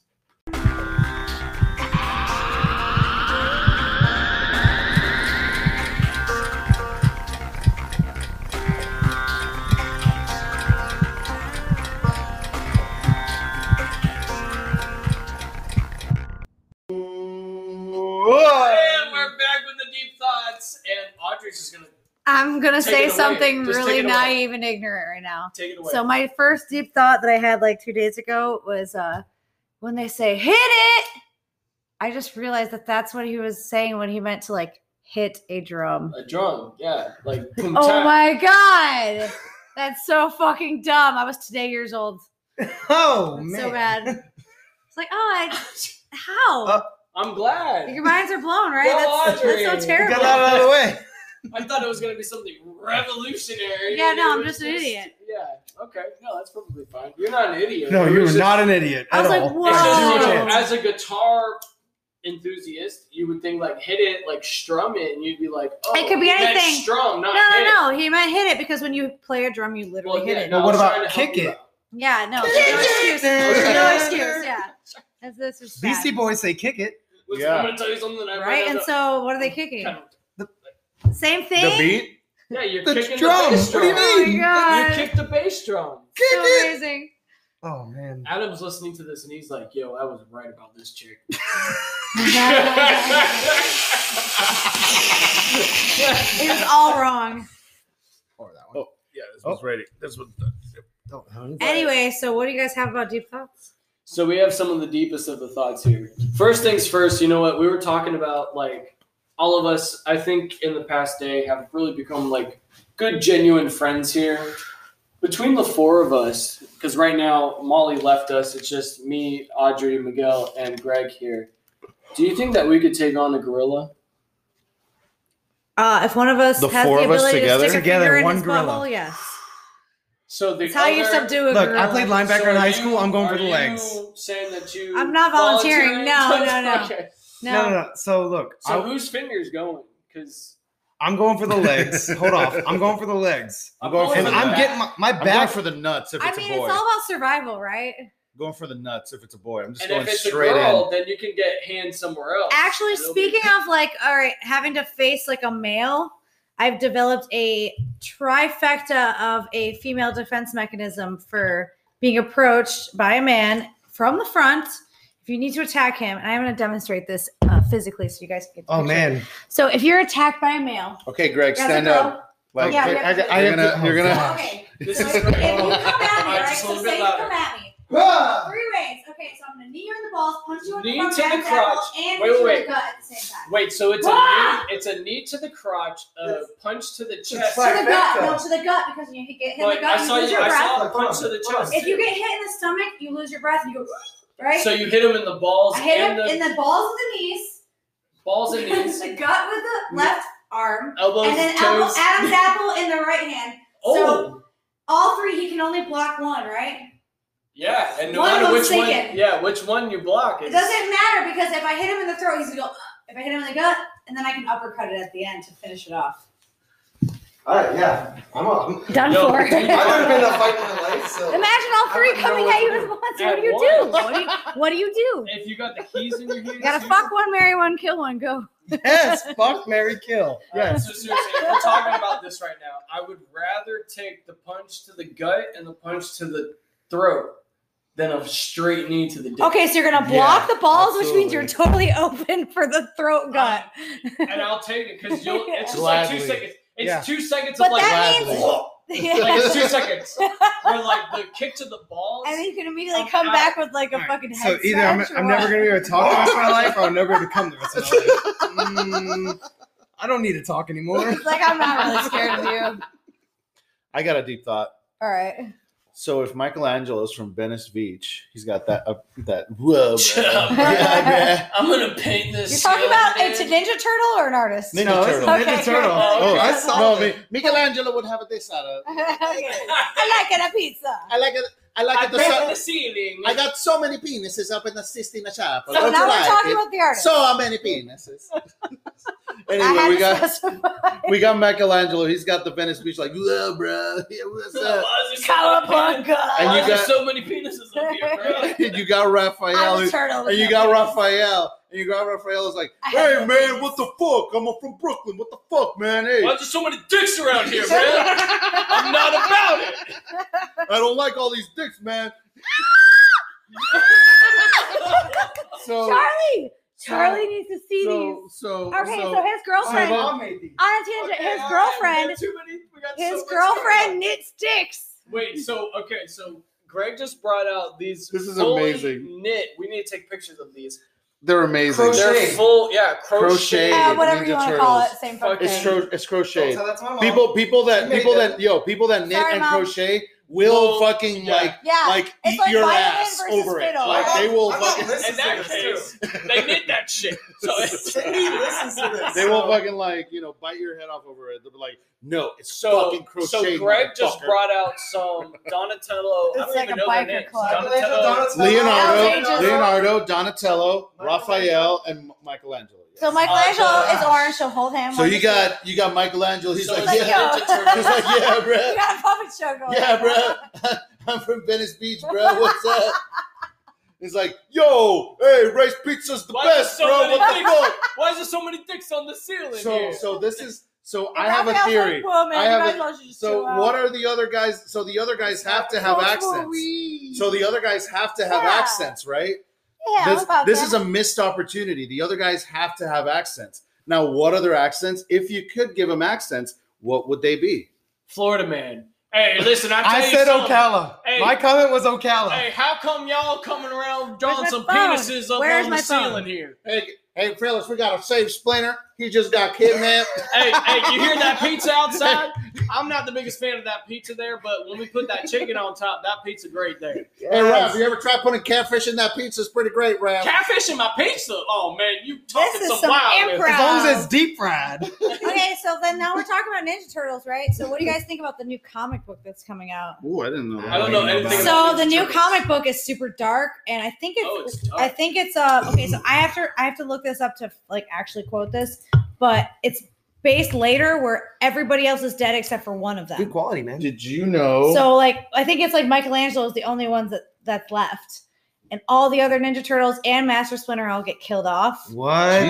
And we're back with the deep thoughts. And Audrey's just going to
I'm gonna
Take it
say
away.
something
Just
really
take it away.
naive and ignorant right now.
take it away.
So my first deep thought that I had like two days ago was uh when they say hit it, I just realized that that's what he was saying when he meant to like hit a drum.
a drum, yeah. Like, boom,
Oh
tap.
my god, that's so fucking dumb. I was today years old.
Oh
That's
man.
so bad. It's like oh, I how
Uh,
I'm glad.
your minds are blown, right?
Go
that's, that's
Audrey.
so
You
terrible.
got that out of the way.
I thought it was going to be something revolutionary.
Yeah,
and
no,
it
I'm
was
just an idiot.
Yeah, okay. No, that's probably fine. You're not an idiot.
No,
It
you
was
were
just-
not an idiot.
I was
at
like,
all.
whoa.
It's just, you know,
Whoa.
as a guitar enthusiast, you would think like hit it, like strum it, and you'd be like, oh,
It could be
he meant
anything.
Strum,
No,
not hit it.
no, no. He meant hit it because when you play a drum, you literally
Well,
hit
yeah,
it.
no,
What
I was
about
trying to help
kick
you
it?
out.
Yeah, no. There's no excuse. There's no excuse. Yeah. That's, this is bad.
Beastie Boys say kick it.
Listen,
Yeah.
I'm going to tell you something that I
Right? And so what are they kicking? Same thing?
The beat?
yeah, you're
The
kicking the
drum.
bass drum.
What do you
Oh
mean?
my
You
god.
You kicked the bass drum.
so amazing.
Oh man.
Adam's listening to this and he's like, yo, I was right about this chick.
It was all wrong.
Or that
one.
Yeah, this
one's
ready. This was. Oh,
Anyway, so what do you guys have about deep thoughts?
so we have some of the deepest of the thoughts here. First things first, you know what? We were talking about like all of us, I think in the past day have really become like good genuine friends here. Between the four of us, because right now Molly left us, it's just me, Audrey, Miguel, and Greg here. Do you think that we could take on a gorilla?
Uh, if one of us
The
has
four
the
of us
ability
together?
to stick
Together,
a finger in
one
his
gorilla.
butthole, yes.
So the
It's how you
other-
subdue a
Look, I
gorilla.
played linebacker
So
in high
you-
school. I'm going for
are
the
you
legs.
Saying that you
I'm not volunteering. No, no, no.
Okay.
No, no, no. So look,
So
I,
whose finger's going? Because
I'm going for the legs. Hold off. I'm going for the legs.
I'm going for
and
the
I'm
back.
getting my, my
I'm
back
going for the nuts if
I
it's
mean,
a boy.
it's all about survival, right?
going for the nuts if it's a boy. I'm just
and
going
if it's a
straight
girl,
in.
then you can get hands somewhere else.
Actually,
It'll be-
speaking of like, all right, having to face like a male, I've developed a trifecta of a female defense mechanism for being approached by a man from the front. If you need to attack him, and I'm going to demonstrate this uh, physically so you guys can get the
Oh
picture.
man.
So if you're attacked by a male,
Okay, Greg,
As a
stand
girl-
up. Like,
Yeah,
Greg,
you have to-
I- I- you're gonna,
oh,
you're gonna.
gosh.
okay,
This is
if you come at me,
Alright,
right?
just a
So
little bit
say you
louder.
come at me.
Ah!
Three ways. Okay, so I'm gonna knee you in the balls, punch you in
Knee
the front
to the
back elbow,
crotch.
and
Wait,
hit you
wait, wait.
in the gut at the same time.
Wait, so it's a knee,
Ah!
it's a knee to the crotch, a punch to the chest.
It's
To the gut,
Trifecta.
no, to the gut, because when you hit- get hit in the
Like,
gut,
I
you
saw
lose
you,
your
I
breath.
saw a punch to the chest.
If you get hit in the stomach, you lose your breath. You go right.
so you hit him in the balls
I hit him
and the
in the balls of the knees,
balls and knees,
the gut with the left arm,
elbows,
and then elbow,
toes.
Adam's apple in the right hand.
oh,
All three, he can only block one, right?
yeah, and no
One of
matter which
them's
one,
taken.
yeah, which one you block
It
is.
doesn't matter because if I hit him in the throat, he's gonna go. "Ugh." If I hit him in the gut, and then I can uppercut it at the end to finish it off.
All right, yeah. I'm on.
Done
Yo,
for.
dude,
I've
Imagine
never been in a fight in my life, so.
all three
I don't know
coming
what
at you
to
at
do.
once.
At
What do you do?
once.
What do you, what do you do?
If you got the keys in your hand,
You gotta fuck one, marry one, kill one. Go.
Yes, fuck, Mary kill.
Alright, so seriously, if we're talking about this right now, I would rather take the punch to the gut and the punch to the throat than a straight knee to the dick.
Okay, so you're gonna block
Yeah,
the balls, which means
absolutely.
you're totally open for the
Uh,
throat gut.
And I'll take it because you'll. It's just like two
Gladly.
seconds. It's
Yeah.
two seconds
But
of like.
that means-
like it's two
Yeah.
seconds. Where like the kick to the balls.
And then you can immediately
Oh,
I'm
come
out.
back with like a
Alright,
fucking
So
head
either I'm,
scratch or
I'm never
what?
gonna be able to talk the rest of my life, or I'm never gonna come the rest of my life. Mm, I don't need to talk anymore.
It's like I'm not really scared of you.
I got a deep thought.
All right.
So if Michelangelo's from Venice Beach, he's got that up that whoa.
Yeah,
man. Yeah,
I'm gonna paint this.
You're talking
skeleton.
about a t- Ninja Turtle or an artist?
Ninja
no, it's
Turtle.
Ninja
Okay,
Turtle.
great.
Oh,
I
okay.
saw
no,
it.
Mi- Michelangelo would have it this out
Okay. I like it a pizza.
I like it. I like
I
it. The
paint
sun-
the ceiling.
I got so many penises up in the Sistine Chapel.
So
Don't
now
you
we're
like
talking
it?
about the artist.
so many penises.
I
anyway,
had
we
to
got
specify.
we got Michelangelo. He's got the Venice Beach like whoa, bro. Yeah, what's
Why
up?
is there so many penis- why
And you
is there
got-
so many penises up here, bro?
you got Raphael.
I'm a turtle.
And you got Raphael. And you got Raphael is like,
I
hey
have no
man, what the fuck? I'm from Brooklyn. What the fuck, man? Hey,
Why is there so many dicks around here, man? I'm not about it.
I don't like all these dicks, man. so,
Charlie. Charlie needs to see
so,
these.
so,
Okay, so,
so,
his girlfriend
so-
on a tangent.
Okay,
his
all right, we
girlfriend.
got too many- we got so
his
much going on.
girlfriend knit sticks.
Wait, so okay, so Greg just brought out these.
This is
fully
amazing.
Knit. We need to take pictures of these.
they're amazing.
Crochet.
They're full. Yeah, crochet.
Crochet.
Uh, whatever
Ninja
you want to call it,
Turtles.
same fucking
It's,
thing.
tro- it's crochet.
that's my mom.
People, people that,
You made
people
that.
that, yo, people that knit
Sorry,
and
Mom.
crochet will
Well,
fucking
yeah.
like,
Yeah,
like
It's
eat
like
your
violin
ass
versus
over it.
fiddle.
Like they will
I'm not
fucking,
listening
In that
to this,
case, they knit that shit. So it's,
listens to this.
They won't fucking like you know bite your head off over it. They'll be like, no, it's
so,
fucking crochet.
so Greg just
motherfucker."
brought out some Donatello. I
It's
don't
like
even
a
know their
biker
names.
club.
Donatello.
LJ
Leonardo,
just-
Leonardo, Donatello, Raphael, and Michelangelo. yes.
So Michelangelo
Oh, gosh.
is orange. She'll hold him.
So
while
you
she's-
got you got Michelangelo. He's
So
like,
Like,
yeah,
yo.
he's like, yeah,
you
bro,
got a puppet show going.
yeah,
on.
bro. I'm from Venice Beach, bro. What's up? He's like, yo, hey, rice pizza's the
Why is
best,
there so
bro.
many
What the fuck?
Why is there so many dicks on the ceiling
So,
here?
so this is so
And
I have a
Raphael's
theory.
Like, Whoa, man,
I have a-
you guys a, just
So what are the other guys? So the other guys have to have accents. So the other guys have to have
Yeah.
accents, right?
yeah,
this this is a missed opportunity. The other guys have to have accents. Now, what other accents? If you could give them accents, what would they be?
Florida man. Hey, listen, I, tell
I
you
said
something.
Ocala.
Hey.
My comment was Ocala.
Hey, how come y'all coming around drawing
Where's my
some
phone?
penises up
Where's
on
my
the
phone?
ceiling here?
Hey,
Hey, fellas, we got a safe splinter. He just got kidnapped.
hey, hey, you hear that pizza outside? I'm not the biggest fan of that pizza there, but when we put that chicken on top, that pizza great there.
Hey, Rob, you ever tried putting catfish in that pizza? It's pretty great, Rob.
Catfish in my pizza? Oh man, you talking
is
some,
some
wild.
improv. As long as it's
deep fried.
okay, so then now we're talking about Ninja Turtles, right? So what do you guys think about the new comic book that's coming out?
Ooh, I didn't know. That.
I don't know anything about
So the new comic book is super dark, and I think it's, I think it's uh okay. So I have to I have to look this up to like actually quote this, but it's based later where everybody else is dead except for one of them.
quality, man. Did you know?
So like I think it's like Michelangelo is the only ones that that's left, and all the other Ninja Turtles and Master Splinter all get killed off.
what?
and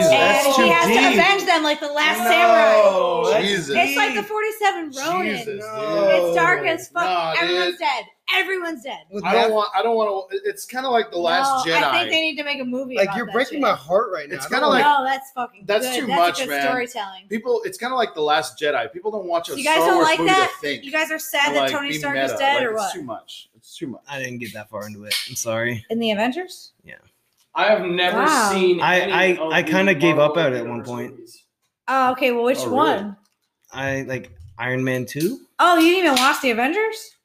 he has to avenge them like the last
No,
samurai.
Jesus.
It's like the 47 Ronin.
Jesus, dude.
It's dark as fuck.
Nah, dude.
Everyone's dead. Everyone's dead.
I don't want. I don't want to. It's kind of like the Last
No,
Jedi.
I think they need to make a movie.
like
about
you're
that
breaking
shit.
my heart right now.
It's
I don't
kinda
wanna-
like-
no, that's fucking.
That's
good.
too
that's
much,
good
man.
Storytelling.
people. It's kind of like the Last Jedi. People don't watch a
You guys
Star
don't
Wars
like
movie
that?
to think.
You guys are sad that
Like,
Tony
be
Stark is
meta.
dead
Like,
or
it's
what?
too much. It's too much.
I didn't get that far into it. I'm sorry.
In the Avengers?
I have never
Wow.
seen.
I
any
I, I
the
kind of gave up
Marvel
at it at one
universe
point.
movies.
Oh, okay. Well, which
Oh, really?
one?
I like Iron Man two.
Oh, you didn't even watch the Avengers?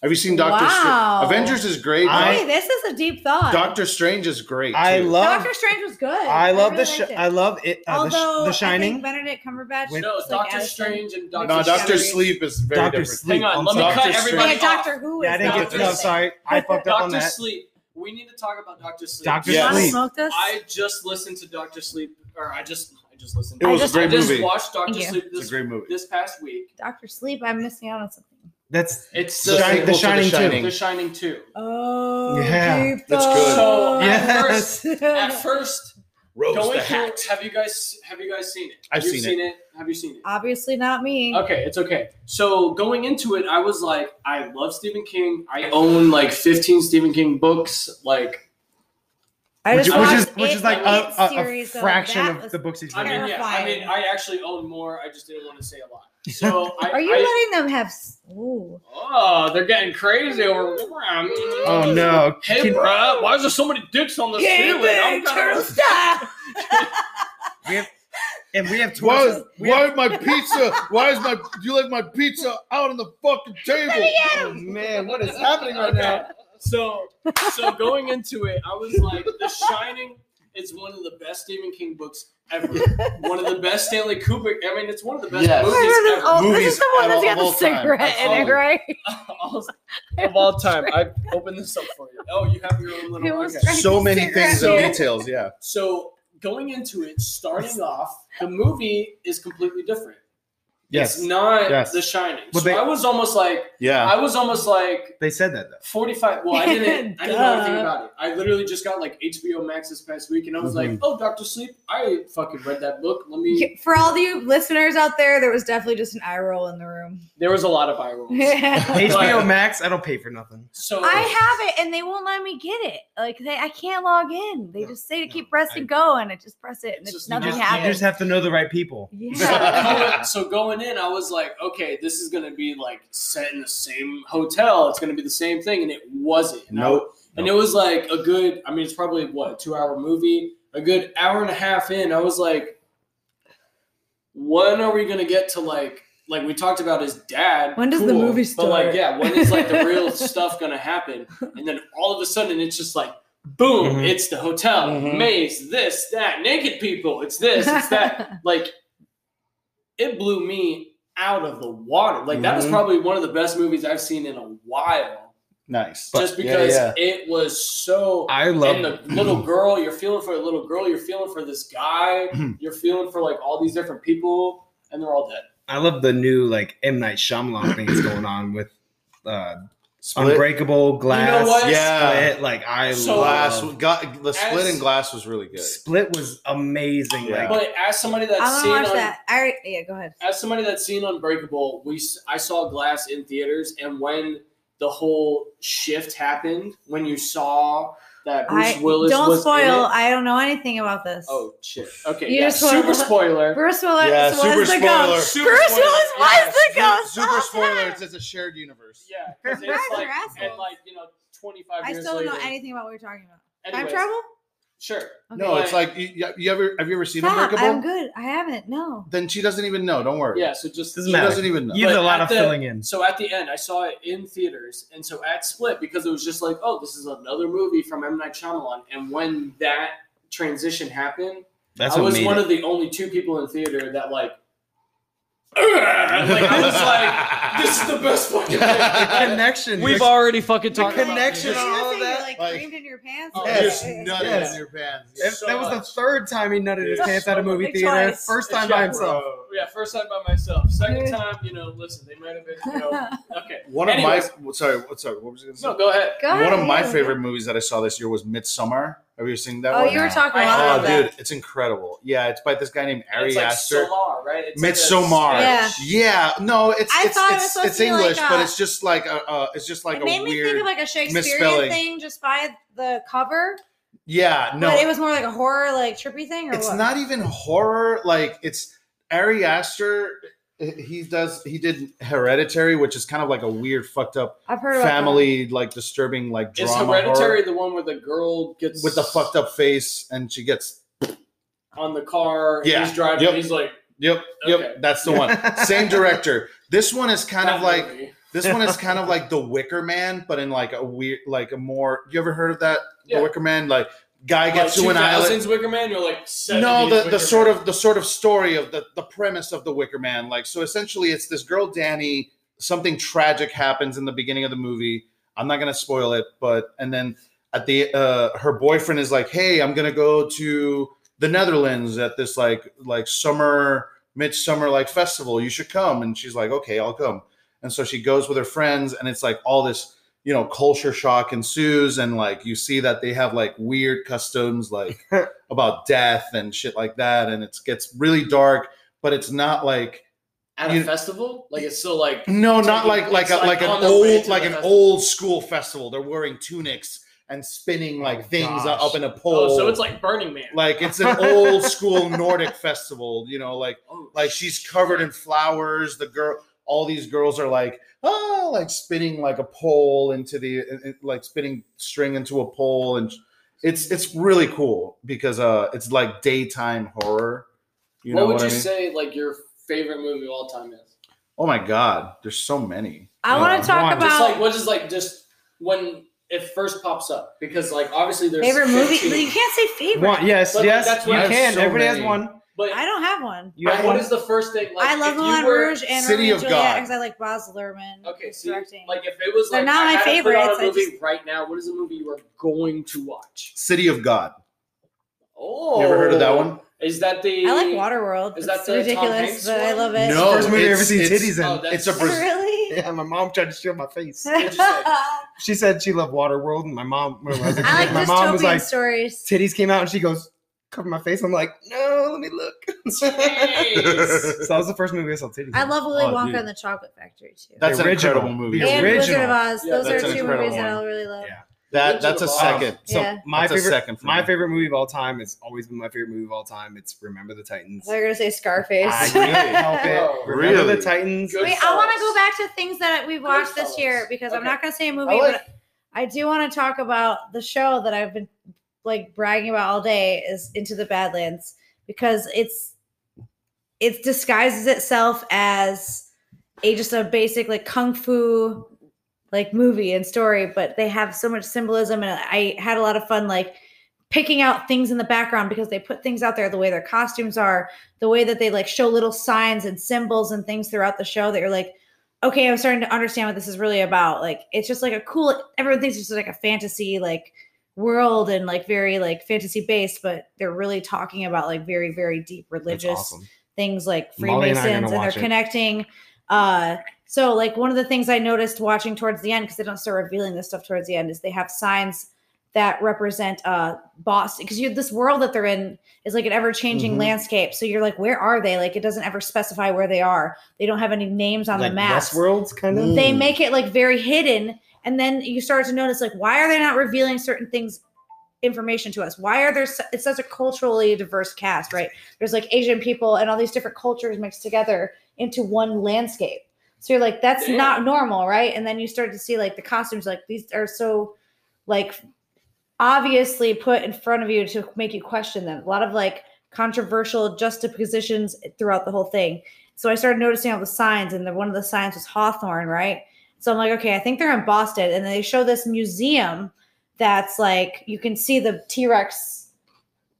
Have you seen
Doctor Str- Wow.
Avengers is great.
hey, this is a deep thought.
Doctor Strange is great.
I
too.
love
Doctor Strange was good.
I love
really
the sh-
liked it.
I love it. Uh, the, sh-
Although
the
I
Shining.
think Benedict Cumberbatch.
With-
No,
looks like
Doctor
Addison.
Strange and Doctor.
no, Doctor
Strange.
Sleep is very
Doctor
different.
Sleep.
Hang on, let me
sorry.
cut
Doctor
everybody
Yeah,
off.
Doctor Who is
Yeah, I didn't get to.
Doctor
No,
Strange.
sorry, I fucked up on
Doctor
that.
Sleep. We need to talk about Doctor Sleep.
Doctor
Yes.
Wanna
Sleep.
smoke this?
I just listened to Doctor Sleep, or I just I just listened.
It
I
was a
just,
great
I just
movie.
watched Doctor
Thank you.
Sleep
It's a
this
great movie.
this past week.
Doctor Sleep. I'm missing out on something.
That's
It's
The
the
Shining-
sequel
The Shining
to the
too.
The Shining Two.
Oh,
Yeah,
deep
that's good.
So at
Yes.
first, at first
Rose
going
the
through,
Hat.
have you guys have you guys seen it?
I've
You've
seen
seen it. Have you seen it?
Obviously not me.
Okay, it's okay. So going into it, I was like, I love Stephen King. I own like 15 Stephen King books. Like,
I
Which,
just
which is
watched
which
It,
is like
the
a,
It
a, a
series, though.
fraction
That
of
was-
the books he's
I
written.
mean, yeah, I mean,
Terrifying.
I actually own more. I just didn't want to say a lot. So I,
Are you
I-
letting them have? s- Ooh.
Oh, they're getting crazy over.
Uh,
Oh no!
Hey,
Can-
bruh, why is there so many dicks on the ceiling? I'm kind of.
we have, and we have two.
Why is, why is my pizza? Why is my? You left my pizza out on the fucking table. Oh, man, what is happening right now?
So, so going into it, I was like, The Shining is one of the best Stephen King books ever. one of the best Stanley Kubrick. I mean, it's one of the best
Yes.
movies ever.
Remember this, oh, this
Movies
is the one
of
that's
all-
got the
all time.
cigarette in it,
Absolutely.
right?
All- of all time. I opened this up for you. Oh, you have your own
It
little.
was
Okay.
So many things and
Cigarette.
details. Yeah.
So going into it, starting off, the movie is completely different.
Yes.
It's not
Yes.
The Shining.
But
so
they-
I was almost like,
Yeah.
I was almost like
They said that though.
45. Well, I didn't, I didn't know
Duh.
anything about it. I literally just got like HBO Max this past week, and I was like, oh, Doctor Sleep. I fucking read that book. Let me.
For all you listeners out there, there was definitely just an eye roll in the room.
There was a lot of eye rolls.
I
HBO Max. I don't pay for nothing.
So
have it, and they won't let me get it. Like they, I can't log in. They just say to keep pressing go, and I just press it, and
It's
it's,
just- you
nothing
just, you
happens.
just have to know the right people.
yeah.
Going- so going in, I was like, okay, this is gonna be like set in the same hotel. It's gonna be the same thing, and it wasn't. And I-
Nope.
and it was like a good. I mean, it's probably what a two-hour movie. A good hour and a half in, I was like, when are we gonna get to like like we talked about his dad?
When does the movie
But like,
start?
yeah, when is like the real stuff gonna happen? And then all of a sudden, it's just like. Boom!
Mhm.
It's the hotel
Mhm.
maze. This, that, naked people. It's this. It's that. like it blew me out of the water. Like that was
Mhm.
probably one of the best movies I've seen in a while.
Nice.
just because
Yeah,
it was so
I
and
love.
the little girl, you're feeling for a little girl, you're feeling for this guy, you're feeling for like all these different people, and they're all dead.
I love the new like M Night Shyamalan things going on with uh,
Split.
Unbreakable, Glass,
what?
Yeah.
Split. Like I
So-
Glass.
um,
love.
Got, the split
As-
and glass was really good.
Split was amazing.
Yeah.
Like
But as somebody that's
I'm gonna
seen
watch
on,
that. I already, yeah, go ahead.
as somebody that's seen Unbreakable, we s- I saw Glass in theaters, and when the whole shift happened, when you saw that Bruce
I,
Willis
don't
was in
spoil.
it-
I don't know anything about this.
oh shit, okay,
You
yeah,
just spoiled
super
it.
spoiler.
Bruce Willis
Yeah,
was
super
the
spoiler.
ghost.
Super
Bruce
spoiler.
Willis
Yeah.
was the ghost.
Super
all
spoiler.
time.
It's, it's a shared universe.
Yeah, 'cause
Guys
it's like
are assholes.
and like you know, twenty five
I
years
still don't
later.
know anything about what we're talking about. Time
Anyways,
travel?
Sure.
No,
Okay.
it's like you, you- you ever have you ever seen
Stop,
Unbreakable?
I'm good. I haven't. No.
Then she doesn't even know. Don't worry.
Yeah, so just
Doesn't she matter. doesn't even know. You
But
did a lot
at
of
the-
filling in.
So at the end, I saw it in theaters, and so at Split because it was just like, oh, this is another movie from M Night Shyamalan, and when that transition happened,
That's
I
what
was
made
one
it.
of the only two people in theater that like. like I was like, this is the best fucking thing.
connection.
We've already fucking
the
talked
connection on all of that.
Like, creamed in your pants.
Yes.
Yeah.
Nutted
Yes.
Oh, in your pants.
If-
So
that was the
much.
third time he nutted his
Yeah.
pants at a movie
Big
theater.
twice.
First time
Yeah,
by himself.
bro. Yeah, first time by myself. Second time, you know, listen, they might have been, you know, okay.
One of
Anyways,
my sorry, what sorry, what was I gonna say?
No, go ahead.
Go ahead,
One of my
yeah.
favorite movies that I saw this year was Midsummer. Have you seen that
Oh,
one?
you were talking a
I
lot
Oh,
about that.
dude, it's incredible. Yeah, it's by this guy named Ari
it's like
Aster.
Solar, right? It's like a-
Midsommar.
Yeah.
yeah. No, it's
I
it's
thought it was
it's,
supposed
it's
to be like
English, but
a-
it's just like a uh, it's just like
it
a
made me
weird.
think of like a Shakespearean
misspelling.
thing just by the cover.
yeah. No,
But it was more like a horror, like trippy thing, or
it's
what?
not even horror. Like it's Ari Aster. eh, He does. He did Hereditary, which is kind of like a weird, fucked up
I've heard about that.
family, like disturbing, like
Is
drama
Hereditary
horror
the one where the girl gets
with the fucked up face, and she gets.
on the car? And
Yeah.
he's driving.
Yep.
He's like,
Yep, yep. That's the one. Same director. This one is kind of
That
like
movie.
this one is kind of like The Wicker Man, but in like a weird, like a more. You ever heard of that?
Yeah.
The Wicker Man, like guy gets
like
to an island.
2000s Wicker Man. You're like, 70s
no the,
Wicker
the sort
Man.
of the sort of story of the the premise of the wicker man like so essentially it's this girl danny something tragic happens in the beginning of the movie i'm not gonna spoil it but and then at the uh her boyfriend is like hey i'm gonna go to the netherlands at this like like summer midsummer like festival you should come and she's like okay i'll come and so she goes with her friends and it's like all this you know culture shock ensues and like you see that they have like weird customs like about death and shit like that and it's gets really dark but it's not like
at
you-
a festival. Like it's still like
no not
taking-
like like
it's
a, like
on
an
their way
old
to
like
the
an
festival.
old school festival they're wearing tunics and spinning like things
Oh gosh.
up in a pole
Oh, so it's like Burning Man.
like it's an old school nordic festival you know like
Oh,
like she's covered in flowers the girl all these girls are like oh like spinning like a pole into the in- in- like spinning string into a pole and it's it's really cool because uh it's like daytime horror you
what
know
would
what
you
I mean?
say like your favorite movie of all time is?
oh my god there's so many
I
Uh,
want to talk
one.
Just
about
like what is like just when it first pops up because like obviously there's
favorite movie.
15,
You can't say favorite.
One, yes,
But
yes,
that's
you
what-
can.
so
Everybody has
many.
one.
But
I don't have one.
You have
what
one.
is the first thing? Like,
I love
if you
Moulin
were-
Rouge and
City
Romeo
of
and Juliet
God.
because I like Baz Luhrmann.
Okay, see,
directing.
like if it was
They're
like
not
I
my
had to put on
favorites,
a
I
movie right now, what is the movie you are going to watch?
city of god
Oh,
you ever heard of that one
Is that the?
I like Waterworld.
Is
Is
that
that it's
the Tom
ridiculous,
Hanks
but I
one?
love it.
No,
First movie I ever
it's-
seen
it's-
titties in.
Oh, that's-
it's a Brazil.
really.
yeah, my mom tried to show my face.
Interesting.
She said she loved Waterworld, and my mom, when I was a
I
kid,
like
my mom was
dystopian
like,
stories.
titties came out, and she goes, cover my face. I'm like, no, let me look.
Jeez.
so that was the first movie I saw titties.
I
in.
love Willy
Oh,
Wonka
dude.
and the Chocolate Factory too.
that's an
original.
incredible movie
The
and Wizard of
original.
Oz.
Yeah,
Those
that's
are
an
two
incredible
movies that
one.
I really love.
Yeah.
that that's a
Wow.
second
So
Yeah.
my
That's a
favorite,
second for
my
me.
favorite movie of all time has always been my favorite movie of all time. It's Remember the Titans.
I thought you were gonna say Scarface.
I can't help
Wow.
it. Remember
Really?
the Titans.
Oh, Good
Wait, I want to go back to things that we've watched this year
Goodfellas.
because I'm
Okay.
not going to say a movie,
I like-
but I do want to talk about the show that I've been like bragging about all day is Into the Badlands because it's it disguises itself as a just a basic like kung fu like movie and story, but they have so much symbolism and I had a lot of fun like picking out things in the background because they put things out there the way their costumes are, the way that they like show little signs and symbols and things throughout the show that you're like, okay, I'm starting to understand what this is really about. Like it's just like a cool everyone thinks it's just like a fantasy like world and like very like fantasy based, but they're really talking about like very, very deep
That's
religious
awesome.
things like
Molly and
Freemasons
I are gonna
and, they're
watch it.
connecting. Uh, so like one of the things I noticed watching towards the end because they don't start revealing this stuff towards the end is they have signs that represent uh Boston because you this world that they're in is like an ever changing
Mhm.
landscape. So you're like, where are they? Like it doesn't ever specify where they are. They don't have any names on
like
the maps
Westworld's kind of.
Mm.
they make it like very hidden and then you start to notice like why are they not revealing certain things information to us why are there su- it's such a culturally diverse cast right there's like asian people and all these different cultures mixed together into one landscape so you're like that's not normal right and then you start to see like the costumes like these are so like obviously put in front of you to make you question them. A lot of like controversial juxtapositions throughout the whole thing. So I started noticing all the signs, and the, one of the signs was Hawthorne, right? So I'm like, okay, I think they're in Boston. And they show this museum that's like, you can see the T Rex.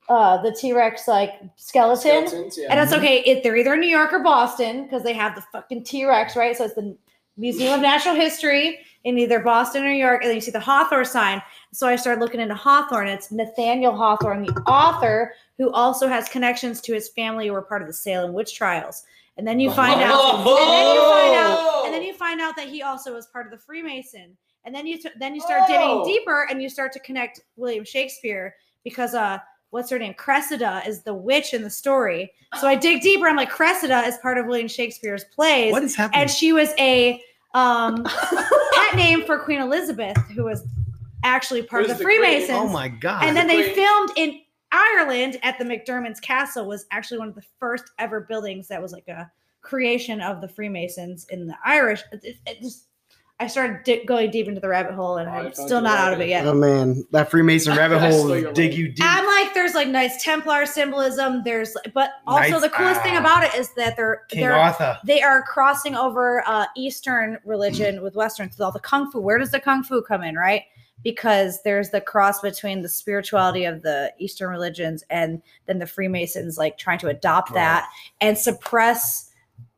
Uh, the T Rex like skeleton,
Skeletons, yeah.
and that's okay. It, they're either in New York or Boston because they have the fucking T Rex, right? So it's the Museum of Natural History in either Boston or New York, and then you see the Hawthorne sign. So I started looking into Hawthorne. It's Nathaniel Hawthorne, the author, who also has connections to his family who were part of the Salem witch trials. And then you find out, and then you find out, and then you find out that he also was part of the Freemason. And then you t- then you start digging
Oh.
deeper, and you start to connect William Shakespeare because uh, what's her name? Cressida is the witch in the story. So I dig deeper. I'm like, Cressida is part of William Shakespeare's plays.
What is happening?
And she was a um, pet name for Queen Elizabeth, who was actually part of
Who's
the,
queen?
Freemasons.
Oh my god!
And then they filmed in Ireland at the McDermott's Castle was actually one of the first ever buildings that was like a creation of the Freemasons in the Irish. It, it- it just, I started di- going deep into the rabbit hole,
Oh,
and I'm still not out of it yet.
Oh man, that Freemason rabbit
I
hole
saw
will
your
dig you deep.
I'm like, there's like nice Templar symbolism. There's, but also
Knights-
the coolest thing
ah.
about it is that they're
King
they're
Arthur.
they are crossing over uh, Eastern religion with Western. So all the kung fu. Where does the kung fu come in, right? Because there's the cross between the spirituality of the Eastern religions and then the Freemasons, like trying to adopt that and suppress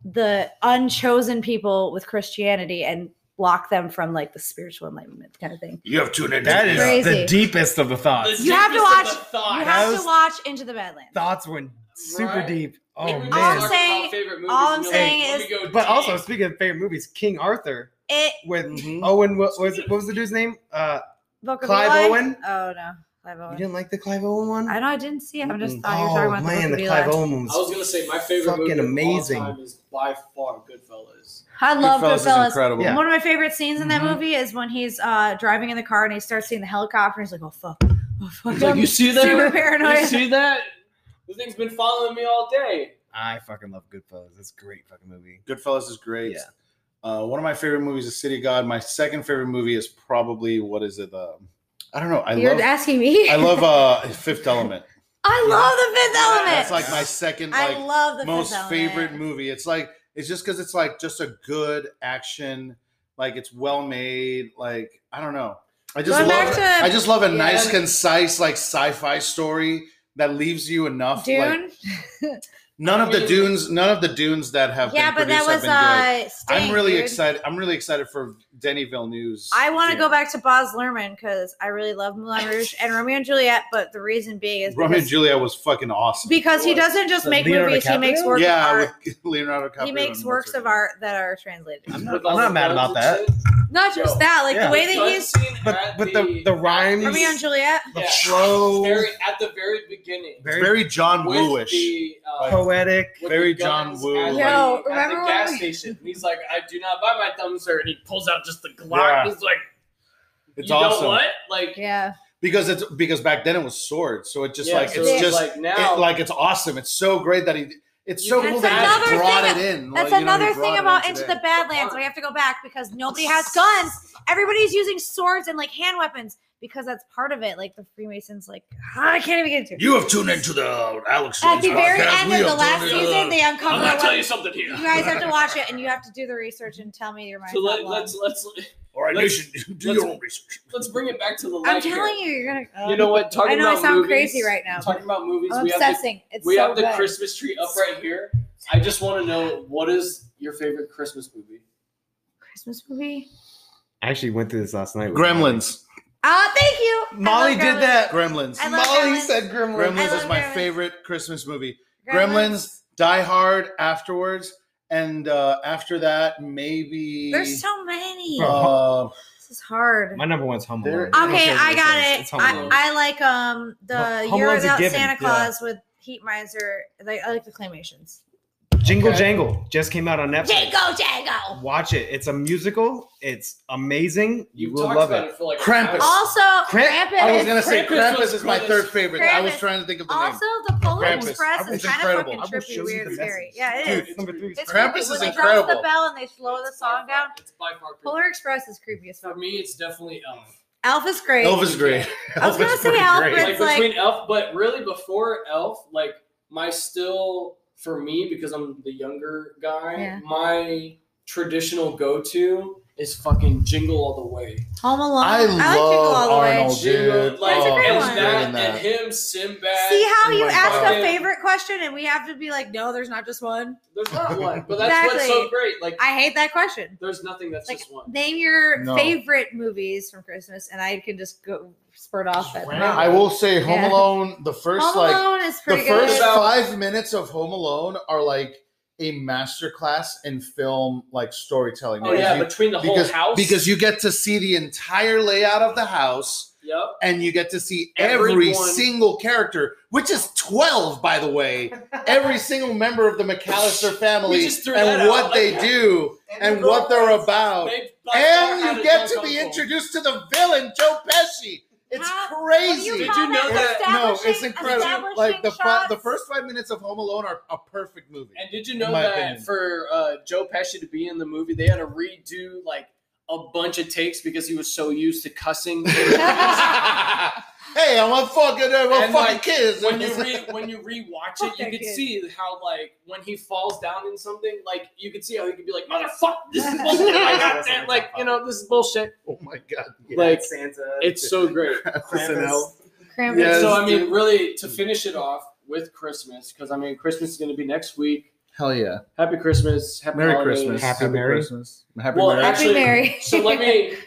the unchosen people with Christianity and block them from like the spiritual enlightenment kind of thing.
You have tuned in. That is
Crazy.
the deepest of the thoughts.
You have to
deepest
watch.
of the
Oh,
thought.
You have
Those-
to watch Into the Badlands.
Thoughts went super
Right.
deep. Oh
Like, we
man!
were All I'm talking saying- about favorite movies, all I'm and you're like, saying let me is- go
but
deep.
also speaking of favorite movies, King Arthur
It
with Owen. Oh, What was it? What was the dude's name? Uh,
Book of
Clive
Eli?
Owen?
Oh no, Clive Owen. You
didn't like the Clive Owen one?
I know I didn't see it. I just
Mm-mm.
thought you were
Oh,
talking about
man,
the, book
the
of
Clive
Eli.
Owen one was
I was gonna say my favorite
fucking
movie
amazing.
of all time is by far Goodfellas.
I love
Goodfellas is
Goodfellas.
incredible. Yeah.
One of my favorite scenes in that
Mhm.
movie is when he's uh, driving in the car and he starts seeing the helicopter. And he's like, "Oh fuck, oh fuck!"
He's like,
I'm
you see that?
Super paranoid.
You see that? The thing's been following me all day.
I fucking love Goodfellas. It's a great fucking movie.
Goodfellas is great. Uh, one of my favorite movies is City of God. My second favorite movie is probably what is it? Um, I don't know. I
You're
love.
asking me.
I love uh, Fifth Element.
I love the Fifth Element.
That's like my second.
I
Like,
love the Fifth
most
Element.
favorite movie. It's like it's just because it's like just a good action. Like it's well made. Like I don't know. I just
Going
love.
back to-
I just love a nice,
Yeah.
concise, like sci-fi story that leaves you enough. Like,
Dune.
none of the dunes. None of the dunes that have.
Yeah,
been
but that
produced
was
have been good.
uh. Sting,
I'm really
dude.
excited. I'm really excited for Denny Villeneuve's.
I want to
Dune.
go back to Boz Lerman because I really love Moulin Rouge and Romeo and Juliet. But the reason being is
Romeo and
because,
Juliet was fucking awesome.
because he doesn't just make movies; he makes work of
Yeah,
art.
with Leonardo DiCaprio.
he makes
and
works of art that are translated.
I'm not, I'm not mad about that.
Not just that, like
Yeah.
the way that he's
But but the the rhymes,
Romeo and Juliet.
the flow,
Very, at the very beginning.
It's very John
with
Woo-ish.
the, uh,
poetic.
with
Very
the
John
guns
Woo.
At,
like-
Yo,
the, at the
remember
gas
when-
station. And he's like, I do not buy my thumbs, sir. And he pulls out just the Glock.
Yeah.
He's like,
It's
you
awesome.
know what? Like,
yeah.
because it's because back then it was swords, so it just
Yeah,
like
so
it's
it's
just
like now-
it- like it's awesome. It's so great that he. It's so
That's
cool that he
another
brought
thing.
it in.
That's
like, you know, he
another
brought
thing
it
about
in
Into
today.
the Badlands. We have to go back because nobody has guns. Everybody's using swords and like hand weapons because that's part of it. Like the Freemasons, like I can't even get into it.
You have tuned into the Alex.
At the
Jones
very
podcast.
end
We
of the
have
last
tuned in-
season, they uncover
I'm gonna
what-
tell you something here.
You guys have to watch it, and you have to do the research and tell me your mind.
so let, let's, let's,
All right,
let's-
nation, do
let's-
your own research.
let's bring it back to the light.
I'm
here.
telling you, you're gonna.
You know what? Talking
I know
about
I sound
movies,
crazy right now.
Talking about movies,
I'm
we
obsessing.
have
It's
the, we
so
have the
good.
Christmas tree up right here. I just want to know what is your favorite Christmas movie?
Christmas movie.
I actually went through this last night.
Gremlins.
Oh, thank you. I
Molly
love
did
Gremlins.
that.
Gremlins.
I love
Molly
Gremlins.
said Gremlins.
Gremlins
love
is my
Gremlins.
favorite Christmas movie.
Gremlins.
Gremlins, Die Hard afterwards, and uh, after that maybe
There's so many.
uh,
this is hard.
My number one's Home
There-
Alone.
Okay, I got it.
It's Home
I,
Alone.
I like um the
Ho- Home
Year
Alone's a
Without
given,
Santa
yeah.
Claus with Heat Miser. Like I like the claymations.
Jingle Jangle just came out on Netflix.
Django, Django.
Watch it. It's a musical. It's amazing. You
You've
will
talked
love
about
it.
it for like an
Krampus.
hour.
Also,
Kramp-
Krampus.
I was gonna say
Krampus
Krampus,
was
is my
good.
third favorite. I was
Krampus.
trying to think of the
Also,
name.
the Polar
Krampus.
Express is
It's
kind
incredible.
of
I will
fucking
show
trippy,
you
weird,
the
scary. Yeah, it
Dude,
is.
it's number three.
It's
Krampus
creepy.
is
when They
incredible.
drop the bell and they slow the
It's
song
by far-
down.
It's by far.
Polar Express is creepy as
For
fuck.
me, it's definitely Elf.
Elf is great.
Elf is great.
I was gonna
Elf is
say
pretty
Elf,
great.
but
like
it's like,
between Elf, but really before Elf, like my still for me because I'm the younger guy,
Yeah.
my traditional go to is fucking Jingle All the Way.
Home Alone.
I,
like Jingle
love
All the Way.
Arnold, dude.
Like
oh,
great
and
he's
one.
great
that,
in
and
that.
him, Sinbad.
See how
Oh
you
my
asked
God.
a favorite question and we have to be like, no, there's not just one.
There's not one, but that's what's so
Exactly.
great. Like
I hate that question.
there's nothing that's
Like,
just one.
Name your
No.
favorite movies from Christmas, and I can just go spurt off at
random.
I will say Home
Yeah.
Alone, the first
Home
like
Alone is
the
pretty good.
first
About-
five minutes of Home Alone are like a masterclass in film like storytelling.
Oh
Because
yeah,
you-
between the whole
because,
house.
because you get to see the entire layout of the house
yep.
and you get to see every
Everyone.
single character, which is 12, by the way. every single member of the McAllister
We
family
just threw that
and
out,
what
like-
they do and,
their
what they're
girlfriends.
about.
They-
Oh, and
how
you get
Uncle
to be
Uncle.
introduced to the villain, Joe Pesci. It's
How-
crazy.
What do
Did you
call
know that-
No, it's
Establishing-
incredible.
establishing
Like the fi-
shots?
the first five minutes of Home Alone are a perfect movie.
And did you know
my
that
opinion.
for uh, Joe Pesci to be in the movie, they had to redo like a bunch of takes because he was so used to cussing.
hey, I'm a fucking, I'm a
And,
fucking
like,
kids.
when you re- when you rewatch it,
Fuck
you
that
could
kid.
see how like when he falls down in something, like you could see how he could be like, "Motherfuck, this is bullshit." I got that. Like you know, this is bullshit.
oh my god,
Like
Santa.
it's so great.
Krampus.
Krampus.
Yeah. Yes,
so I mean,
dude.
really, to finish it off with Christmas, because I mean, Christmas is going to be next week.
hell yeah!
Happy Christmas. Happy
Merry
holidays.
Christmas,
Happy Merry-
Christmas, Happy
Well,
Merry.
Happy
actually-
Mary.
So let me.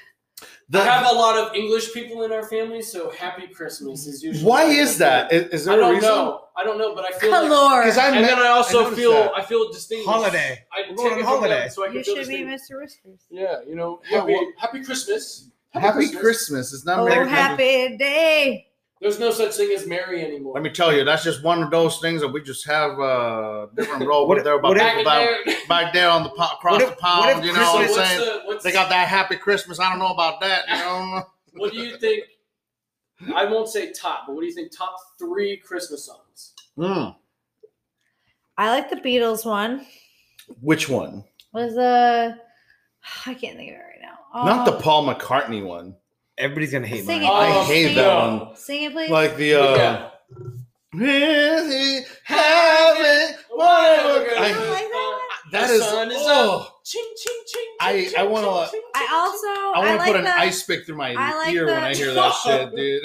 The-
I have a lot of English people in our family, so Happy Christmas is usually.
why is that? Is, is
I
there a
don't
reason?
know. I don't know, but I feel. Like,
Color.
Because I
and then
met-
I also
noticed
feel
that.
I feel distinguished.
Holiday.
I
We're
take
going
it
on
from
holiday.
them So I can
You
feel
should be
distinguished.
Mr. Whiskers.
Yeah, you know,
Yeah,
happy,
well-
happy Christmas.
Happy Christmas. It's not
Oh,
Merry
happy day.
There's no such thing as merry anymore.
Let me tell you, that's just one of those things that we just have uh, different role
What-
over there about
what if-
Back
people
in
back,
there.
back there on the po- across
What if-
the pond.
what if
you know what I'm
so
Christmas-
saying?
what's the, what's
they got that Happy Christmas. I don't know about that. You know,
What do you think? I won't say top, but what do you think top three Christmas songs?
Mm.
I like the Beatles one.
which one?
Was the I can't think of it right now. Oh,
Not the Paul McCartney one.
Everybody's gonna hate mine.
Sing it.
I
Oh,
hate that
no.
one.
Sing it, please.
Like the uh,
Yeah.
really having one of a-
I
I-
don't like that one.
that
The
is
sun is
oh.
Oh, Ching ching ching. ching,
I-
ching,
I wanna-
ching, ching,
I
ching,
also
I
I,
want to
like
put an
the,
ice pick through my
I like
ear when
the-
I hear that shit, dude.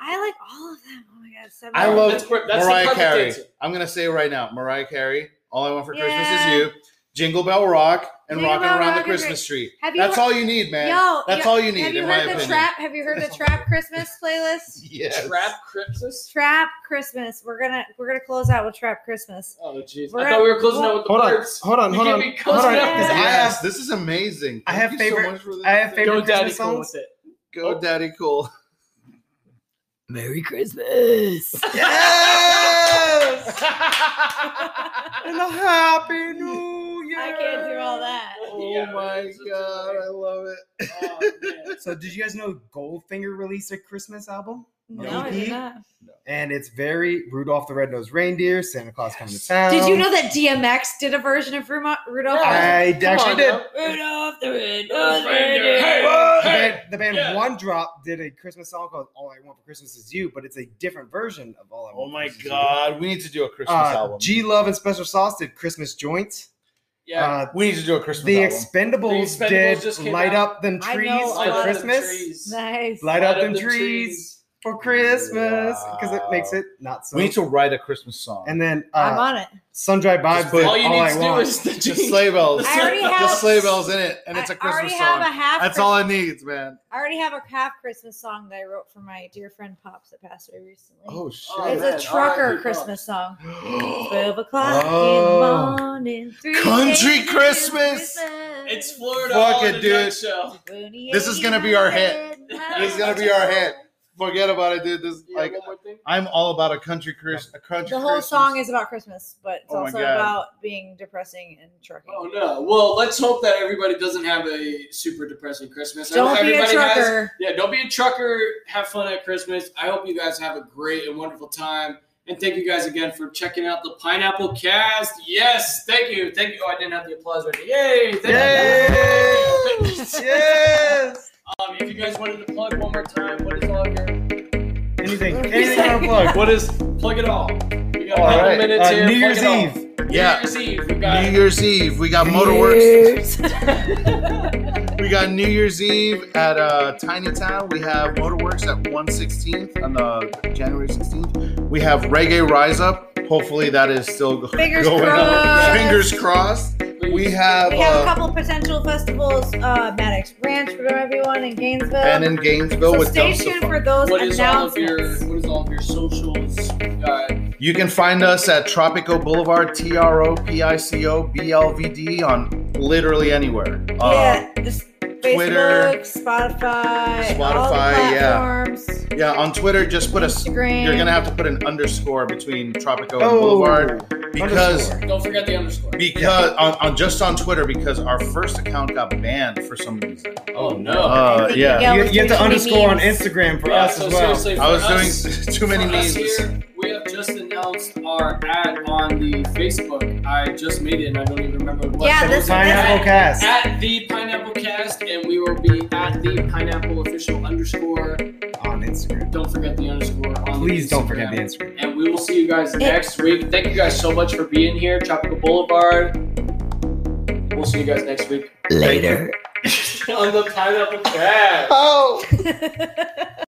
I like all of them. Oh my god, so
I
many.
love
That's where- that's the
Mariah
perfect
Carey.
answer.
I'm gonna say it right now, Mariah Carey. All I want for Christmas
Yeah.
is you. Jingle Bell Rock and
Jingle
rocking
Bell
around
Rock
the
and
Christmas
Christ-
tree.
Have you
That's
heard-
all you need, man.
Yo,
That's
yo,
all you need,
Have you
in
heard
my
the
opinion.
trap? Have you heard the trap Christmas playlist?
Yes.
Trap Christmas.
Trap Christmas. We're gonna we're gonna close out with Trap Christmas.
Oh jeez,
We're
I thought we were
at-
closing out with the
Hold on,
birds.
hold on,
You
hold
can't
on,
be
hold
closing
on,
out with
because
the
I
birds.
Yes, this is amazing.
I
Thank
have
you
favorite-
So much for this.
I have favorite-
Go, Daddy,
Christmas
go with
songs.
it.
Go, Daddy, cool.
Merry Christmas.
Yes.
and a happy new year.
I can't do all that.
oh
Yeah,
my
it's- it's
god, I love it.
Oh, man.
So, did you guys know Goldfinger released a Christmas album?
No, I
EP?
did not.
And it's very Rudolph the Red-Nosed Reindeer, Santa Claus coming to town.
Did you know that DMX did a version of Rudolph? Rudolph?
I
Come
actually
on,
did.
now.
Rudolph the Red
Reindeer. Hey,
The
hey.
band, the band
Yeah.
One Drop did a Christmas song called "All I Want for Christmas Is You," but it's a different version of "All I Want."
Oh
for
my
Christmas Is You.
god, we need to do a Christmas
Uh,
album.
G Love and Special Sauce did "Christmas Joint."
Yeah.
Uh,
we need to do a Christmas
the
album.
Expendables,
The Expendables just
did
came
"Light
out.
Up Them
I
Trees"
know
Light
a
for
lot of
up Oh, the
Christmas.
trees.
Nice.
Light up them trees for Christmas because it makes
Wow.
it not so.
we need to write a Christmas song.
and then
I'm
uh,
on it.
Sundry Vibes.
Just put-
did
All you need
I
to
want.
do is the
the
jingle.
sleigh bells.
I already
the
have-
sleigh bells in it, and it's
I
a Christmas
already
song.
have a half.
That's all it needs, man.
I already have a half Christmas song that I wrote for my dear friend Pops that passed away recently.
Oh shit!
Oh,
it's
man.
a trucker
R.I.P.
Christmas song. Twelve o'clock
Oh.
in the morning. Three
Country
days till
Christmas.
It's Florida
Fuck
all in
it,
a
dude.
nutshell.
This is gonna be our hit. This is gonna be our hit. Forget about it, dude. This
Yeah,
like
one more thing.
I'm all about a country Chris. A country.
The whole
Christmas.
song is about Christmas, but it's
Oh my
also
God.
about being depressing and trucking.
Oh no! Well, let's hope that everybody doesn't have a super depressing Christmas. I hope
Don't be a
everybody has-
trucker.
yeah, don't be a trucker. Have fun at Christmas. I hope you guys have a great and wonderful time. And thank you guys again for checking out the Pineapple Cast. Yes, thank you, thank you. Oh, I didn't have the applause ready. Yay! Thank you.
Yay! yes.
Um, if you guys wanted to plug one more time, what is all your
Anything, anything you want to plug?
What is plug it all? We got
All
a couple
right.
minutes
Uh,
here.
New
Plug
Year's
it all.
Eve.
Yeah.
New Year's Eve. We got
New Year's Eve. We got Motorworks. we got New Year's Eve at uh, Tiny Town. We have Motorworks at 116th on the January 16th. We have Reggae Rise Up. Hopefully that is still go-
Fingers
going
crossed.
on. Fingers crossed. We have,
We have
uh,
a couple potential festivals, uh, Maddox Ranch for everyone in Gainesville.
and in Gainesville
so
with
stay
Dumpster
tuned
Fire.
for those
what is all of
announcements.
your what is all of your socials? Uh,
You can find us at Tropico Boulevard, T R O P I C O B L V D on literally anywhere. Uh,
yeah, just
Twitter,
Facebook, Spotify,
Spotify,
all the
yeah.
platforms.
Yeah, on Twitter, just put a.
Instagram.
You're gonna have to put an underscore between Tropico
Oh,
and Boulevard because
underscore.
don't forget the underscore.
because on, on just on Twitter because our first account got banned for some reason.
Oh no.
Uh, yeah.
you, you have to underscore on Instagram for
Yeah,
us
so
as well.
seriously,
I
for
was
us-
doing too many
for us
memes.
Here, we have just announced our ad on the Facebook. I just made it and I don't even remember what.
Yeah, this- Pineapple
At-
Cast.
At the Pineapple Cast, and we will be at the Pineapple Official underscore.
on Instagram.
Don't forget the underscore. On
Please
the
don't forget the
Instagram.
Instagram.
And we will see you guys next week. Thank you guys so much for being here, Tropical Boulevard. We'll see you guys next week
Later.
on the Pineapple Cast.
Oh.